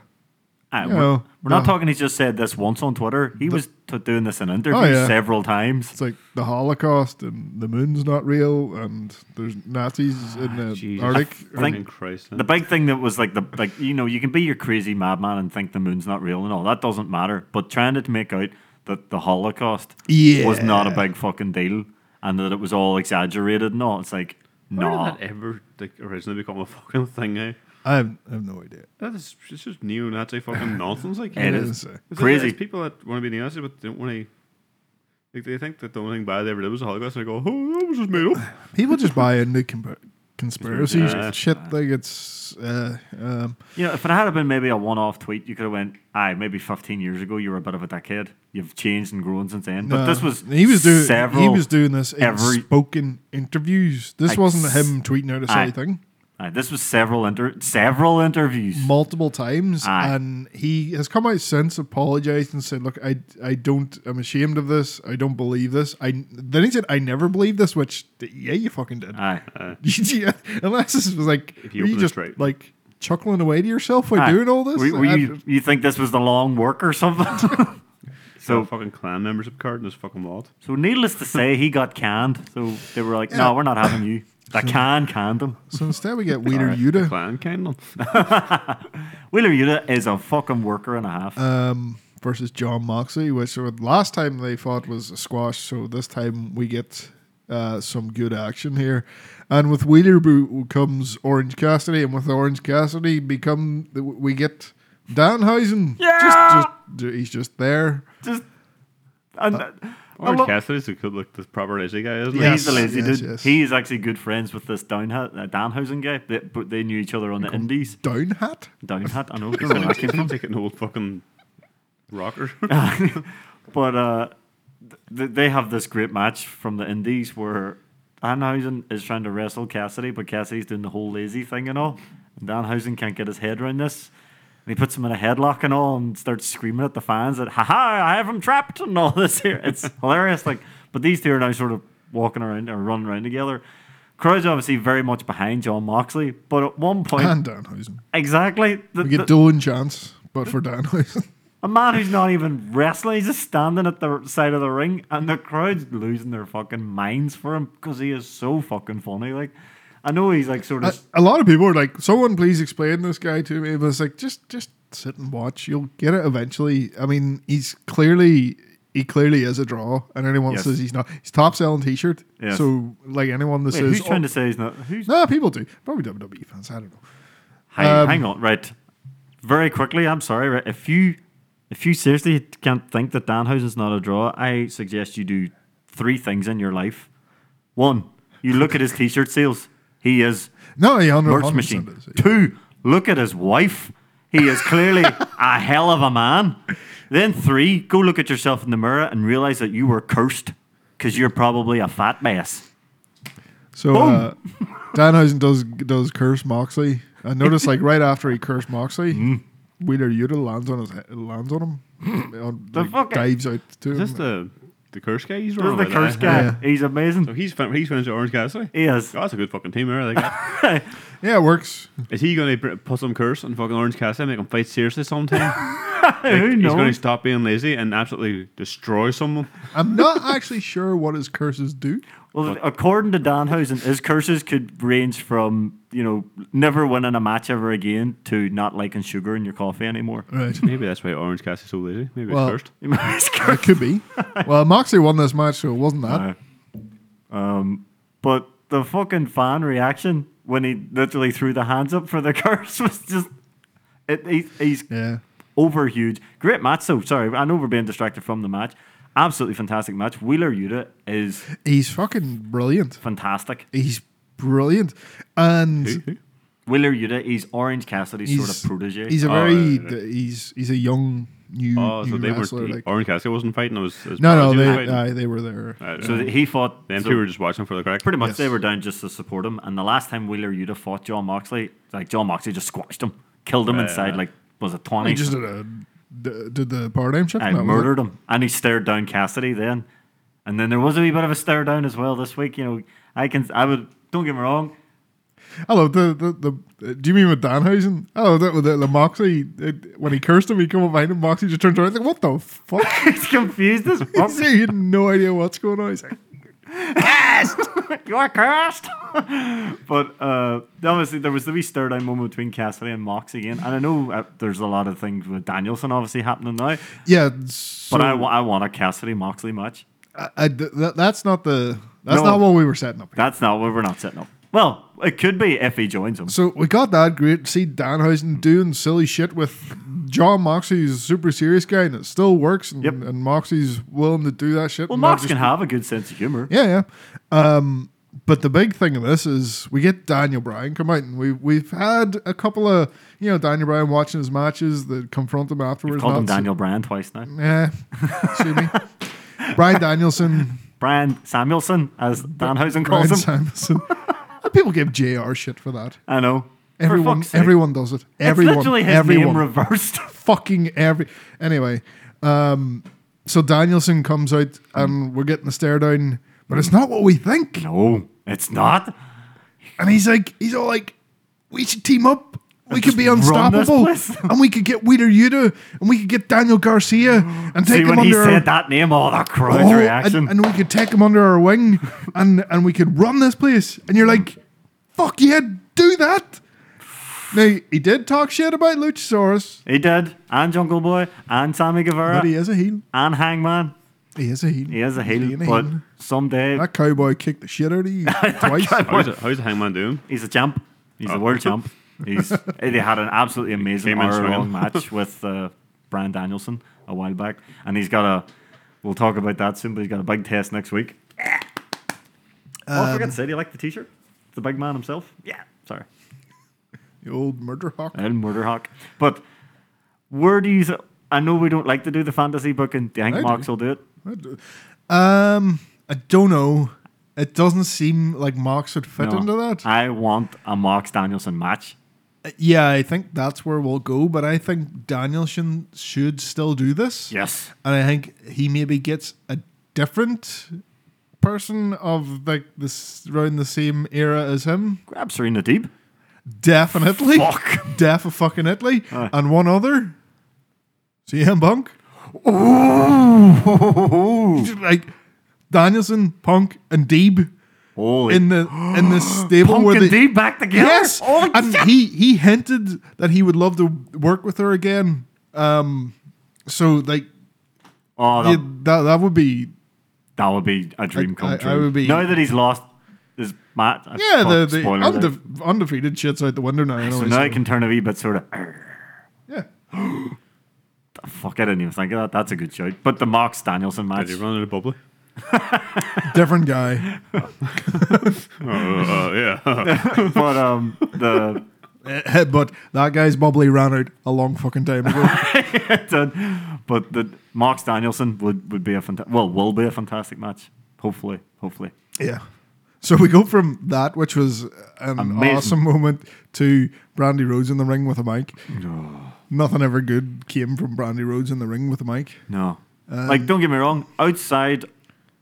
Speaker 2: Aye,
Speaker 1: You
Speaker 2: Ah, we're,
Speaker 1: know,
Speaker 2: we're not
Speaker 1: the-
Speaker 2: talking. He's just said this once on Twitter. He was t- doing this in interviews
Speaker 1: Oh, yeah.
Speaker 2: several times.
Speaker 1: It's like the Holocaust and the moon's not real and there's Nazis
Speaker 2: Ah,
Speaker 1: in
Speaker 2: Uh,
Speaker 1: the
Speaker 3: Jesus.
Speaker 1: Arctic.
Speaker 2: I think-
Speaker 3: Fucking Christ.
Speaker 2: The big thing that was like the like you know you can be your crazy madman and think the moon's not real and all that doesn't matter. But trying to make out that the Holocaust was not a
Speaker 1: Yeah.
Speaker 2: big fucking deal and that it was all exaggerated and all. It's like
Speaker 3: Where
Speaker 2: no,
Speaker 3: did that ever like, originally become a fucking thing? Eh?
Speaker 1: I have, I have no idea.
Speaker 3: That is it's just neo-Nazi fucking nonsense. Like
Speaker 2: It
Speaker 1: I
Speaker 2: is.
Speaker 1: didn't say.
Speaker 3: It's
Speaker 2: Crazy.
Speaker 3: Like, it's people that want to be neo-Nazis but they don't want to. Like they think that the only thing bad they ever did was the Holocaust, and they go, "Oh, that was just made up."
Speaker 1: People just buy into compa- conspiracies
Speaker 3: Yeah.
Speaker 1: and shit. Like it's. Uh, um,
Speaker 2: You know, if it had been maybe a one-off tweet, you could have went, "Aye, maybe 15 years ago, you were a bit of a dickhead. You've changed and grown since then." But
Speaker 1: no.
Speaker 2: this was
Speaker 1: he was doing
Speaker 2: several.
Speaker 1: he was doing this in
Speaker 2: every-
Speaker 1: spoken interviews. This
Speaker 2: Like
Speaker 1: wasn't
Speaker 2: s-
Speaker 1: him tweeting out a
Speaker 2: Aye.
Speaker 1: silly thing
Speaker 2: Aye, this was several inter several interviews.
Speaker 1: multiple times,
Speaker 2: Aye.
Speaker 1: and he has come out since apologized and said, "Look, I I don't I'm ashamed of this. I don't believe this. I then he said I never believed this, which yeah, you fucking did.
Speaker 2: Aye.
Speaker 1: yeah, unless this was like
Speaker 3: If you
Speaker 1: you, were you
Speaker 3: open it
Speaker 1: just
Speaker 3: straight.
Speaker 1: like chuckling away to yourself while
Speaker 2: Aye.
Speaker 1: doing all this.
Speaker 2: Were- were
Speaker 1: I-
Speaker 2: you, you think this was the long work or something?
Speaker 3: So fucking clan membership card in his fucking wallet.
Speaker 2: so, needless to say, he got canned. So they were like, "No, we're not having you." The can canned him.
Speaker 1: so instead, we get Wiener
Speaker 3: The
Speaker 1: Yuta
Speaker 3: clan candle.
Speaker 2: Wheeler Yuta is a fucking worker and a half.
Speaker 1: um, versus John Moxley, which uh, last time they fought was a squash. So this time we get uh, some good action here, and with Wheeler bo- comes Orange Cassidy, and with Orange Cassidy become we get Danhausen. Just, just he's just there.
Speaker 2: Just
Speaker 1: uh,
Speaker 2: and. uh, I
Speaker 3: Orange
Speaker 2: lo-
Speaker 3: Cassidy's a good look, the proper lazy guy, isn't
Speaker 1: Yeah.
Speaker 3: he?
Speaker 2: He's the lazy
Speaker 1: yes,
Speaker 2: dude.
Speaker 1: yes.
Speaker 2: He is actually good friends with this Downha- uh, Danhausen guy. They, but they knew each other on the Indies.
Speaker 1: Down hat.
Speaker 2: Downhat, I know. don't know where that came
Speaker 3: He's
Speaker 2: from.
Speaker 3: like an old fucking rocker.
Speaker 2: but uh, th- they have this great match from the Indies where Danhausen is trying to wrestle Cassidy, but Cassidy's doing the whole lazy thing and all. And Danhausen can't get his head around this. And he puts him in a headlock and all and starts screaming at the fans that, haha, I have him trapped and all this here. It's hilarious. Like, But these two are now sort of walking around or running around together. Crowd's obviously very much behind John Moxley, but at one point,
Speaker 1: And Danhausen.
Speaker 2: exactly, the,
Speaker 1: We
Speaker 2: the-
Speaker 1: get Dolan chance, but for Danhausen.
Speaker 2: a man who's not even wrestling, he's just standing at the side of the ring, and the crowd's losing their fucking minds for him because he is so fucking funny. Like, I know he's like sort
Speaker 1: a,
Speaker 2: of.
Speaker 1: a lot of people are like, someone please explain this guy to me. But it's like, just just sit and watch. You'll get it eventually. I mean, he's clearly he clearly is a draw, and anyone
Speaker 2: Yes.
Speaker 1: says he's not, he's top selling t shirt.
Speaker 2: Yes.
Speaker 1: So like anyone that
Speaker 2: Wait,
Speaker 1: says
Speaker 2: who's trying
Speaker 1: "Oh,
Speaker 2: to say he's not? Who's
Speaker 1: Nah, people do. Probably WWE fans. I don't know.
Speaker 2: hang,
Speaker 1: um,
Speaker 2: hang on, right? Very quickly, I'm sorry. Right, if you if you seriously can't think that Danhausen's not a draw, I suggest you do three things in your life. One, you look at his t-shirt sales. He is
Speaker 1: No, he hundred
Speaker 2: merch
Speaker 1: hundred
Speaker 2: machine.
Speaker 1: percent is.
Speaker 2: Two, look at his wife. He is clearly a hell of a man. Then three, go look at yourself in the mirror and realize that you were cursed because you're probably a fat mess.
Speaker 1: So uh, Danhausen does does curse Moxley. I noticed like right after he cursed Moxley,
Speaker 2: Mm.
Speaker 1: Wheeler Yuta lands on his he- lands on him, on,
Speaker 2: Hmm. The
Speaker 1: like,
Speaker 2: fucking-
Speaker 1: dives out to
Speaker 3: Is
Speaker 1: him.
Speaker 3: this the, the curse guy he's
Speaker 2: There's
Speaker 3: running
Speaker 2: the
Speaker 3: with,
Speaker 2: curse
Speaker 3: eh?
Speaker 2: guy.
Speaker 1: Yeah.
Speaker 2: He's
Speaker 3: So
Speaker 2: amazin.
Speaker 3: he's fin- he's friends with Orange Cassidy.
Speaker 2: He is.
Speaker 3: God, that's a good fucking team there. Like,
Speaker 1: yeah, it works.
Speaker 3: is he going to put some curse on fucking Orange Cassidy and make him fight seriously sometime?
Speaker 2: Who
Speaker 3: He's going to
Speaker 2: knows?
Speaker 3: stop being lazy and absolutely destroy someone.
Speaker 1: I'm not actually sure what his curses do.
Speaker 2: Well, according to Danhausen, his curses could range from you know never winning a match ever again to not liking sugar in your coffee anymore.
Speaker 1: Right.
Speaker 3: Maybe that's why Orange Cassie's so lazy. Maybe
Speaker 1: Well-
Speaker 3: it's cursed.
Speaker 2: His
Speaker 1: It
Speaker 2: curse-
Speaker 1: could be. Well, Moxley won this match, so it wasn't that.
Speaker 2: um, but the fucking fan reaction when he literally threw the hands up for the curse was just it, he, he's
Speaker 1: Yeah.
Speaker 2: over huge. Great match. So sorry, I know we're being distracted from the match. Absolutely fantastic match. Wheeler Yuta is
Speaker 1: He's fucking brilliant.
Speaker 2: fantastic.
Speaker 1: He's brilliant. And
Speaker 3: Who? Who?
Speaker 2: Wheeler Yuta, he's Orange Cassidy's
Speaker 1: he's,
Speaker 2: sort of protege.
Speaker 1: he's a
Speaker 3: Oh,
Speaker 1: very
Speaker 3: right, right,
Speaker 1: he's he's a young new,
Speaker 3: Oh, so
Speaker 1: new
Speaker 3: they
Speaker 1: wrestler.
Speaker 3: were.
Speaker 1: like-
Speaker 3: Orange Cassidy wasn't fighting. It was, it was
Speaker 1: no, no,
Speaker 3: Prodigy
Speaker 1: they
Speaker 3: fighting.
Speaker 1: aye, they were there.
Speaker 3: Right,
Speaker 2: so
Speaker 3: right.
Speaker 2: that he fought
Speaker 3: them
Speaker 2: so
Speaker 3: two were just watching for the crack.
Speaker 2: pretty much
Speaker 1: Yes.
Speaker 2: they were down just to support him. And the last time Wheeler Yuta fought John Moxley, like John Moxley just squashed him, killed him
Speaker 3: Yeah,
Speaker 2: inside.
Speaker 3: yeah.
Speaker 2: Like was it twenty?
Speaker 1: He just did a d- did the paradigm shift.
Speaker 2: I
Speaker 1: and that was it.
Speaker 2: murdered him, and he stared down Cassidy then. And then there was a wee bit of a stare down as well this week. You know, I can I would don't get me wrong.
Speaker 1: Hello, the the, the do you mean with Danhausen? Oh, the, the, the Moxley it, when he cursed him, he come up behind him. Moxley just turns around like, "What the fuck?"
Speaker 2: He's confused as fuck.
Speaker 1: so he had no idea what's going on. He's like,
Speaker 2: you are cursed. but uh, obviously, there was the wee stir down moment between Cassidy and Mox again. And I know uh, there's a lot of things with Danielson obviously happening now,
Speaker 1: "Yeah,
Speaker 2: but I
Speaker 1: so-
Speaker 2: wa- I want a Cassidy Moxley match.
Speaker 1: I, I- that, that's not the that's
Speaker 2: No.
Speaker 1: not what we were setting up." Here.
Speaker 2: That's not what we're not setting up. Well, it could be if he joins him.
Speaker 1: So we got that great to see Danhausen doing silly shit with John Moxley, who's a super serious guy, and it still works. And,
Speaker 2: Yep.
Speaker 1: and Moxley's willing to do that shit.
Speaker 2: Well,
Speaker 1: and not
Speaker 2: Mox
Speaker 1: just-
Speaker 2: can have a good sense of humor.
Speaker 1: Yeah, yeah. Um, but the big thing of this is we get Daniel Bryan come out, and we we've had a couple of you know Daniel Bryan watching his matches that confront him afterwards.
Speaker 2: Called him
Speaker 1: not-
Speaker 2: Daniel Bryan twice now.
Speaker 1: Yeah, sue me. Brian Danielson,
Speaker 2: Bryan Samuelson, as Danhausen calls
Speaker 1: Brian
Speaker 2: him.
Speaker 1: Samuelson. People give Jr shit for that.
Speaker 2: I know. For
Speaker 1: Everyone,
Speaker 2: fuck's sake.
Speaker 1: everyone does it. Everyone,
Speaker 2: it's literally his
Speaker 1: everyone,
Speaker 2: name reversed.
Speaker 1: fucking every. Anyway, um, so Danielson comes out, and we're getting the stare down, but it's not what we think.
Speaker 2: no, it's not.
Speaker 1: And he's like, he's all like, we should team up. We could be
Speaker 2: run this
Speaker 1: unstoppable.
Speaker 2: place."
Speaker 1: and we could get Wheeler Yuta and we could get Daniel Garcia and
Speaker 2: See,
Speaker 1: take him
Speaker 2: when he
Speaker 1: under our
Speaker 2: said that name, all that crowd
Speaker 1: Oh,
Speaker 2: reaction.
Speaker 1: and, and we could take him under our wing and, and we could run this place. And you're like, fuck yeah, do that. Now, he did talk shit about Luchasaurus,
Speaker 2: He did. And Jungle Boy. And Sammy Guevara.
Speaker 1: but he is a heel.
Speaker 2: and Hangman.
Speaker 1: He is a heel.
Speaker 2: He is a
Speaker 1: He's
Speaker 2: heel.
Speaker 1: being a
Speaker 2: But
Speaker 1: heel.
Speaker 2: someday
Speaker 1: that cowboy kicked the shit out of you twice.
Speaker 3: How's, it- how's the hangman doing?
Speaker 2: he's a champ. He's a world champ. He's they had an absolutely amazing
Speaker 3: came in
Speaker 2: hour long
Speaker 3: swinging.
Speaker 2: match with uh, Brian Danielson a while back. And he's got a we'll talk about that soon, but he's got a big test next week. oh, I forgot to say, do you like the t shirt? The big man himself? Yeah. Sorry.
Speaker 1: The old murder hawk.
Speaker 2: And Murder Hawk. But where do you th- I know we don't like to do the fantasy booking. Do you
Speaker 1: I
Speaker 2: think
Speaker 1: do.
Speaker 2: Mox will do it?
Speaker 1: Um, I don't know. It doesn't seem like Mox would fit
Speaker 2: No.
Speaker 1: into that.
Speaker 2: I want a Mox Danielson match.
Speaker 1: yeah, I think that's where we'll go. But I think Danielson should still do this.
Speaker 2: Yes.
Speaker 1: and I think he maybe gets a different person of like this around the same era as him.
Speaker 2: Grab Serena Deeb.
Speaker 1: Definitely,
Speaker 2: Fuck.
Speaker 1: Def of fucking Italy, and one other. CM Punk.
Speaker 2: Oh,
Speaker 1: like Danielson, Punk, and Deeb in the in the stable
Speaker 2: Punk
Speaker 1: where
Speaker 2: and
Speaker 1: they,
Speaker 2: Deeb back together. Oh,
Speaker 1: Yes,
Speaker 2: Holy
Speaker 1: and
Speaker 2: shit.
Speaker 1: he he hinted that he would love to work with her again. Um, so like
Speaker 2: Oh, that,
Speaker 1: yeah, that that would be
Speaker 2: that would be a dream
Speaker 1: I-
Speaker 2: come
Speaker 1: I-
Speaker 2: true.
Speaker 1: I would be-
Speaker 2: now that he's lost his match. I-
Speaker 1: yeah
Speaker 2: fuck, eh?
Speaker 1: the, the
Speaker 2: spoiler there.
Speaker 1: unde- undefeated shits out the window now.
Speaker 2: So
Speaker 1: anyway,
Speaker 2: now
Speaker 1: so-
Speaker 2: he can turn a wee bit sort of. "Arr."
Speaker 1: yeah,
Speaker 2: Fuck, I didn't even think of that. That's a good shout. But the Mox Danielson match.
Speaker 3: Did you run into bubbly?
Speaker 1: different guy.
Speaker 3: Oh, uh, yeah.
Speaker 2: But um, the
Speaker 1: Eh, but that guy's bubbly ran out a long fucking time ago.
Speaker 2: did. But the Mox Danielson would, would be a fantastic. Well, will be a fantastic match. Hopefully, hopefully.
Speaker 1: yeah. So we go from that, which was an
Speaker 2: Amazing.
Speaker 1: awesome moment, to Brandy Rhodes in the ring with a mic. Nothing ever good came from Brandy Rhodes in the ring with a mic.
Speaker 2: No. like, don't get me wrong. Outside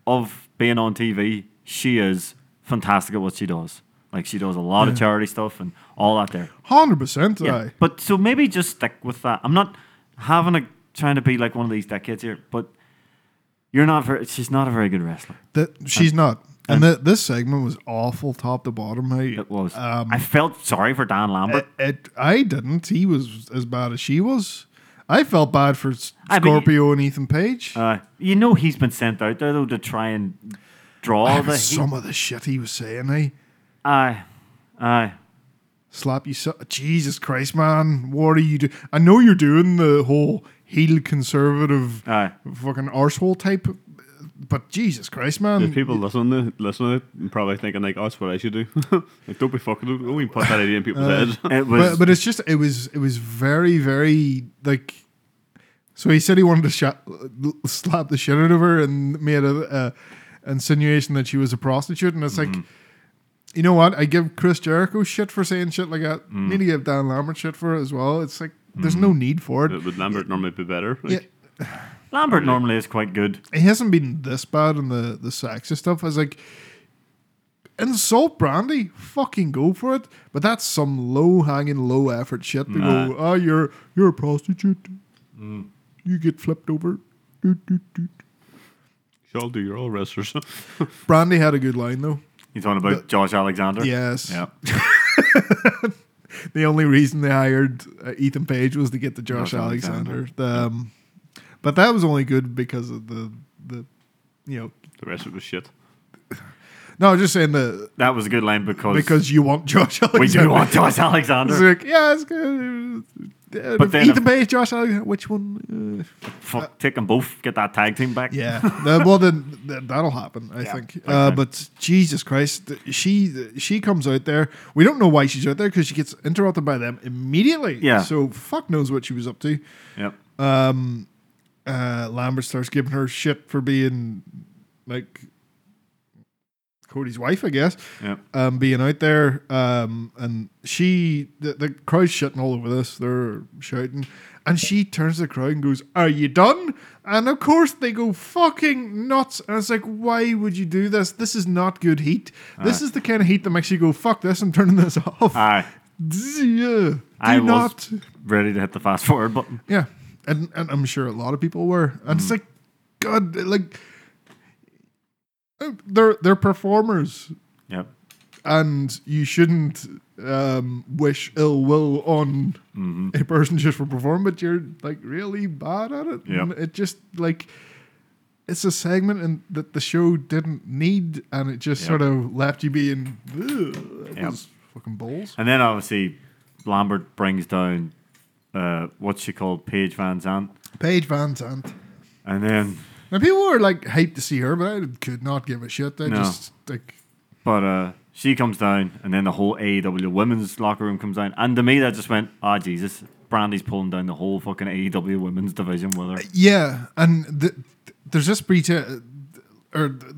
Speaker 2: of being on TV, she is fantastic at what she does. Like, she does a lot of charity stuff and all that there.
Speaker 1: Hundred percent.
Speaker 2: Yeah.
Speaker 1: Aye.
Speaker 2: But so maybe just stick with that. I'm not. having a trying to be like one of these decades here, but you're not. Very, she's not a very good wrestler.
Speaker 1: That she's not. And th- this segment was awful, top to bottom. Um, I,
Speaker 2: It was. I felt sorry for Dan Lambert.
Speaker 1: it, it- I didn't. He was as bad as she was. I felt bad for S-
Speaker 2: I mean-
Speaker 1: Scorpio and Ethan Page.
Speaker 2: Uh, you know he's been sent out there though to try and draw the. heat.
Speaker 1: Some of the shit he was saying, I
Speaker 2: Aye, aye.
Speaker 1: slap you. So- Jesus Christ, man, what are you doing? I know you're doing the whole heel conservative
Speaker 2: Aye.
Speaker 1: fucking arsehole type, but Jesus Christ, man,
Speaker 3: There's people listening to listen to it and probably thinking like, "Oh, that's what I should do." like, don't be fucking. Don't, don't even put that idea in people's heads.
Speaker 2: It was.
Speaker 1: but, but it's just it was it was very very like so he said he wanted to sh- slap the shit out of her and made a, a insinuation that she was a prostitute and it's like
Speaker 2: Mm-hmm.
Speaker 1: you know what I give Chris Jericho shit for saying shit like that
Speaker 2: Mm.
Speaker 1: need to give Dan Lambert shit for it as well it's like there's
Speaker 2: Mm-hmm.
Speaker 1: no need for it
Speaker 3: But Would Lambert normally be better? Like,
Speaker 1: Yeah.
Speaker 2: Lambert normally is quite good.
Speaker 1: he hasn't been this bad in the the sexist stuff I was like insult Brandy fucking go for it but that's some low hanging low effort shit to go oh you're you're a prostitute
Speaker 2: Mm.
Speaker 1: you get flipped over. Doot, doot, doot.
Speaker 3: You all do your all wrestlers.
Speaker 1: Brandy had a good line though.
Speaker 2: You talking about Josh Alexander?
Speaker 1: Yes.
Speaker 2: Yeah.
Speaker 1: The only reason they hired uh, Ethan Page was to get the Josh,
Speaker 2: Josh
Speaker 1: Alexander.
Speaker 2: Alexander.
Speaker 1: The, um, but that was only good because of the the you know
Speaker 3: the rest of it was shit.
Speaker 1: no, I was just saying the
Speaker 2: That was a good line because
Speaker 1: because you want Josh Alexander.
Speaker 2: we do want Josh
Speaker 1: It's
Speaker 2: Alexander.
Speaker 1: like, yeah, it's good. Uh,
Speaker 2: But then
Speaker 1: Ethan
Speaker 2: if-
Speaker 1: Page, Josh Alexander. Which one? Uh,
Speaker 2: Fuck, take them both. Get that tag team back.
Speaker 1: yeah. Uh, well, then th- that'll happen, I
Speaker 2: Yeah,
Speaker 1: think.
Speaker 2: like
Speaker 1: Uh,
Speaker 2: that.
Speaker 1: but Jesus Christ, th- she she comes out there. We don't know why she's out there because she gets interrupted by them immediately.
Speaker 2: Yeah.
Speaker 1: So fuck knows what she was up to.
Speaker 2: Yep.
Speaker 1: um, Uh, Lambert starts giving her shit for being like Cody's wife, I guess.
Speaker 2: Yep.
Speaker 1: Um, being out there, um, and she the, the crowd's shitting all over this. They're shouting, and she turns to the crowd and goes, "Are you done?" And of course they go fucking nuts. And it's like, why would you do this? This is not good heat. This
Speaker 2: Ah.
Speaker 1: is the kind of heat that makes you go, "Fuck this!" I'm turning this off.
Speaker 2: Aye.
Speaker 1: Yeah. Do
Speaker 2: Ah. I was
Speaker 1: not.
Speaker 2: ready to hit the fast forward button.
Speaker 1: Yeah, and and I'm sure a lot of people were. And
Speaker 2: Mm.
Speaker 1: it's like, God, like uh, they're they're performers,
Speaker 2: Yep.
Speaker 1: and you shouldn't um, wish ill will on
Speaker 2: Mm-hmm.
Speaker 1: a person just for performing. But you're like really bad at it.
Speaker 2: Yeah.
Speaker 1: And it just like. It's a segment and that the show didn't need, and it just
Speaker 2: Yeah.
Speaker 1: sort of left you being, "Ugh, that
Speaker 2: Yeah.
Speaker 1: was fucking balls.
Speaker 2: And then obviously Lambert brings down uh, what's she called, Paige Van Zandt,
Speaker 1: Paige Van Zandt.
Speaker 2: and then
Speaker 1: And people were like hyped to see her, but I could not give a shit. I
Speaker 2: No.
Speaker 1: just like
Speaker 2: but uh, she comes down, and then the whole AEW women's locker room comes down, and to me that just went, ah Jesus, Brandy's pulling down the whole fucking AEW women's division with her.
Speaker 1: yeah, and th- th- there's this pretense, or th-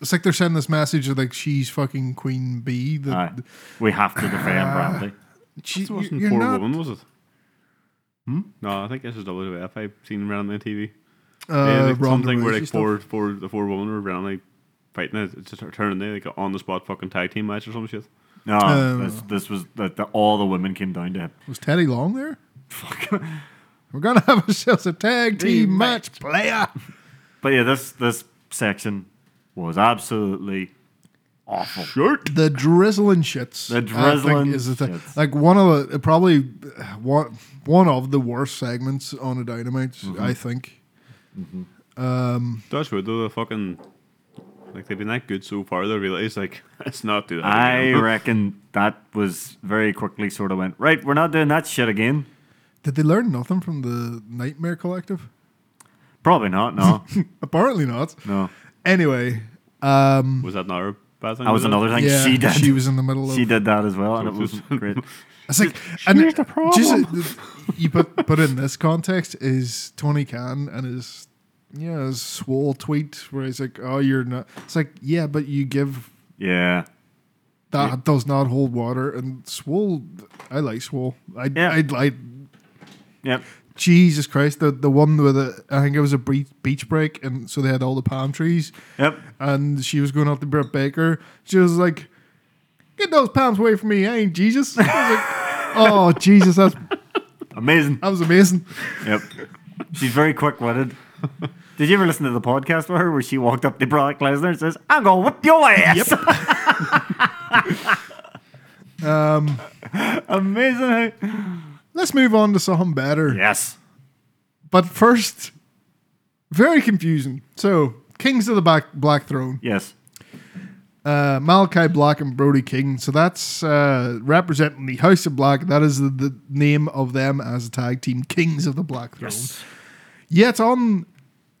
Speaker 1: it's like they're sending this message of like she's fucking Queen Bee. That
Speaker 2: Aye. We have to defend Brandy.
Speaker 1: she,
Speaker 3: It wasn't
Speaker 1: you're
Speaker 3: poor
Speaker 1: not-
Speaker 3: woman, was it? Hmm? No, I think this is WWF. I've seen randomly on TV.
Speaker 1: uh,
Speaker 3: yeah, like
Speaker 1: Ronda
Speaker 3: something where
Speaker 1: Rousey
Speaker 3: like
Speaker 1: stuff.
Speaker 3: four, four, the four women were randomly fighting it. It's just turning they like on the spot fucking tag team match or some shit.
Speaker 2: No,
Speaker 1: Um,
Speaker 2: this, this was that the, all the women came down to him.
Speaker 1: was Teddy Long there. We're gonna have ourselves a tag team
Speaker 2: Team
Speaker 1: match, player.
Speaker 2: But yeah, this this section was absolutely awful.
Speaker 3: Shirt.
Speaker 1: The drizzling shits.
Speaker 2: The
Speaker 1: I think,
Speaker 2: drizzling
Speaker 1: is the thing.
Speaker 2: shits.
Speaker 1: Like one of the probably uh, one one of the worst segments on a dynamite,
Speaker 2: Mm-hmm.
Speaker 1: I think.
Speaker 3: That's weird though. The fucking like they've been that good so far. They realize like let's not do that.
Speaker 2: I
Speaker 3: again.
Speaker 2: reckon that was very quickly sort of went, right, we're not doing that shit again.
Speaker 1: Did they learn nothing from the Nightmare Collective?
Speaker 2: Probably not, no.
Speaker 1: Apparently not.
Speaker 2: no.
Speaker 1: Anyway, um,
Speaker 3: was that another bad thing?
Speaker 2: That was
Speaker 3: with it?
Speaker 2: another thing
Speaker 1: yeah,
Speaker 2: she did. She,
Speaker 1: She was in the middle of.
Speaker 2: did that as well, and it was great.
Speaker 1: It's like, and here's the problem. you put put in this context is Tony Khan and his yeah his swole tweet where he's like, "Oh, you're not." It's like, yeah, but you give
Speaker 2: Yeah.
Speaker 1: that does not hold water. And swole, I like swole. I
Speaker 2: Yeah.
Speaker 1: I like
Speaker 2: Yep.
Speaker 1: Jesus Christ the the one with the I think it was a beach, beach break, and so they had all the palm trees.
Speaker 2: Yep.
Speaker 1: and she was going up to Brett Baker. She was like, "Get those palms away from me! I ain't Jesus." I was like, "Oh Jesus, that's
Speaker 2: Amazing.
Speaker 1: That was amazing.
Speaker 2: Yep. She's very quick witted. Did you ever listen to the podcast with her where she walked up to Brock Lesnar and says, I'm going to whip your ass?
Speaker 1: Um,
Speaker 2: Amazing.
Speaker 1: let's move on to something better.
Speaker 2: Yes.
Speaker 1: But first, very confusing. So, Kings of the Black, Black Throne,
Speaker 2: Yes.
Speaker 1: uh, Malachi Black and Brody King. So that's uh, representing the House of Black. That is the, the name of them as a tag team, Kings of the Black Throne. Yet on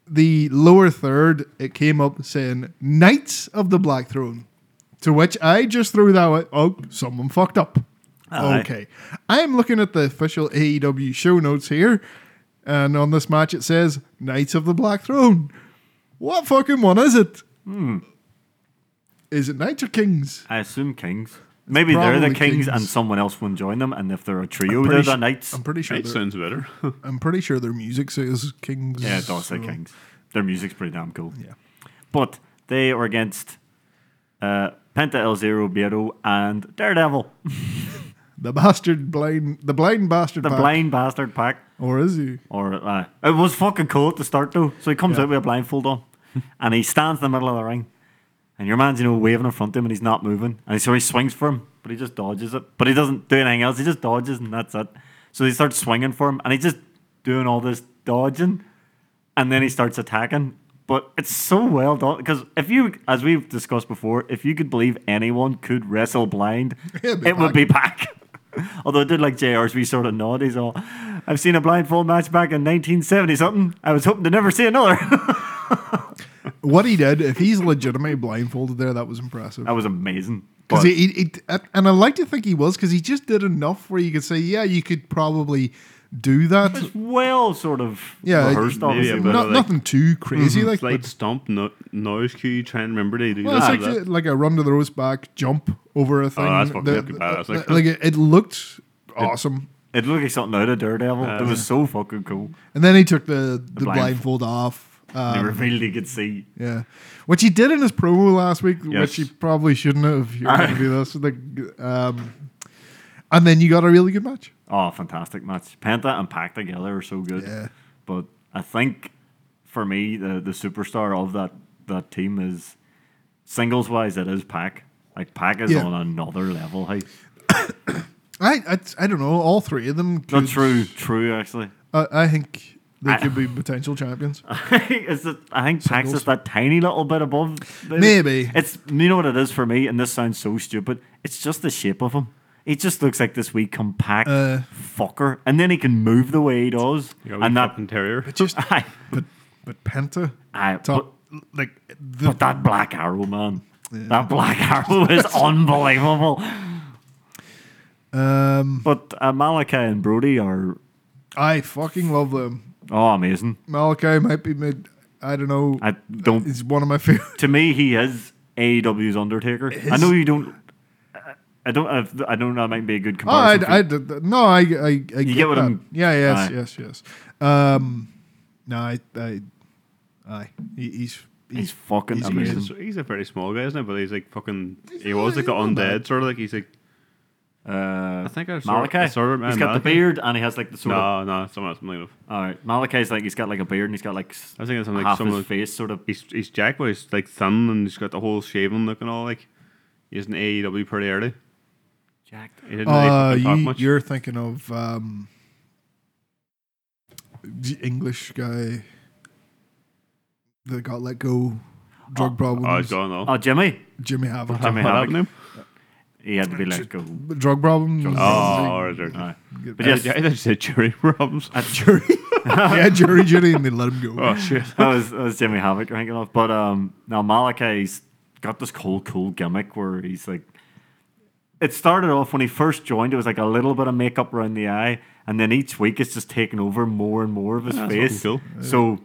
Speaker 1: the lower third, it came up saying Knights of the Black Throne, to which I just threw that out. Oh, someone fucked up.
Speaker 2: Aye.
Speaker 1: Okay. I'm looking at the official AEW show notes here, and on this match it says Knights of the Black Throne. What fucking one is it? Is
Speaker 2: Hmm.
Speaker 1: it Knights or Kings?
Speaker 2: I assume kings. Maybe they're the
Speaker 1: probably
Speaker 2: kings, and
Speaker 1: kings.
Speaker 2: someone else will join them. And if they're a trio,
Speaker 1: pretty
Speaker 2: they're
Speaker 1: su-
Speaker 2: the knights.
Speaker 1: I'm pretty sure.
Speaker 3: It
Speaker 1: their-
Speaker 3: sounds better.
Speaker 1: I'm pretty sure their music says Kings.
Speaker 2: yeah, it does say
Speaker 1: so-
Speaker 2: kings. Their music's pretty damn cool.
Speaker 1: Yeah.
Speaker 2: But they are against uh, Penta El Zero, Beto, and Daredevil.
Speaker 1: The bastard blind, the blind bastard.
Speaker 2: The
Speaker 1: pack.
Speaker 2: blind bastard pack.
Speaker 1: or is he?
Speaker 2: Or uh, it was fucking cool at the start though. So he comes
Speaker 1: Yeah.
Speaker 2: out with a blindfold on, and he stands in the middle of the ring, and your man's you know waving in front of him, and he's not moving, and so he swings for him, but he just dodges it. But he doesn't do anything else. He just dodges, and that's it. So he starts swinging for him, and he's just doing all this dodging, and then he starts attacking. But it's so well done because if you, as we've discussed before, if you could believe anyone could wrestle blind,
Speaker 1: It'd
Speaker 2: it
Speaker 1: be
Speaker 2: would
Speaker 1: Pac.
Speaker 2: be back. Although I did like JR's we sort of nod. He's all, I've seen a blindfold match back in 1970 something. I was hoping to never see another.
Speaker 1: What he did, if he's legitimately blindfolded there, that was impressive.
Speaker 2: that was amazing.
Speaker 1: Because
Speaker 2: But-
Speaker 1: he, he, he- and I like to think he was because he just did enough where you could say, yeah, you could probably do that.
Speaker 2: It's well sort of
Speaker 1: Yeah,
Speaker 2: rehearsed,
Speaker 1: it-
Speaker 2: obviously.
Speaker 3: yeah,
Speaker 2: but
Speaker 3: but-
Speaker 1: Not,
Speaker 3: like-
Speaker 1: nothing too crazy, like.
Speaker 3: Slight
Speaker 1: but-
Speaker 3: stomp no, noise cue. Trying to remember to do
Speaker 1: well, it's
Speaker 3: that.
Speaker 1: like, like a run to the roast back jump over a thing.
Speaker 3: Oh, that's fucking-
Speaker 1: that-
Speaker 3: that'd be badass, like-
Speaker 1: like, it, it looked awesome,
Speaker 2: it looked like something out of Daredevil. it was so fucking cool.
Speaker 1: and then he took the the,
Speaker 2: blindfold.
Speaker 1: blindfold. off.
Speaker 2: They
Speaker 1: Um,
Speaker 2: revealed he could see.
Speaker 1: yeah, which he did in his promo last week,
Speaker 2: Yes.
Speaker 1: which he probably shouldn't have. if You're going to do this, like, um, and then you got a really good match.
Speaker 2: Oh, fantastic match. Penta and Pac together are so good.
Speaker 1: Yeah.
Speaker 2: But I think for me, the, the superstar of that, that team is singles wise, it is Pac. Like, Pac is
Speaker 1: Yeah.
Speaker 2: on another level. Hey,
Speaker 1: I, I I don't know. All three of them.
Speaker 2: not
Speaker 1: could-
Speaker 2: true, true, actually.
Speaker 1: I I think they
Speaker 2: I-
Speaker 1: could be potential champions.
Speaker 2: it's that I think Pax is
Speaker 1: Singles.
Speaker 2: that tiny little bit above. the-
Speaker 1: Maybe.
Speaker 2: It's you know what it is for me, and this sounds so stupid. It's just the shape of him. He just looks like this wee compact
Speaker 1: Uh.
Speaker 2: fucker, and then he can move the way he does, and that.
Speaker 3: interior.
Speaker 1: Just
Speaker 2: I,
Speaker 1: but but Penta
Speaker 2: I, but,
Speaker 1: top like the,
Speaker 2: but that black arrow, man. That black arrow is unbelievable.
Speaker 1: um
Speaker 2: But uh, Malachi and Brody are
Speaker 1: I fucking love them.
Speaker 2: oh amazing.
Speaker 1: Malachi might be mid. I don't know.
Speaker 2: I don't
Speaker 1: He's one of my favorite.
Speaker 2: to me, he is AEW's Undertaker. I
Speaker 1: His-
Speaker 2: know you don't. I- I don't. I've- I don't know. That might be a good
Speaker 1: Oh, I,
Speaker 2: comparison. for-
Speaker 1: I, did that. no, I, I, I you get,
Speaker 2: what
Speaker 1: that.
Speaker 2: I'm-
Speaker 1: Yeah, yes,
Speaker 2: Aye.
Speaker 1: yes, yes. Um, no, I, I, I he, he's,
Speaker 2: he's
Speaker 1: he's
Speaker 2: fucking
Speaker 1: he's-
Speaker 2: amazing.
Speaker 3: He's a, he's a very small guy, isn't he? But he's like fucking. He
Speaker 1: not-
Speaker 3: was
Speaker 1: he's
Speaker 3: like the
Speaker 1: not bad.
Speaker 3: undead sort of like he's like.
Speaker 2: uh,
Speaker 3: I think I saw
Speaker 2: Malachi.
Speaker 3: I saw him,
Speaker 2: he's
Speaker 3: uh,
Speaker 2: got the
Speaker 3: Malachi.
Speaker 2: beard and he has like the sort of.
Speaker 3: No, no, someone else. I'm thinking of.
Speaker 2: All right, Malachi's like he's got like a beard and he's got like s-
Speaker 3: I was thinking of something like
Speaker 2: half
Speaker 3: someone.
Speaker 2: his face sort of.
Speaker 3: He's he's Jack, but he's like thin and he's got the whole shaven look and all. Like he's an AEW pretty early.
Speaker 2: jacked.
Speaker 3: He didn't really
Speaker 1: Uh,
Speaker 3: fucking talk
Speaker 1: you,
Speaker 3: much.
Speaker 1: you're thinking of um, the English guy that got let go, drug
Speaker 3: oh, he's
Speaker 1: problems.
Speaker 3: gone though.
Speaker 2: Oh, Jimmy.
Speaker 1: Jimmy Havoc.
Speaker 2: Jimmy
Speaker 3: what
Speaker 2: Havoc.
Speaker 3: happened to him?
Speaker 2: He had to be let go.
Speaker 1: Drug problems.
Speaker 3: Oh, all right, okay.
Speaker 2: Alright.
Speaker 1: Get
Speaker 2: But
Speaker 1: back.
Speaker 2: yes,
Speaker 3: Yeah, I thought you said Jerry problems.
Speaker 1: jury. yeah, jury duty, and they let him go.
Speaker 3: oh shit.
Speaker 2: that was that was Jimmy Havoc you're thinking of. But um, now Malachi's got this cool, cool gimmick where he's like, it started off when he first joined. It was like a little bit of makeup around the eye, and then each week it's just taking over more and more of his
Speaker 3: That's
Speaker 2: face.
Speaker 3: fucking
Speaker 2: So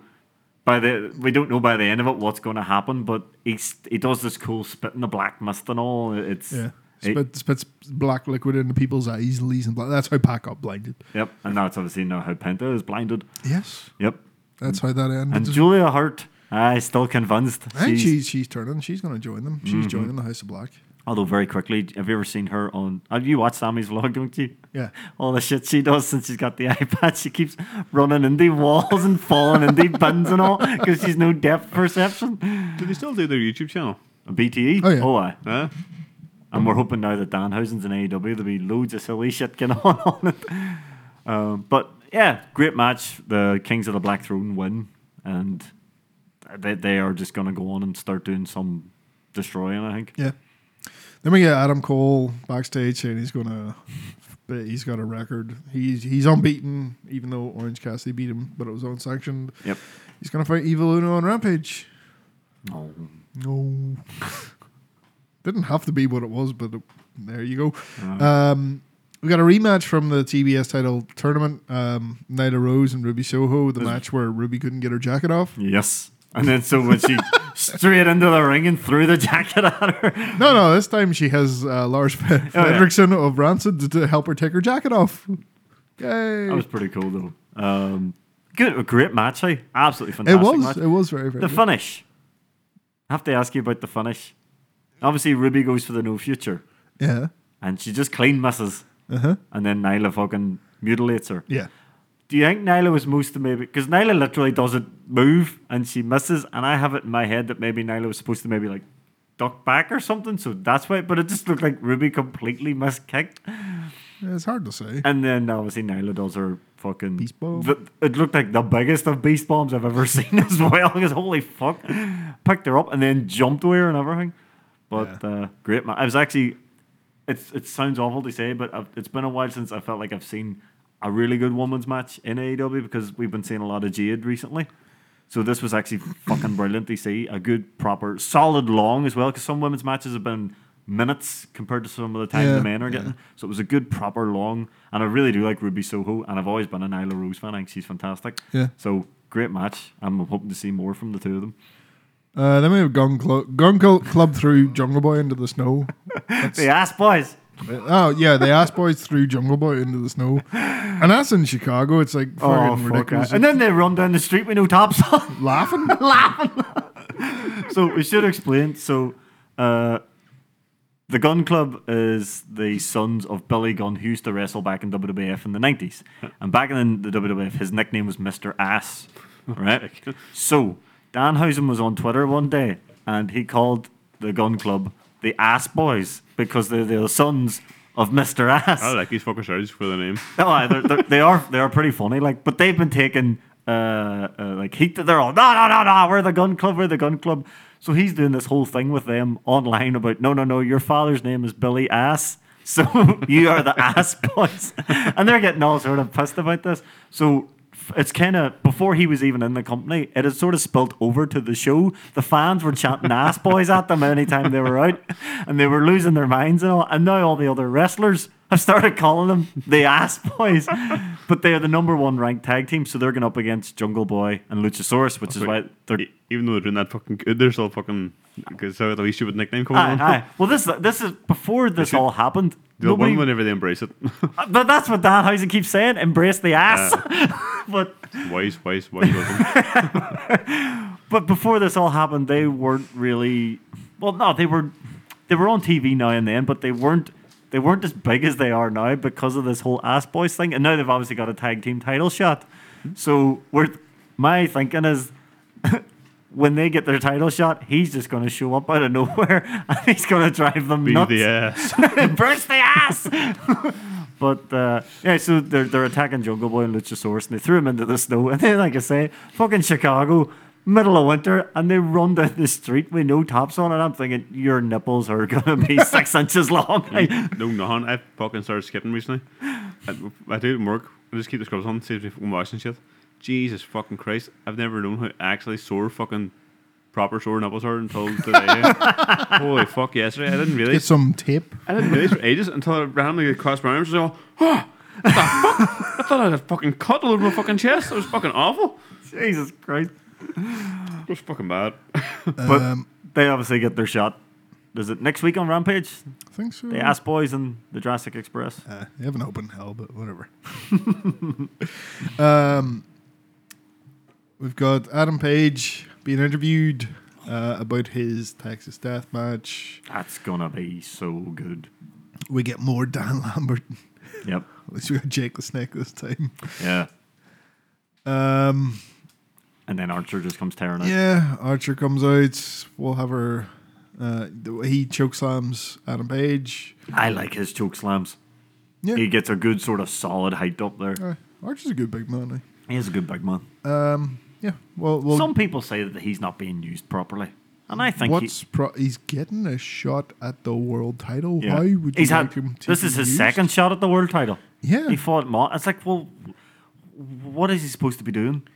Speaker 2: by the we don't know by the end of it what's going to happen, but he's he does this cool spit in the black mist and all. It's
Speaker 1: Yeah.
Speaker 2: it-
Speaker 1: Spit, spits black liquid into people's eyes, leaves and black. That's how Pac got blinded.
Speaker 2: yep, and that's obviously now how Penta is blinded.
Speaker 1: Yes,
Speaker 2: Yep,
Speaker 1: that's how that ended.
Speaker 2: and Julia Hart, I still convinced.
Speaker 1: I think
Speaker 2: she's-
Speaker 1: Mm-hmm. she's she's turning. She's going to join them. She's joining the House of Black.
Speaker 2: Although very quickly, have you ever seen her on? Have you watched Sammy's vlog? Don't you?
Speaker 1: Yeah.
Speaker 2: All the shit she does since she's got the iPad, she keeps running into walls and falling into bins and all because she's no depth perception.
Speaker 3: Do they still do their YouTube channel?
Speaker 2: BTE.
Speaker 1: Oh, yeah.
Speaker 2: E? aye.
Speaker 3: Huh?
Speaker 2: And we're hoping now that Danhausen's in AEW, there'll be loads of silly shit going on on it. Um, but yeah, great match. The Kings of the Black Throne win, and they, they are just going to go on and start doing some destroying, I think.
Speaker 1: Yeah. Then we get Adam Cole backstage saying he's gonna, but he's got a record. He's he's unbeaten, even though Orange Cassidy beat him, but it was unsanctioned.
Speaker 2: Yep.
Speaker 1: He's gonna fight Evil Uno on Rampage.
Speaker 2: Oh.
Speaker 1: No, didn't have to be what it was, but it- there you go.
Speaker 2: Uh,
Speaker 1: Um, we got a rematch from the TBS title tournament, um, Nyla Rose and Ruby Soho, the match where Ruby couldn't get her jacket off.
Speaker 2: yes. And then so when she straight into the ring and threw the jacket at her.
Speaker 1: No, no, this time she has uh, Lars Fred-
Speaker 2: Oh, yeah.
Speaker 1: Fredrickson of Rancid to, to help her take her jacket off. Yay.
Speaker 2: That was pretty cool, though. Um, good, a great match, eh? Absolutely
Speaker 1: It
Speaker 2: fantastic
Speaker 1: was.
Speaker 2: match.
Speaker 1: It was very, very.
Speaker 2: The
Speaker 1: good.
Speaker 2: finish. I have to ask you about the finish. Obviously, Ruby goes for the no future,
Speaker 1: yeah.
Speaker 2: and she just clean misses,
Speaker 1: Uh huh.
Speaker 2: and then Nyla fucking mutilates her.
Speaker 1: Yeah.
Speaker 2: Do you think Nyla was most to maybe? Because Nyla literally doesn't move, and she misses, and I have it in my head that maybe Nyla was supposed to maybe like duck back or something, so that's why. But it just looked like Ruby completely miskicked,
Speaker 1: Yeah, It's hard to say.
Speaker 2: and then obviously Nyla does her fucking
Speaker 1: Beast bomb.
Speaker 2: Th- it looked like the biggest of beast bombs I've ever seen as well. Because holy fuck, picked her up and then jumped to her and everything. But uh, great man, I was actually. It's it sounds awful to say, but I've, it's been a while since I felt like I've seen a really good women's match in AEW because we've been seeing a lot of Jade recently. So this was actually fucking brilliant to see a good, proper, solid long as well. Because some women's matches have been minutes compared to some of the time
Speaker 1: Yeah,
Speaker 2: the men are getting. So it was a good, proper long, and I really do like Ruby Soho, and I've always been an Isla Rose fan. I think she's fantastic.
Speaker 1: Yeah.
Speaker 2: So great match. I'm hoping to see more from the two of them.
Speaker 1: Uh, then we have Gun, Clu- Gun Cl- Club through Jungle Boy into the snow.
Speaker 2: The ass boys.
Speaker 1: oh yeah, the Ass Boys threw Jungle Boy into the snow, and that's in Chicago. It's like
Speaker 2: Oh,
Speaker 1: fucking
Speaker 2: fuck
Speaker 1: ridiculous.
Speaker 2: that. And then they run down the street with no tops on.
Speaker 1: laughing.
Speaker 2: so we should explain. So, uh, the Gun Club is the sons of Billy Gunn, who used to wrestle back in WWF in the nineties. And back in the WWF, his nickname was Mister Ass.
Speaker 1: Oh
Speaker 2: Right. so Danhausen was on Twitter one day, and he called the Gun Club the Ass Boys because they're the sons of Mister Ass.
Speaker 3: I like these fuckers shouts for their name.
Speaker 2: No, I- they're, they're, they are they are pretty funny. Like, but they've been taking uh, uh like heat that they're on. No, no, no, no. We're the gun club. We're the gun club. So he's doing this whole thing with them online about no, no, no. Your father's name is Billy Ass. So you are the ass boys, and they're getting all sort of pissed about this. So f- it's kind of before he was even in the company, it had sort of spilled over to the show. The fans were chanting ass boys at them anytime they were out, and they were losing their minds and all. And now all the other wrestlers have started calling them the ass boys, but they are the number one ranked tag team, so they're going up against Jungle Boy and Luchasaurus, which is why they're.
Speaker 3: E- Even though they're doing that fucking good, they're still fucking. Because how the least stupid nickname coming
Speaker 2: Aye,
Speaker 3: on.
Speaker 2: aye. Well, this this is before this all happened.
Speaker 3: They'll
Speaker 2: nobody-
Speaker 3: win whenever they embrace it.
Speaker 2: but that's what Dan Housen keeps saying: embrace the ass. but
Speaker 3: wise, wise, wise. welcome.
Speaker 2: But before this all happened, they weren't really. Well, no, they were. They were on TV now and then, but they weren't. They weren't as big as they are now because of this whole ass boys thing. And now they've obviously got a tag team title shot. So we're. My thinking is. When they get their title shot, he's just going to show up out of nowhere and he's going to drive them
Speaker 3: Be
Speaker 2: nuts.
Speaker 3: the ass.
Speaker 2: Burst the ass. but uh, yeah, so they're they're attacking Jungle Boy and Luchasaurus, and they threw him into the snow. And then, like I say, fucking Chicago, middle of winter, and they run down the street with no tops on. And I'm thinking, your nipples are gonna be six inches long. Like,
Speaker 3: no, no, hon. I er fucking started skipping recently. I, I do it in work. I just keep the scrubs on, saves me er fucking washing shit. Jesus fucking Christ. I've never known how actually sore fucking proper sore nipples are until today. Holy fuck, yesterday. I didn't
Speaker 1: Get
Speaker 3: realize.
Speaker 1: some tape.
Speaker 3: I didn't realize for ages until I randomly crossed my arms and all, oh, what the fuck? I thought I had a fucking cut all over my fucking chest. That was fucking awful.
Speaker 2: Jesus Christ!
Speaker 3: It was fucking bad.
Speaker 2: But
Speaker 1: Um,
Speaker 2: they obviously get their shot. Is it next week on Rampage?
Speaker 1: I think so.
Speaker 2: The Ass Boys and the Jurassic Express.
Speaker 1: Mm. Uh, they have an open hell, but whatever. um, we've got Adam Page being interviewed uh, about his Texas death match.
Speaker 2: That's gonna be so good.
Speaker 1: We get more Dan Lambert.
Speaker 2: Yep.
Speaker 1: At least we got Jake the Snake this time.
Speaker 2: Yeah.
Speaker 1: Um,
Speaker 2: And then Archer just comes tearing out.
Speaker 1: yeah, Archer comes out. We'll have her. Uh, th- he chokeslams Adam Page.
Speaker 2: I like his choke slams.
Speaker 1: Yeah.
Speaker 2: He gets a good sort of solid height up there.
Speaker 1: Uh, Archer's a good big man.
Speaker 2: He is a good big man.
Speaker 1: eh? Um, yeah. Well, well
Speaker 2: Some people say that he's not being used properly, and I think he,
Speaker 1: what's pro- he's getting a shot at the world title?
Speaker 2: yeah.
Speaker 1: How would you
Speaker 2: he's
Speaker 1: like
Speaker 2: had
Speaker 1: him to
Speaker 2: this
Speaker 1: be
Speaker 2: is his
Speaker 1: used?
Speaker 2: second shot at the world title.
Speaker 1: Yeah.
Speaker 2: He fought Mo. It's like, well, what is he supposed to be doing?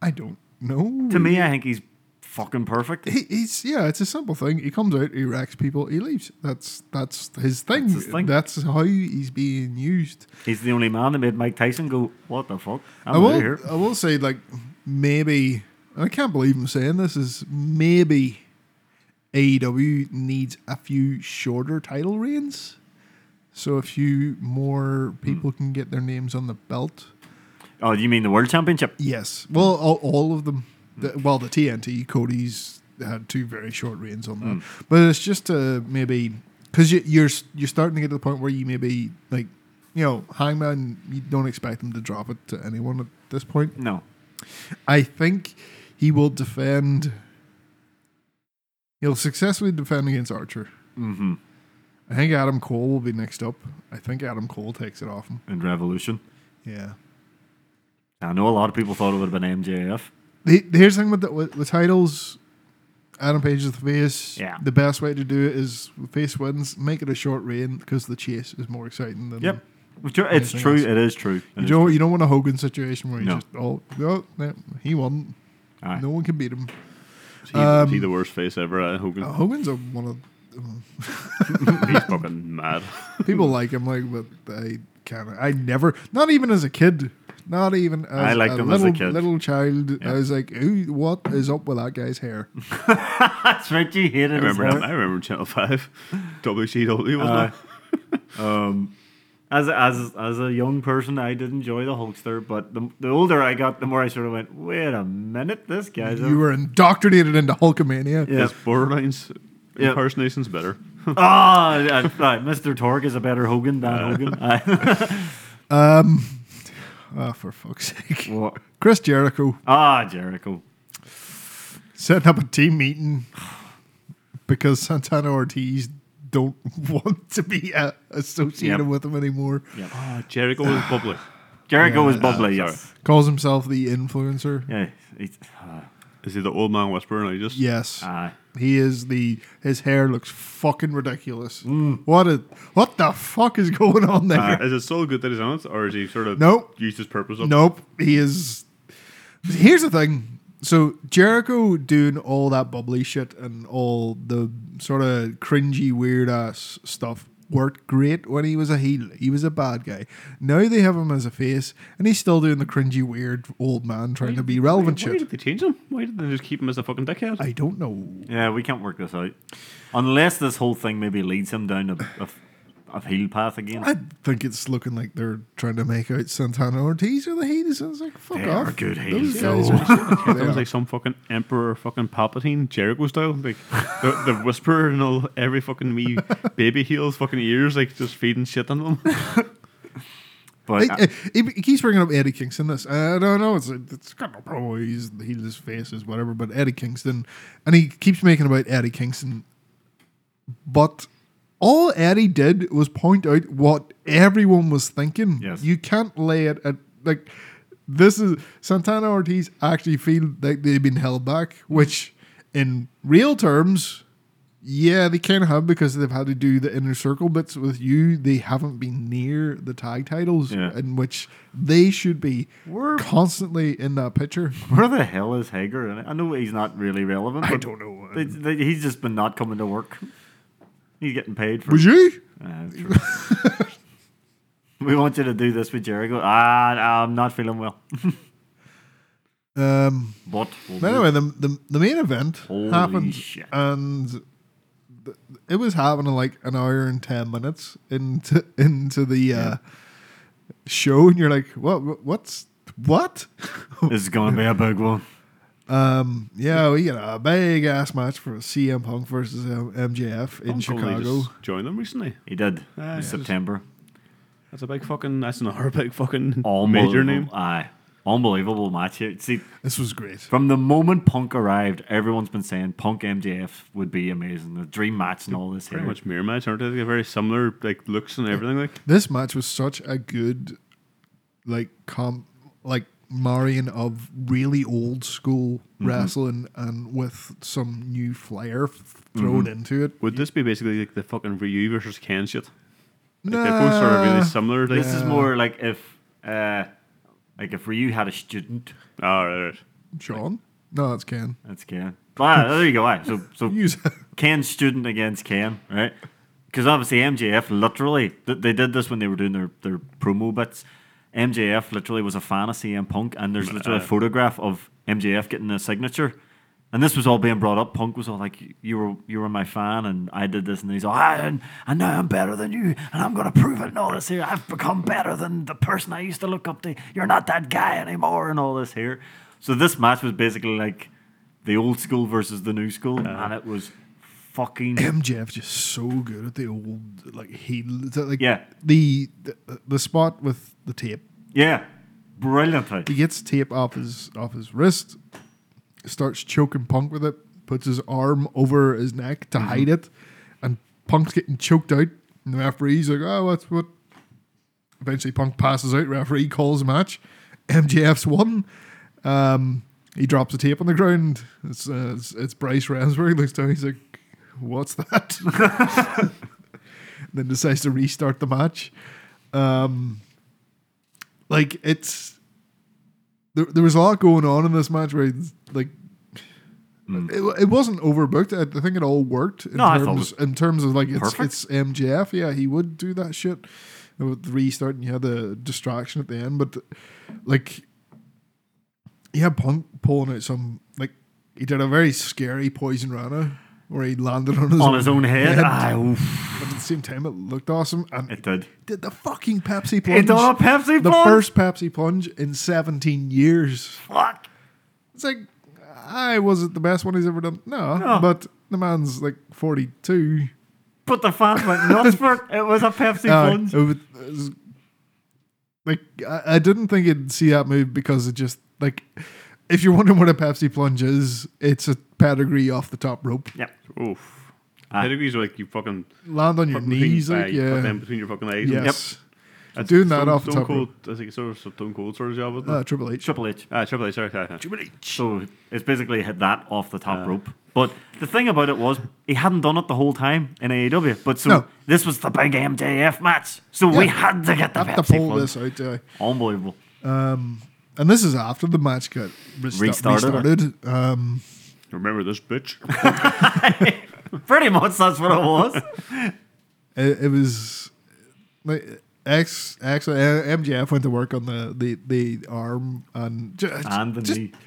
Speaker 1: I don't know.
Speaker 2: To me, I think he's fucking perfect.
Speaker 1: he, he's yeah, it's a simple thing. He comes out, he wrecks people, he leaves. That's that's his thing.
Speaker 2: That's his thing.
Speaker 1: That's how he's being used.
Speaker 2: He's the only man that made Mike Tyson go, "What the fuck?
Speaker 1: I
Speaker 2: I'm out
Speaker 1: will
Speaker 2: of here."
Speaker 1: I will say like maybe and I can't believe I'm saying this is maybe AEW needs a few shorter title reigns. So a few more
Speaker 2: Hmm.
Speaker 1: people can get their names on the belt.
Speaker 2: Oh, you mean the world championship?
Speaker 1: Yes. Well, all, all of them. The, well, the TNT Cody's had two very short reigns on that, but it's just uh, maybe because you, you're s- you're starting to get to the point where you maybe like you know Hangman. You don't expect him to drop it to anyone at this point.
Speaker 2: No.
Speaker 1: I think he will defend. He'll successfully defend against Archer.
Speaker 2: Mm-hmm.
Speaker 1: I think Adam Cole will be next up. I think Adam Cole takes it off him.
Speaker 2: And Revolution.
Speaker 1: Yeah.
Speaker 2: I know a lot of people thought it would have been MJF.
Speaker 1: The, here's the thing with the with, with titles. Adam Page is the face.
Speaker 2: Yeah.
Speaker 1: The best way to do it is face wins, make it a short reign because the chase is more exciting than.
Speaker 2: Yep. It's true. It's
Speaker 1: Anything
Speaker 2: true.
Speaker 1: else?
Speaker 2: It is true. It
Speaker 1: You
Speaker 2: is
Speaker 1: don't you don't want a Hogan situation where you
Speaker 2: No.
Speaker 1: just oh no, no he won
Speaker 2: true. Aye.
Speaker 1: no one can beat him.
Speaker 3: Is he, is he the worst face ever? Uh, Hogan.
Speaker 1: Uh, Hogan's a, one of um,
Speaker 3: He's fucking mad.
Speaker 1: people like him like but I can't I never not even as a kid not even as
Speaker 2: I liked
Speaker 1: a
Speaker 2: him as a
Speaker 1: little
Speaker 2: kid.
Speaker 1: little child
Speaker 2: Yeah.
Speaker 1: I was like Ooh, what is up with that guy's hair
Speaker 2: That's right. You hated
Speaker 3: I remember
Speaker 2: his
Speaker 3: him. I remember Channel Five, WCW. Wasn't
Speaker 2: Aye.
Speaker 3: it?
Speaker 2: um, as a- as as a young person, I did enjoy the Hulkster, but the, the older I got, the more I sort of went, "Wait a minute, this guy's."
Speaker 1: you
Speaker 2: a-
Speaker 1: were indoctrinated into Hulkamania
Speaker 2: Yeah.
Speaker 3: His borderline's
Speaker 2: Yeah.
Speaker 3: impersonation's better.
Speaker 2: Ah, yeah, right, Mr. Torg is a better Hogan than
Speaker 1: Uh,
Speaker 2: Hogan. Aye.
Speaker 1: Um, oh, for fuck's sake.
Speaker 2: What?
Speaker 1: Chris Jericho
Speaker 2: ah, Jericho.
Speaker 1: setting up a team meeting because Santana Ortiz don't want to be uh, associated
Speaker 2: Yep.
Speaker 1: with him anymore.
Speaker 3: Ah, Jericho was bubbly.
Speaker 2: Jericho
Speaker 1: Yeah,
Speaker 2: was
Speaker 1: uh,
Speaker 2: bubbly. yes.
Speaker 1: Calls himself the influencer.
Speaker 2: Yeah. He's, ah,
Speaker 3: Is he the old man whisperer? And he just
Speaker 1: Yes.
Speaker 2: aye.
Speaker 1: he is the his hair looks fucking ridiculous. What a what the fuck is going on there?
Speaker 3: Uh, is it so good that he's on it, or is he sort of
Speaker 1: Nope.
Speaker 3: used his purpose up?
Speaker 1: Nope. He is. Here's the thing. So Jericho doing all that bubbly shit and all the sort of cringy weird ass stuff worked great when he was a heel. He was a bad guy. Now they have him as a face, and he's still doing the cringy weird old man trying to be relevant
Speaker 3: Why
Speaker 1: shit.
Speaker 3: did they change him? Why did they just keep him as a fucking dickhead?
Speaker 1: I don't know.
Speaker 2: Yeah, we can't work this out. Unless this whole thing maybe leads him down a, a, a heel path again.
Speaker 1: I think it's looking like they're trying to make out Santana Ortiz or the Heels. It's like fuck
Speaker 2: They
Speaker 1: off.
Speaker 2: are good heels,
Speaker 1: Those guys
Speaker 2: though.
Speaker 1: are-
Speaker 3: That
Speaker 1: they
Speaker 3: was
Speaker 1: are.
Speaker 3: like some fucking emperor, fucking Palpatine, Jericho style. Like the, the whisperer and all every fucking wee baby heels, fucking ears, like just feeding shit on them.
Speaker 2: But uh,
Speaker 1: He, he, he keeps bringing up Eddie Kingston. This I don't know. It's it's got no problem. He's he his face is whatever, but Eddie Kingston, and he keeps making about Eddie Kingston. But all Eddie did was point out what everyone was thinking.
Speaker 2: Yes.
Speaker 1: You can't lay it at like this is Santana Ortiz actually feel like they've been held back, which in real terms. Yeah, they can have because they've had to do the inner circle bits with you. They haven't been near the tag titles
Speaker 2: Yeah.
Speaker 1: in which they should be
Speaker 2: We're-
Speaker 1: constantly in that picture.
Speaker 2: where the hell is Hager? in it? I know he's not really relevant.
Speaker 1: I
Speaker 2: but
Speaker 1: don't know.
Speaker 2: they- they- he's just been not coming to work. He's getting paid for.
Speaker 1: Would you?
Speaker 2: Ah, true. we want you to do this with Jericho. Ah, I'm not feeling well.
Speaker 1: Um,
Speaker 2: But we'll
Speaker 1: but
Speaker 2: do
Speaker 1: anyway, the, the the main event
Speaker 2: Holy
Speaker 1: happened,
Speaker 2: shit.
Speaker 1: and th- it was happening like an hour and ten minutes into into the uh, show, and you're like, what? What's what?
Speaker 2: it. This is gonna be a big one.
Speaker 1: Um, yeah, we get a big ass match for CM Punk versus um, MJF in
Speaker 3: Hulk Hogan
Speaker 1: Chicago.
Speaker 3: Just joined them recently.
Speaker 2: He did
Speaker 3: Ah,
Speaker 2: in
Speaker 3: yeah, just-
Speaker 2: September.
Speaker 3: That's a big fucking. That's another big fucking
Speaker 2: Unbelievable.
Speaker 3: major name.
Speaker 2: Aye. Unbelievable match here. See,
Speaker 1: This was great.
Speaker 2: from the moment Punk arrived, everyone's been saying Punk MJF would be amazing. The dream match and all this
Speaker 3: Pretty
Speaker 2: here.
Speaker 3: much mirror match, aren't they? They got very similar like looks and everything. Like
Speaker 1: This match was such a good, like com, like marrying of really old school wrestling and with some new flair f- thrown into it.
Speaker 3: Would this be basically like the fucking Ryu versus Ken shit? Like
Speaker 1: No,
Speaker 3: they're both sort of really similar. Like,
Speaker 2: This is more like if, uh, like if Ryu had a student.
Speaker 3: Ah, right, right.
Speaker 1: Sean. No, that's Ken.
Speaker 2: That's Ken. Ah, there you go. Aye. So, so
Speaker 1: Use
Speaker 2: Ken's student against Ken, right? Because obviously MJF literally th- they did this when they were doing their, their promo bits. MJF literally was a fan of CM Punk, and there's literally a photograph of MJF getting a signature. And this was all being brought up. Punk was all like, "You were you were my fan, and I did this." And he's all, "Ah, and, and now I'm better than you, and I'm gonna prove it." And all this here, I've become better than the person I used to look up to. You're not that guy anymore, and all this here. So this match was basically like the old school versus the new school,
Speaker 1: Uh-huh.
Speaker 2: and it was fucking
Speaker 1: MJF just so good at the old like heel. is that, Like
Speaker 2: Yeah.
Speaker 1: the, the the spot with the tape.
Speaker 2: yeah, brilliantly.
Speaker 1: He gets tape off his off his wrist, starts choking Punk with it, puts his arm over his neck to hide it, and Punk's getting choked out. And the referee's like, "Oh, what's what?" Eventually, Punk passes out. Referee calls a match. MJF's won. Um, he drops the tape on the ground. It's uh, it's, it's Bryce Ramsbury. Looks down. He's like, "What's that?" then decides to restart the match. Um, like it's there, there was a lot going on in this match where it's, like it, it wasn't overbooked. I, I think it all worked in
Speaker 2: No, I
Speaker 1: terms
Speaker 2: thought it
Speaker 1: in terms of like it's,
Speaker 2: perfect.
Speaker 1: it's MJF. Yeah, he would do that shit with the restart, and you had the distraction at the end. But like, you had Punk pulling out some like he did a very scary poison rana where he landed on his
Speaker 2: on his own head.
Speaker 1: head.
Speaker 2: Aye, oof.
Speaker 1: But at the same time, it looked awesome. And
Speaker 2: It did.
Speaker 1: did the fucking Pepsi plunge.
Speaker 2: It's all a Pepsi
Speaker 1: the
Speaker 2: plunge?
Speaker 1: first Pepsi plunge in 17 years.
Speaker 2: Fuck.
Speaker 1: It's like, I was it the best one he's ever done? No,
Speaker 2: No.
Speaker 1: but the man's like 42.
Speaker 2: But the fans went nuts for it. It was a Pepsi
Speaker 1: Uh,
Speaker 2: plunge.
Speaker 1: it was- it was- like, I, I didn't think you'd see that move because it just, like, if you're wondering what a Pepsi plunge is, it's a pedigree off the top rope.
Speaker 2: Yep.
Speaker 3: Oof.
Speaker 2: Aye.
Speaker 3: Pedigrees are like you fucking
Speaker 1: Land on Ah. your
Speaker 3: put between
Speaker 1: knees,
Speaker 3: your
Speaker 1: like,
Speaker 3: eye- put
Speaker 1: yeah.
Speaker 3: them between your fucking legs. and-
Speaker 1: Yes.
Speaker 3: That's
Speaker 1: Doing that
Speaker 3: Stone-
Speaker 1: off the
Speaker 3: Stone
Speaker 1: top
Speaker 3: Cold. I think it's sort of Stone Cold sort of job, wasn't
Speaker 1: Uh,
Speaker 3: it?
Speaker 1: Triple H.
Speaker 2: Triple H.
Speaker 3: Ah, Triple H. Uh. Sorry, sorry, sorry.
Speaker 2: So it's basically hit that off the top rope. But the thing about it was he hadn't done it the whole time in AEW. But so
Speaker 1: No.
Speaker 2: this was the big MJF match. So we
Speaker 1: Yeah.
Speaker 2: had to get the
Speaker 1: Have to
Speaker 2: Pepsi
Speaker 1: pull
Speaker 2: plunge.
Speaker 1: this out. Uh,
Speaker 2: Unbelievable.
Speaker 1: And this is after the match got resta-
Speaker 2: Restarted.
Speaker 1: restarted. Um,
Speaker 3: Remember this bitch?
Speaker 2: Pretty much that's what it was.
Speaker 1: it, it was like X actually uh, MJF went to work on the the, the arm and just,
Speaker 2: and the
Speaker 1: just,
Speaker 2: knee. Uh.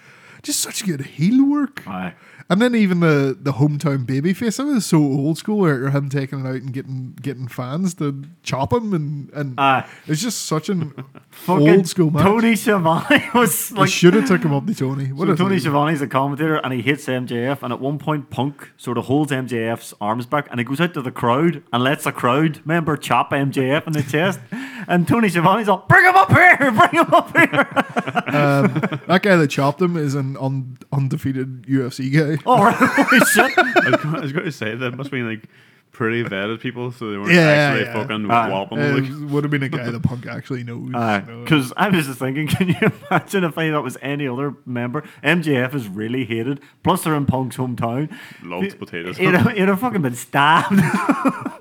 Speaker 1: just such good heel work.
Speaker 2: Aye.
Speaker 1: And then even the the hometown babyface, that was so old school. Where him taking it out and getting getting fans to chop him and and
Speaker 2: Aye.
Speaker 1: it's just such an
Speaker 2: Uh. Fucking
Speaker 1: old school match.
Speaker 2: Tony Schiavone was
Speaker 1: they
Speaker 2: like
Speaker 1: should have took him up to Tony. What
Speaker 2: So
Speaker 1: a
Speaker 2: Tony
Speaker 1: thing.
Speaker 2: Schiavone's a commentator and he hits MJF and at one point Punk sort of holds MJF's arms back and he goes out to the crowd and lets a crowd member chop MJF in the chest and Tony Schiavone's all bring him up here bring him up here
Speaker 1: that guy that chopped him is an un, undefeated UFC guy.
Speaker 2: oh right, holy shit
Speaker 3: I was gonna- I was going to say that must be like pretty vetted people, so they weren't
Speaker 1: Yeah,
Speaker 3: actually
Speaker 1: yeah.
Speaker 3: fucking
Speaker 2: Ah.
Speaker 3: whopping.
Speaker 1: Uh,
Speaker 3: like,
Speaker 1: would have been a guy the punk actually knows. No.
Speaker 2: because I was just thinking can you imagine if I thought it was any other member MJF is really hated plus they're in Punk's hometown
Speaker 3: loved potatoes.
Speaker 2: It'd have, it'd have fucking been stabbed.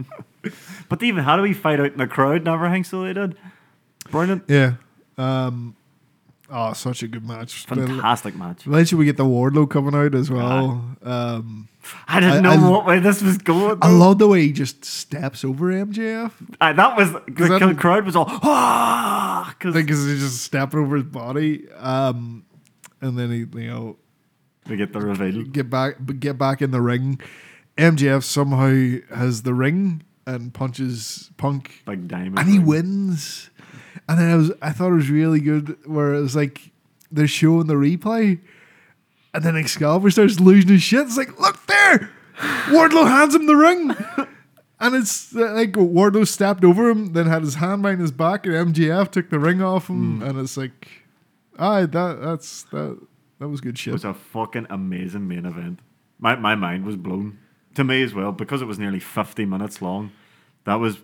Speaker 2: but even how do we fight out in the crowd and everything? So they did. Brilliant.
Speaker 1: Yeah. Um, oh, such a good match.
Speaker 2: Fantastic match.
Speaker 1: Eventually, we get the Wardlow coming out as well. Um,
Speaker 2: I didn't know
Speaker 1: I- I-
Speaker 2: what way this was going.
Speaker 1: I love the way he just steps over MJF.
Speaker 2: Uh, that was the
Speaker 1: that-
Speaker 2: crowd was all ah,
Speaker 1: I
Speaker 2: because
Speaker 1: think 'cause he's just stepping over his body. Um, and then he, you know,
Speaker 2: we get the reveal.
Speaker 1: get back, get back in the ring. MJF somehow has the ring and punches Punk
Speaker 2: Big diamond.
Speaker 1: and he
Speaker 2: ring.
Speaker 1: wins. And then I was, I thought it was really good where it was like they're showing the replay, And then Excalibur starts losing his shit. It's like, look there! Wardlow hands him the ring. And it's uh, like Wardlow stepped over him, then had his hand behind his back, and MGF took the ring off him. And it's like, aye, that that's that that was good
Speaker 2: It
Speaker 1: shit.
Speaker 2: was a fucking amazing main event. My my mind was blown. To me as well, because it was nearly fifty minutes long. That was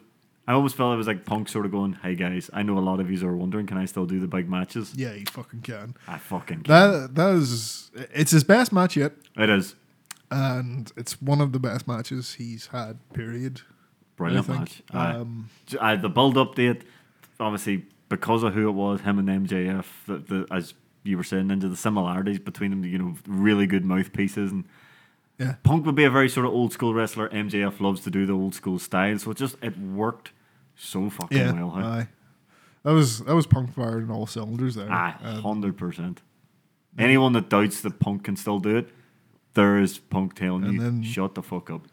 Speaker 2: I almost felt it was like Punk sort of going, Hey guys, I know a lot of you are wondering, can I still do the big matches?
Speaker 1: Yeah, you fucking can.
Speaker 2: I fucking can.
Speaker 1: That that is it's his best match yet,
Speaker 2: it is.
Speaker 1: and it's one of the best matches he's had. Period.
Speaker 2: Brilliant
Speaker 1: I think, Um,
Speaker 2: match. Aye. J- aye, the build up date, obviously, because of who it was, him and MJF, the, the, as you were saying, into the similarities between them, you know, really good mouthpieces. And
Speaker 1: Yeah.
Speaker 2: Punk would be a very sort of old school wrestler. MJF loves to do the old school style. So it just, it worked so fucking
Speaker 1: Yeah.
Speaker 2: well. huh?
Speaker 1: aye. That was that was punk fire in all cylinders there. Uh,
Speaker 2: Aye,
Speaker 1: And
Speaker 2: 100%. Anyone that doubts that Punk can still do it, there is Punk telling
Speaker 1: And
Speaker 2: you,
Speaker 1: then-
Speaker 2: shut the fuck up.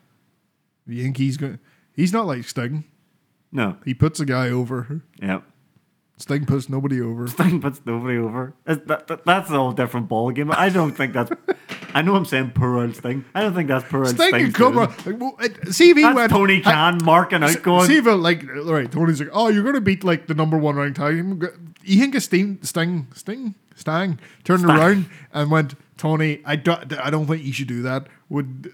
Speaker 1: the Yankee's going. He's not like Sting.
Speaker 2: No,
Speaker 1: He puts a guy over.
Speaker 2: yeah.
Speaker 1: Sting puts nobody over.
Speaker 2: thing puts nobody over. That's, that, that- that's a whole different ball game. I don't think that's. I know I'm saying poor old Sting. I don't think that's poor old
Speaker 1: Sting
Speaker 2: Sting.
Speaker 1: and Cobra. Like, well, it- see if he
Speaker 2: That's
Speaker 1: went.
Speaker 2: Tony Khan marking out going.
Speaker 1: See if it, like all right. Tony's like, oh, you're gonna beat like the number one ranked tag. team." You think a Sting, Sting, Sting, Stang turned
Speaker 2: Stang.
Speaker 1: around and went, Tony, I don't, I don't think you should do that. Would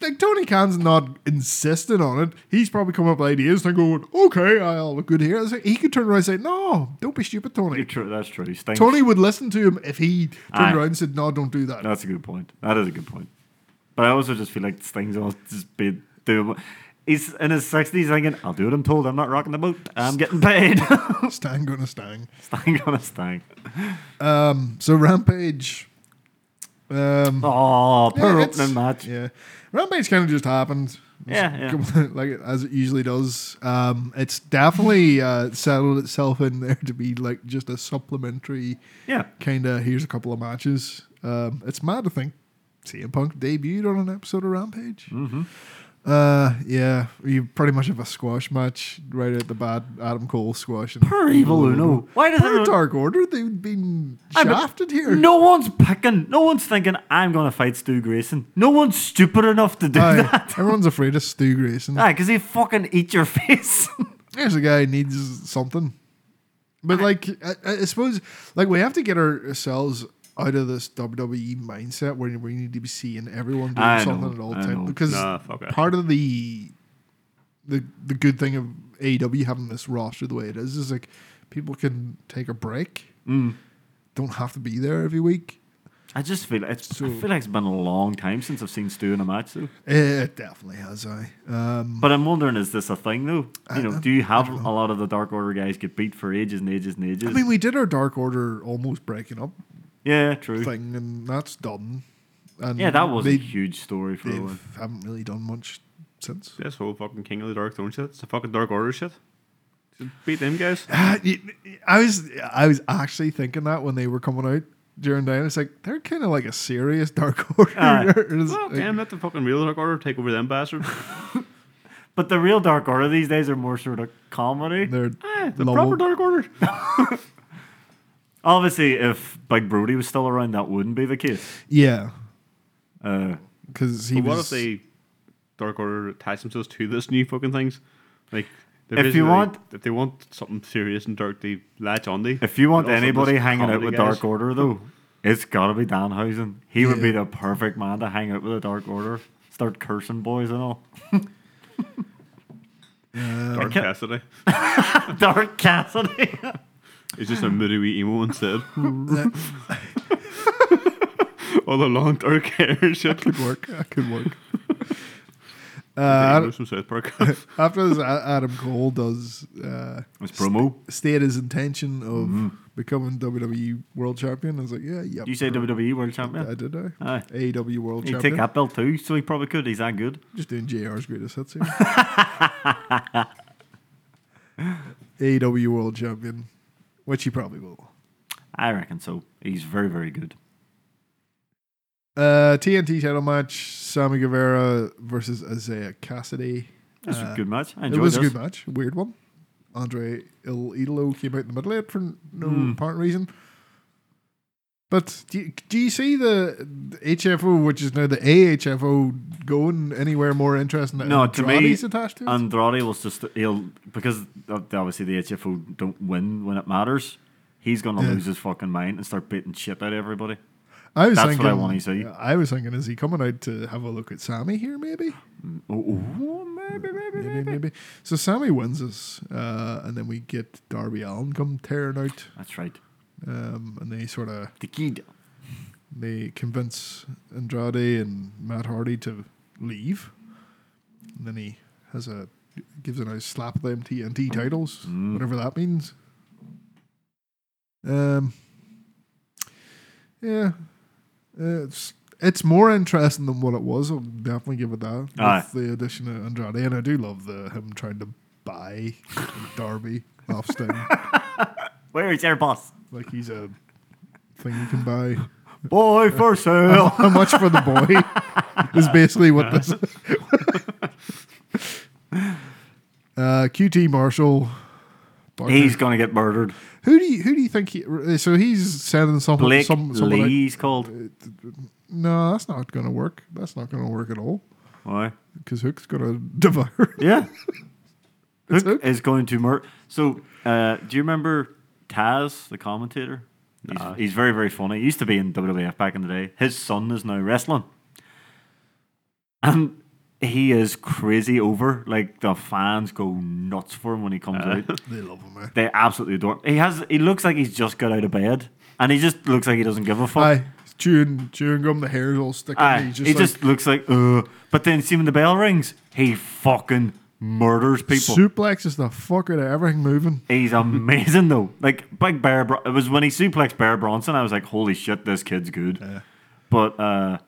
Speaker 1: like Tony Khan's not insisting on it. He's probably come up with ideas and going, okay, I'll look good here. It's like, he could turn around and say, no, don't be stupid,
Speaker 2: You're
Speaker 1: Tony.
Speaker 2: true, that's true. Sting.
Speaker 1: Tony would listen to him if he turned
Speaker 2: Aye.
Speaker 1: around and said, no, don't do that.
Speaker 2: That's a good point. That is a good point. But I also just feel like Sting's all just be doing. He's in his sixties thinking, "I'll do what I'm told. I'm not rocking the boat. I'm getting paid."
Speaker 1: Stang gonna Stang.
Speaker 2: Sting on a Sting.
Speaker 1: Um, so Rampage. Um,
Speaker 2: Oh,
Speaker 1: Yeah,
Speaker 2: poor
Speaker 1: it's-
Speaker 2: opening match.
Speaker 1: Yeah, Rampage kind of just happened.
Speaker 2: Yeah, yeah.
Speaker 1: Come- like it- as it usually does. Um, it's definitely uh, settled itself in there to be like just a supplementary
Speaker 2: Yeah.
Speaker 1: kind of. Here's a couple of matches. Um, it's mad to think CM Punk debuted on an episode of Rampage.
Speaker 2: Mm-hmm.
Speaker 1: Uh, yeah, you pretty much have a squash match right at the bat. Adam Cole squash and
Speaker 2: Per evil Uno. Why does
Speaker 1: Per
Speaker 2: everyone-
Speaker 1: Dark Order, they've been
Speaker 2: Aye, but
Speaker 1: shafted here.
Speaker 2: No one's picking. No one's thinking I'm going to fight Stu Grayson. No one's stupid enough to do
Speaker 1: Aye,
Speaker 2: that.
Speaker 1: everyone's afraid of Stu Grayson.
Speaker 2: Aye, because he fucking eat your face.
Speaker 1: There's a guy who needs something. But like, I, I suppose, like we have to get ourselves out of this WWE mindset where we need to be seeing everyone doing
Speaker 2: I
Speaker 1: something
Speaker 2: know,
Speaker 1: at all
Speaker 2: I
Speaker 1: time
Speaker 2: know.
Speaker 1: because
Speaker 3: Nah, fuck it.
Speaker 1: part of the the the good thing of AEW having this roster the way it is is like people can take a break,
Speaker 2: Mm.
Speaker 1: don't have to be there every week.
Speaker 2: I just feel it's. I
Speaker 1: So-
Speaker 2: feel like it's been a long time since I've seen Stu in a match though.
Speaker 1: It definitely has I. Um,
Speaker 2: But I'm wondering, is this a thing though? You know, do you have a lot of the Dark Order guys get beat for ages and ages and ages?
Speaker 1: I mean, we did our Dark Order almost breaking up
Speaker 2: yeah, true.
Speaker 1: thing, and that's done. And
Speaker 2: Yeah, that was a
Speaker 1: they-
Speaker 2: huge story for a
Speaker 1: they
Speaker 2: while.
Speaker 1: haven't really done much since.
Speaker 3: This whole fucking King of the Dark Throne shit. It's the fucking Dark Order shit. Just beat them guys.
Speaker 1: Ah, I was I was actually thinking that when they were coming out during Dynamite. It's like they're kind of like a serious Dark Order.
Speaker 2: Aye.
Speaker 1: It's
Speaker 3: Well,
Speaker 1: like-
Speaker 3: damn, let the fucking real Dark Order take over them bastards.
Speaker 2: But the real Dark Order these days are more sort of comedy.
Speaker 1: they're
Speaker 3: Eh, the
Speaker 1: level-
Speaker 3: proper Dark Order.
Speaker 2: Obviously, if Big Brody was still around, that wouldn't be the case.
Speaker 1: yeah,
Speaker 2: Uh,
Speaker 1: because he
Speaker 3: But what
Speaker 1: was.
Speaker 3: if they Dark Order attach themselves to this new fucking things? Like, they're
Speaker 2: If you
Speaker 3: basically-
Speaker 2: want-
Speaker 3: if they want something serious and dark, they latch on they.
Speaker 2: If you want
Speaker 3: And also
Speaker 2: anybody
Speaker 3: just
Speaker 2: hanging out
Speaker 3: comedy
Speaker 2: with
Speaker 3: guys.
Speaker 2: Dark Order, though, it's got to be Danhausen. He would be
Speaker 1: Yeah.
Speaker 2: the perfect man to hang out with the Dark Order. Start cursing boys and all.
Speaker 3: Dark Cassidy,
Speaker 2: Dark Cassidy.
Speaker 3: it's just a moody wee emo instead. All the long dark hair shit.
Speaker 1: could work. That could work.
Speaker 3: Uh,
Speaker 1: Uh,
Speaker 3: from South Park.
Speaker 1: after this, A- Adam Cole does uh,
Speaker 2: It's promo.
Speaker 1: state his intention of
Speaker 3: Mm-hmm.
Speaker 1: becoming WWE World Champion. I was like, yeah, yeah.
Speaker 2: You say WWE World Champion?
Speaker 1: I did. I
Speaker 2: Aye.
Speaker 1: AEW World
Speaker 2: He'd
Speaker 1: Champion.
Speaker 2: take that belt too, so he probably could. He's that good.
Speaker 1: Just doing JR's greatest hits here. AEW E World Champion, which he probably will.
Speaker 2: I reckon so. He's very, very good.
Speaker 1: Uh, TNT title match: Sammy Guevara versus Isaiah Cassidy.
Speaker 2: This was
Speaker 1: Uh,
Speaker 2: a good match. I
Speaker 1: It
Speaker 2: enjoyed
Speaker 1: was a
Speaker 2: this.
Speaker 1: good match, weird one. Andre Il Idolo came out in the middle of it for no
Speaker 2: Hmm.
Speaker 1: apparent reason. But do you, do you see the the HFO, which is now the AHFO, going anywhere more interesting? than
Speaker 2: No, to me,
Speaker 1: Andrade's attached to it.
Speaker 2: Andrade will just he'll because ob- obviously the HFO don't win when it matters. He's gonna
Speaker 1: Yeah.
Speaker 2: lose his fucking mind and start beating shit out of everybody.
Speaker 1: I was
Speaker 2: that's what I
Speaker 1: thinking.
Speaker 2: wanna see.
Speaker 1: I was thinking, is he coming out to have a look at Sammy here? Maybe,
Speaker 2: Oh, oh, maybe, maybe,
Speaker 1: maybe,
Speaker 2: maybe.
Speaker 1: maybe. So Sammy wins us, uh, and then we get Darby Allen come tearing out,
Speaker 2: That's right.
Speaker 1: um, and they sort of
Speaker 2: The kid.
Speaker 1: they convince Andrade and Matt Hardy to leave. And then he has a gives a nice slap at them TNT titles,
Speaker 2: Mm.
Speaker 1: whatever that means. Um, yeah, Uh, it's it's more interesting than what it was. I'll definitely give it that. With
Speaker 2: Aye.
Speaker 1: the addition of Andrade, and I do love the him trying to buy Darby off Sting,
Speaker 2: Where is your boss?
Speaker 1: like he's a thing you can buy.
Speaker 2: Boy for sale.
Speaker 1: How much for the boy is basically what this. uh, QT Marshall. Barker.
Speaker 2: He's gonna get murdered.
Speaker 1: who do you who do you think he? uh, So he's sending some
Speaker 2: Blake
Speaker 1: some someone Uh, out-
Speaker 2: Lee's called.
Speaker 1: No, that's not going to work. That's not going to work at all
Speaker 2: Why?
Speaker 1: because Hook's going to devour.
Speaker 2: Yeah.
Speaker 1: It's
Speaker 2: Hook is going to murder. So, uh, do you remember Taz, the commentator? He's, he's very, very funny. He used to be in WWF back in the day. His son is now wrestling. And he is crazy over. Like, the fans go nuts for him when he comes out.
Speaker 1: They love him, man.
Speaker 2: They eh? absolutely adore him. He, has, he looks like he's just got out of bed. And he just looks like he doesn't give a fuck.
Speaker 1: Aye, he's chewing chewing gum. The hair's all sticking.
Speaker 2: Aye,
Speaker 1: he's just
Speaker 2: he
Speaker 1: like,
Speaker 2: just looks like, ugh. But then, see when the bell rings, he fucking murders people.
Speaker 1: suplexes the fuck out of everything moving.
Speaker 2: He's amazing though. Like Big Bear, Bro- it was when he suplexed Bear Bronson. I was like, "Holy shit, this kid's good." But uh,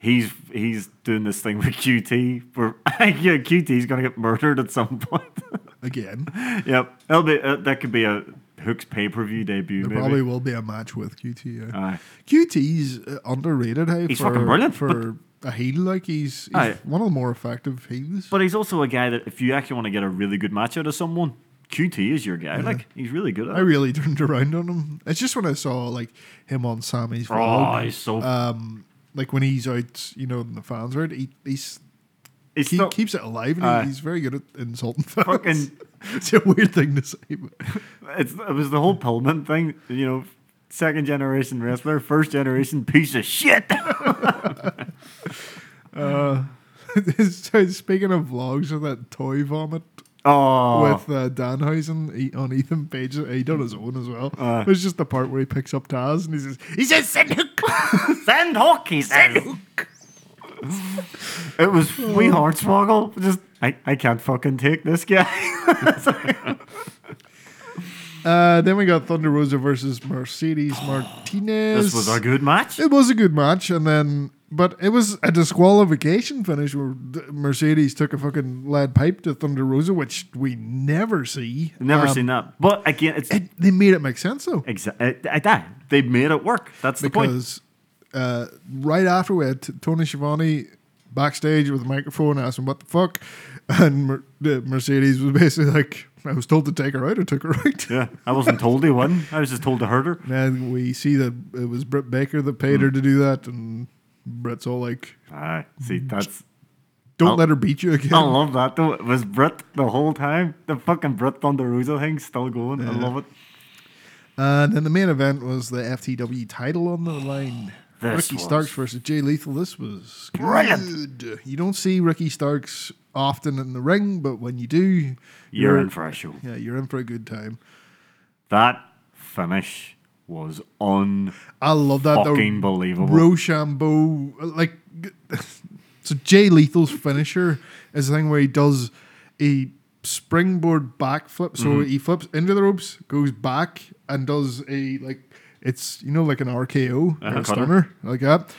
Speaker 2: he's he's doing this thing with QT. For yeah, QT's gonna get murdered at some point.
Speaker 1: Again,
Speaker 2: yep, it'll be uh, that could be a Hook's pay per view debut.
Speaker 1: there
Speaker 2: Maybe.
Speaker 1: probably will be a match with QT. Yeah.
Speaker 2: Aye.
Speaker 1: QT's uh, underrated. Hey,
Speaker 2: He's
Speaker 1: for,
Speaker 2: fucking brilliant,
Speaker 1: for a heel. Like he's, he's
Speaker 2: Aye.
Speaker 1: one of the more effective heels.
Speaker 2: but he's also a guy that if you actually want to get a really good match out of someone, QT is your guy. Like he's really good at.
Speaker 1: I
Speaker 2: it.
Speaker 1: really turned around on him. It's just when I saw like him on Sammy's
Speaker 2: Oh,
Speaker 1: vlog,
Speaker 2: he's so
Speaker 1: um, like when he's out, you know, and the fans are out, he he's,
Speaker 2: he's
Speaker 1: he
Speaker 2: still-
Speaker 1: keeps it alive, and he-
Speaker 2: Aye.
Speaker 1: he's very good at insulting fans.
Speaker 2: Fucking-
Speaker 1: it's a weird thing to say. But
Speaker 2: It's, it was the whole Pullman thing, you know. Second generation wrestler, first generation piece of shit.
Speaker 1: so speaking of vlogs of that toy vomit
Speaker 2: Oh,
Speaker 1: with uh, Danhausen he, on Ethan Page, he done his own as well. it was just the part where he picks up Taz and he says, "He says send hook."
Speaker 2: send hook, he says. it was we Hornswoggle. Just I, I can't fucking take this guy.
Speaker 1: Uh, then we got Thunder Rosa versus Mercedes Martinez.
Speaker 2: this was a good match.
Speaker 1: It was a good match, and then but it was a disqualification finish where D- Mercedes took a fucking lead pipe to Thunder Rosa, which we never see.
Speaker 2: Never
Speaker 1: Um,
Speaker 2: seen that. But again, it's
Speaker 1: It, they made it make sense though,
Speaker 2: exactly they made it work. That's the point.
Speaker 1: because uh, right after we had T- Tony Schiavone backstage with a microphone asking what the fuck, and Mer- the Mercedes was basically like, "I was told to take her out, I took her out."
Speaker 2: Yeah, I wasn't told he won. I was just told to hurt her.
Speaker 1: And we see that it was Britt Baker that paid
Speaker 2: Mm.
Speaker 1: her to do that, and Britt's all like,
Speaker 2: Ah, see, that's
Speaker 1: "Don't
Speaker 2: I'll-
Speaker 1: let her beat you again."
Speaker 2: I love that though. It was Brit the whole time. The fucking Brit Thunder Rosa thing's still going. I love it.
Speaker 1: Uh, and then the main event was the FTW title on the line.
Speaker 2: This
Speaker 1: Ricky
Speaker 2: was-
Speaker 1: Starks versus Jay Lethal. This was good.
Speaker 2: Brilliant.
Speaker 1: You don't see Ricky Starks often in the ring, but when you do, you're,
Speaker 2: You're in for a show.
Speaker 1: yeah, you're in for a good time.
Speaker 2: That finish was on
Speaker 1: I love that.
Speaker 2: Fucking believable.
Speaker 1: Rochambeau, like, so Jay Lethal's finisher is the thing where he does a springboard backflip. So
Speaker 2: Mm-hmm.
Speaker 1: he flips into the ropes, goes back, and does a like it's you know like an RKO, or
Speaker 2: Uh-huh.
Speaker 1: a stunner, like that.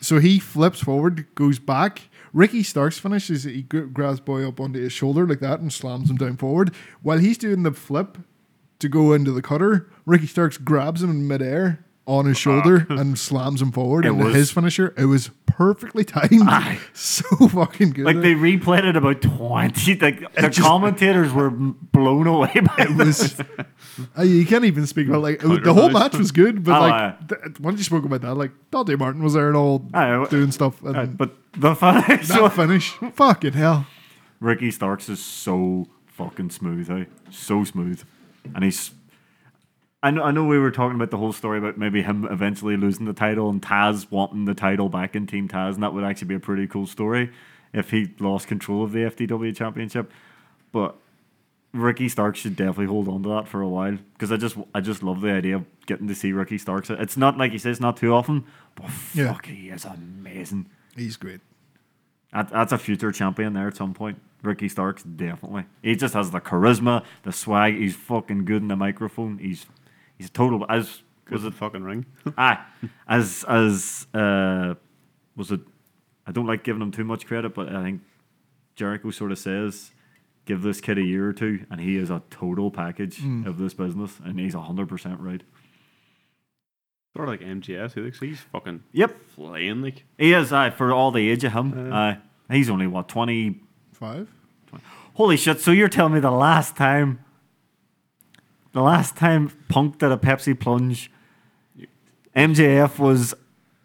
Speaker 1: So he flips forward, goes back. Ricky Starks finishes. He gr- grabs Boy up onto his shoulder like that and slams him down forward. While he's doing the flip to go into the cutter, Ricky Starks grabs him in midair on his shoulder and slams him forward.
Speaker 2: It
Speaker 1: into
Speaker 2: was-
Speaker 1: his finisher. It was perfectly timed.
Speaker 2: Aye.
Speaker 1: So fucking good.
Speaker 2: Like they replayed it about twenty. Like the
Speaker 1: just-
Speaker 2: commentators were blown away by
Speaker 1: it was Uh, you can't even speak about like the whole
Speaker 3: Counterpoint.
Speaker 1: match was good, but
Speaker 2: Oh,
Speaker 1: like th- once you spoke about that, like Dante Martin was there and all
Speaker 2: Aye, w-
Speaker 1: doing stuff, and
Speaker 2: Uh, but the finish,
Speaker 1: that finish, fucking hell.
Speaker 2: Ricky Starks is so fucking smooth out, so smooth, and he's. I know, I know we were talking about the whole story about maybe him eventually losing the title and Taz wanting the title back in Team Taz, and that would actually be a pretty cool story if he lost control of the FTW Championship. But Ricky Starks should definitely hold on to that for a while because I just I just love the idea of getting to see Ricky Starks. It's not like he says not too often, but
Speaker 1: Yeah.
Speaker 2: fuck, he is amazing.
Speaker 1: He's great.
Speaker 2: That, that's a future champion there at some point. Ricky Starks, definitely. He just has the charisma, the swag. He's fucking good in the microphone. He's he's a total as
Speaker 3: Was
Speaker 2: was
Speaker 3: it
Speaker 2: it
Speaker 3: fucking ring?
Speaker 2: ah as as uh was it. I don't like giving him too much credit, but I think Jericho sort of says, "Give this kid a year or two, and he is a total package of this business, and he's hundred percent right."
Speaker 3: Sort of like MGS. He looks, he's fucking
Speaker 2: Yep,
Speaker 3: flying. Like
Speaker 2: he is. Aye, for all the age of him, aye, he's only what twenty
Speaker 1: Five.
Speaker 2: Holy shit, so you're telling me the last time the last time Punk did a Pepsi plunge MJF was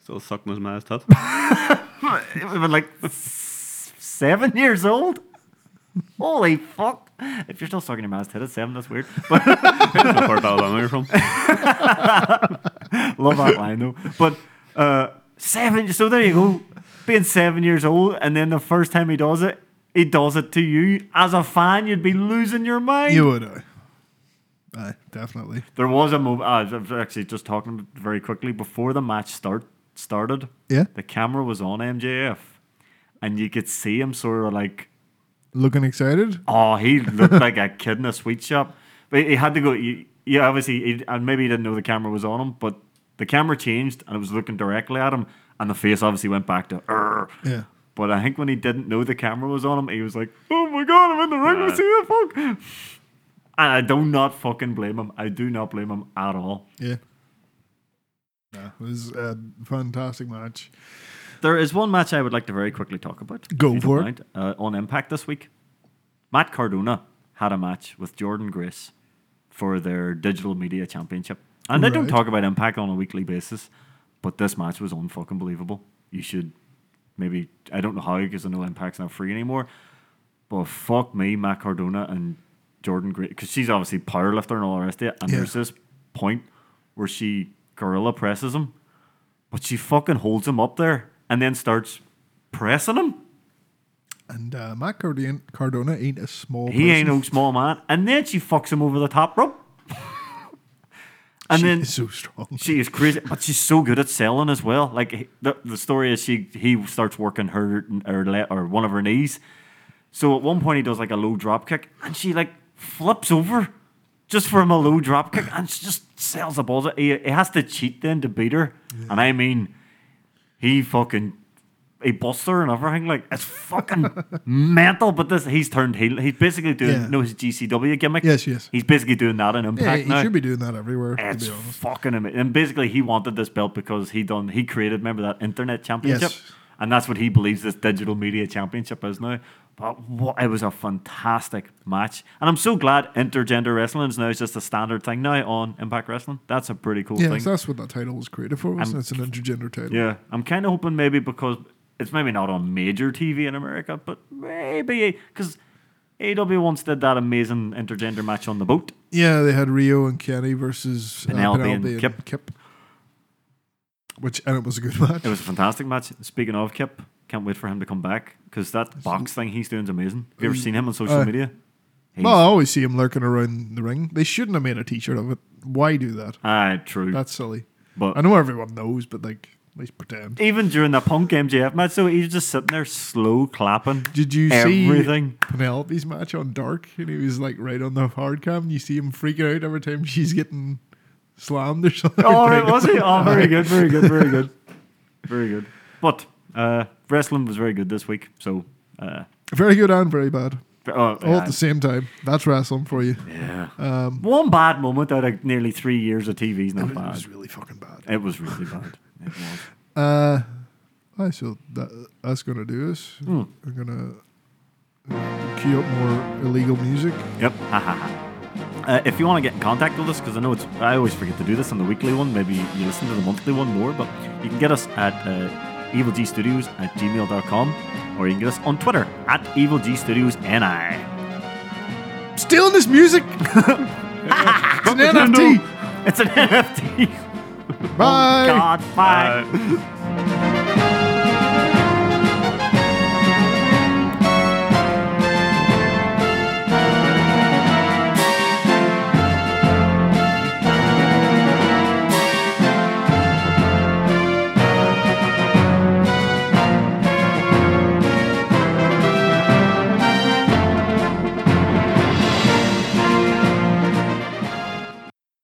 Speaker 3: still sucking his man's tut.
Speaker 2: it was like s- seven years old? Holy fuck. If you're still sucking your man's head at seven, that's weird. But
Speaker 3: That's where Alabama you're from.
Speaker 2: love that line though. But uh, seven so there you go. Being seven years old and then the first time he does it, he does it to you. As a fan, you'd be losing your mind.
Speaker 1: You would, uh, aye, definitely.
Speaker 2: There was a moment. I was actually just talking very quickly before the match start started.
Speaker 1: Yeah.
Speaker 2: the camera was on MJF, and you could see him sort of like,
Speaker 1: Looking excited.
Speaker 2: oh, he looked like a kid in a sweet shop. But he had to go. he- Yeah, obviously, he, and maybe he didn't know the camera was on him, but the camera changed and it was looking directly at him, and the face obviously went back to. "Arr."
Speaker 1: Yeah.
Speaker 2: But I think when he didn't know the camera was on him, he was like, "Oh my god, I'm in the ring with CM Punk," and I do not fucking blame him. I do not blame him at all.
Speaker 1: Yeah. Nah, it was a fantastic match.
Speaker 2: There is one match I would like to very quickly talk about.
Speaker 1: Go
Speaker 2: if you don't
Speaker 1: for it.
Speaker 2: mind, Uh, on Impact this week, Matt Cardona had a match with Jordan Grace for their Digital Media Championship. And I don't
Speaker 1: Right.
Speaker 2: talk about Impact on a weekly basis, but this match was unfucking believable. You should maybe, I don't know how because I know Impact's not free anymore, but fuck me, Matt Cardona and Jordan Grace, because she's obviously powerlifter and all the rest of it. And
Speaker 1: Yeah.
Speaker 2: there's this point where she gorilla presses him but she fucking holds him up there and then starts pressing him.
Speaker 1: And uh, Matt Cardona, Cardona ain't a small.
Speaker 2: He ain't
Speaker 1: person.
Speaker 2: no small man. And then she fucks him over the top rope. and
Speaker 1: She
Speaker 2: then
Speaker 1: is so strong.
Speaker 2: she is crazy, but she's so good at selling as well. Like he- the, the story is, she he starts working her her le- or one of her knees. So at one point he does like a low drop kick, and she like flips over just from a low drop kick, and she just sells the balls. He, he has to cheat then to beat her, and I mean, he fucking he busts her and everything. Like it's fucking mental. But this he's turned heel. He's basically doing
Speaker 1: Yeah.
Speaker 2: no his GCW gimmick.
Speaker 1: Yes, he is.
Speaker 2: He's basically doing that in
Speaker 1: Yeah,
Speaker 2: Impact
Speaker 1: he
Speaker 2: now.
Speaker 1: should be doing that everywhere. To
Speaker 2: It's
Speaker 1: be honest.
Speaker 2: fucking amazing. And basically, he wanted this belt because he done he created. Remember that internet championship,
Speaker 1: Yes.
Speaker 2: and that's what he believes this digital media championship is now. But what it was a fantastic match, and I'm so glad intergender wrestling is now just a standard thing now on Impact Wrestling. That's a pretty cool
Speaker 1: Yeah,
Speaker 2: thing.
Speaker 1: 'cause that's what that title was created for. Wasn't it? It's an intergender title.
Speaker 2: Yeah, I'm kind of hoping maybe because it's maybe not on major TV in America, but maybe because AW once did that amazing intergender match on the boat.
Speaker 1: Yeah, they had Rio and Kenny versus uh,
Speaker 2: Penelope
Speaker 1: Penelope,
Speaker 2: and
Speaker 1: and,
Speaker 2: Kip.
Speaker 1: Kip. Which and it was a good match.
Speaker 2: It was a fantastic match. Speaking of Kip, can't wait for him to come back because that box thing he's doing is amazing. Have you ever seen him on social
Speaker 1: Aye.
Speaker 2: media? He's,
Speaker 1: Mm. Uh, well, I always see him lurking around the ring. They shouldn't have made a T-shirt of it. Why do that?
Speaker 2: aye, true.
Speaker 1: That's silly.
Speaker 2: but
Speaker 1: I know everyone knows, but like, at least pretend.
Speaker 2: even during the Punk MJF match, so he was just sitting there slow clapping.
Speaker 1: Did you
Speaker 2: everything?
Speaker 1: see Penelope's match on Dark? And he was like right on the hard cam. You see him freaking out every time she's getting slammed or something.
Speaker 2: Oh, right, was he? Oh, very good, very good, very good, very good. But uh, wrestling was very good this week, so. Uh,
Speaker 1: Very good and very bad.
Speaker 2: oh,
Speaker 1: All
Speaker 2: aye.
Speaker 1: at the same time. That's wrestling for you.
Speaker 2: Yeah. One bad moment out of nearly three years of TV's not
Speaker 1: It
Speaker 2: bad.
Speaker 1: was really fucking bad.
Speaker 2: It was really bad. It was.
Speaker 1: Uh, aye, so that, that's going to do us.
Speaker 2: Hmm.
Speaker 1: uh, We're going to queue up more illegal music.
Speaker 2: Yep. Ha ha ha. Uh, if you want to get in contact with us, because I know it's I always forget to do this on the weekly one, maybe you listen to the monthly one more, but you can get us at uh, evilgstudios at gmail.com or you can get us on Twitter at evilgstudiosni.
Speaker 1: Stealing this music. it's an NFT.
Speaker 2: It's an NFT.
Speaker 1: Bye.
Speaker 2: Oh, God, bye.
Speaker 3: Uh,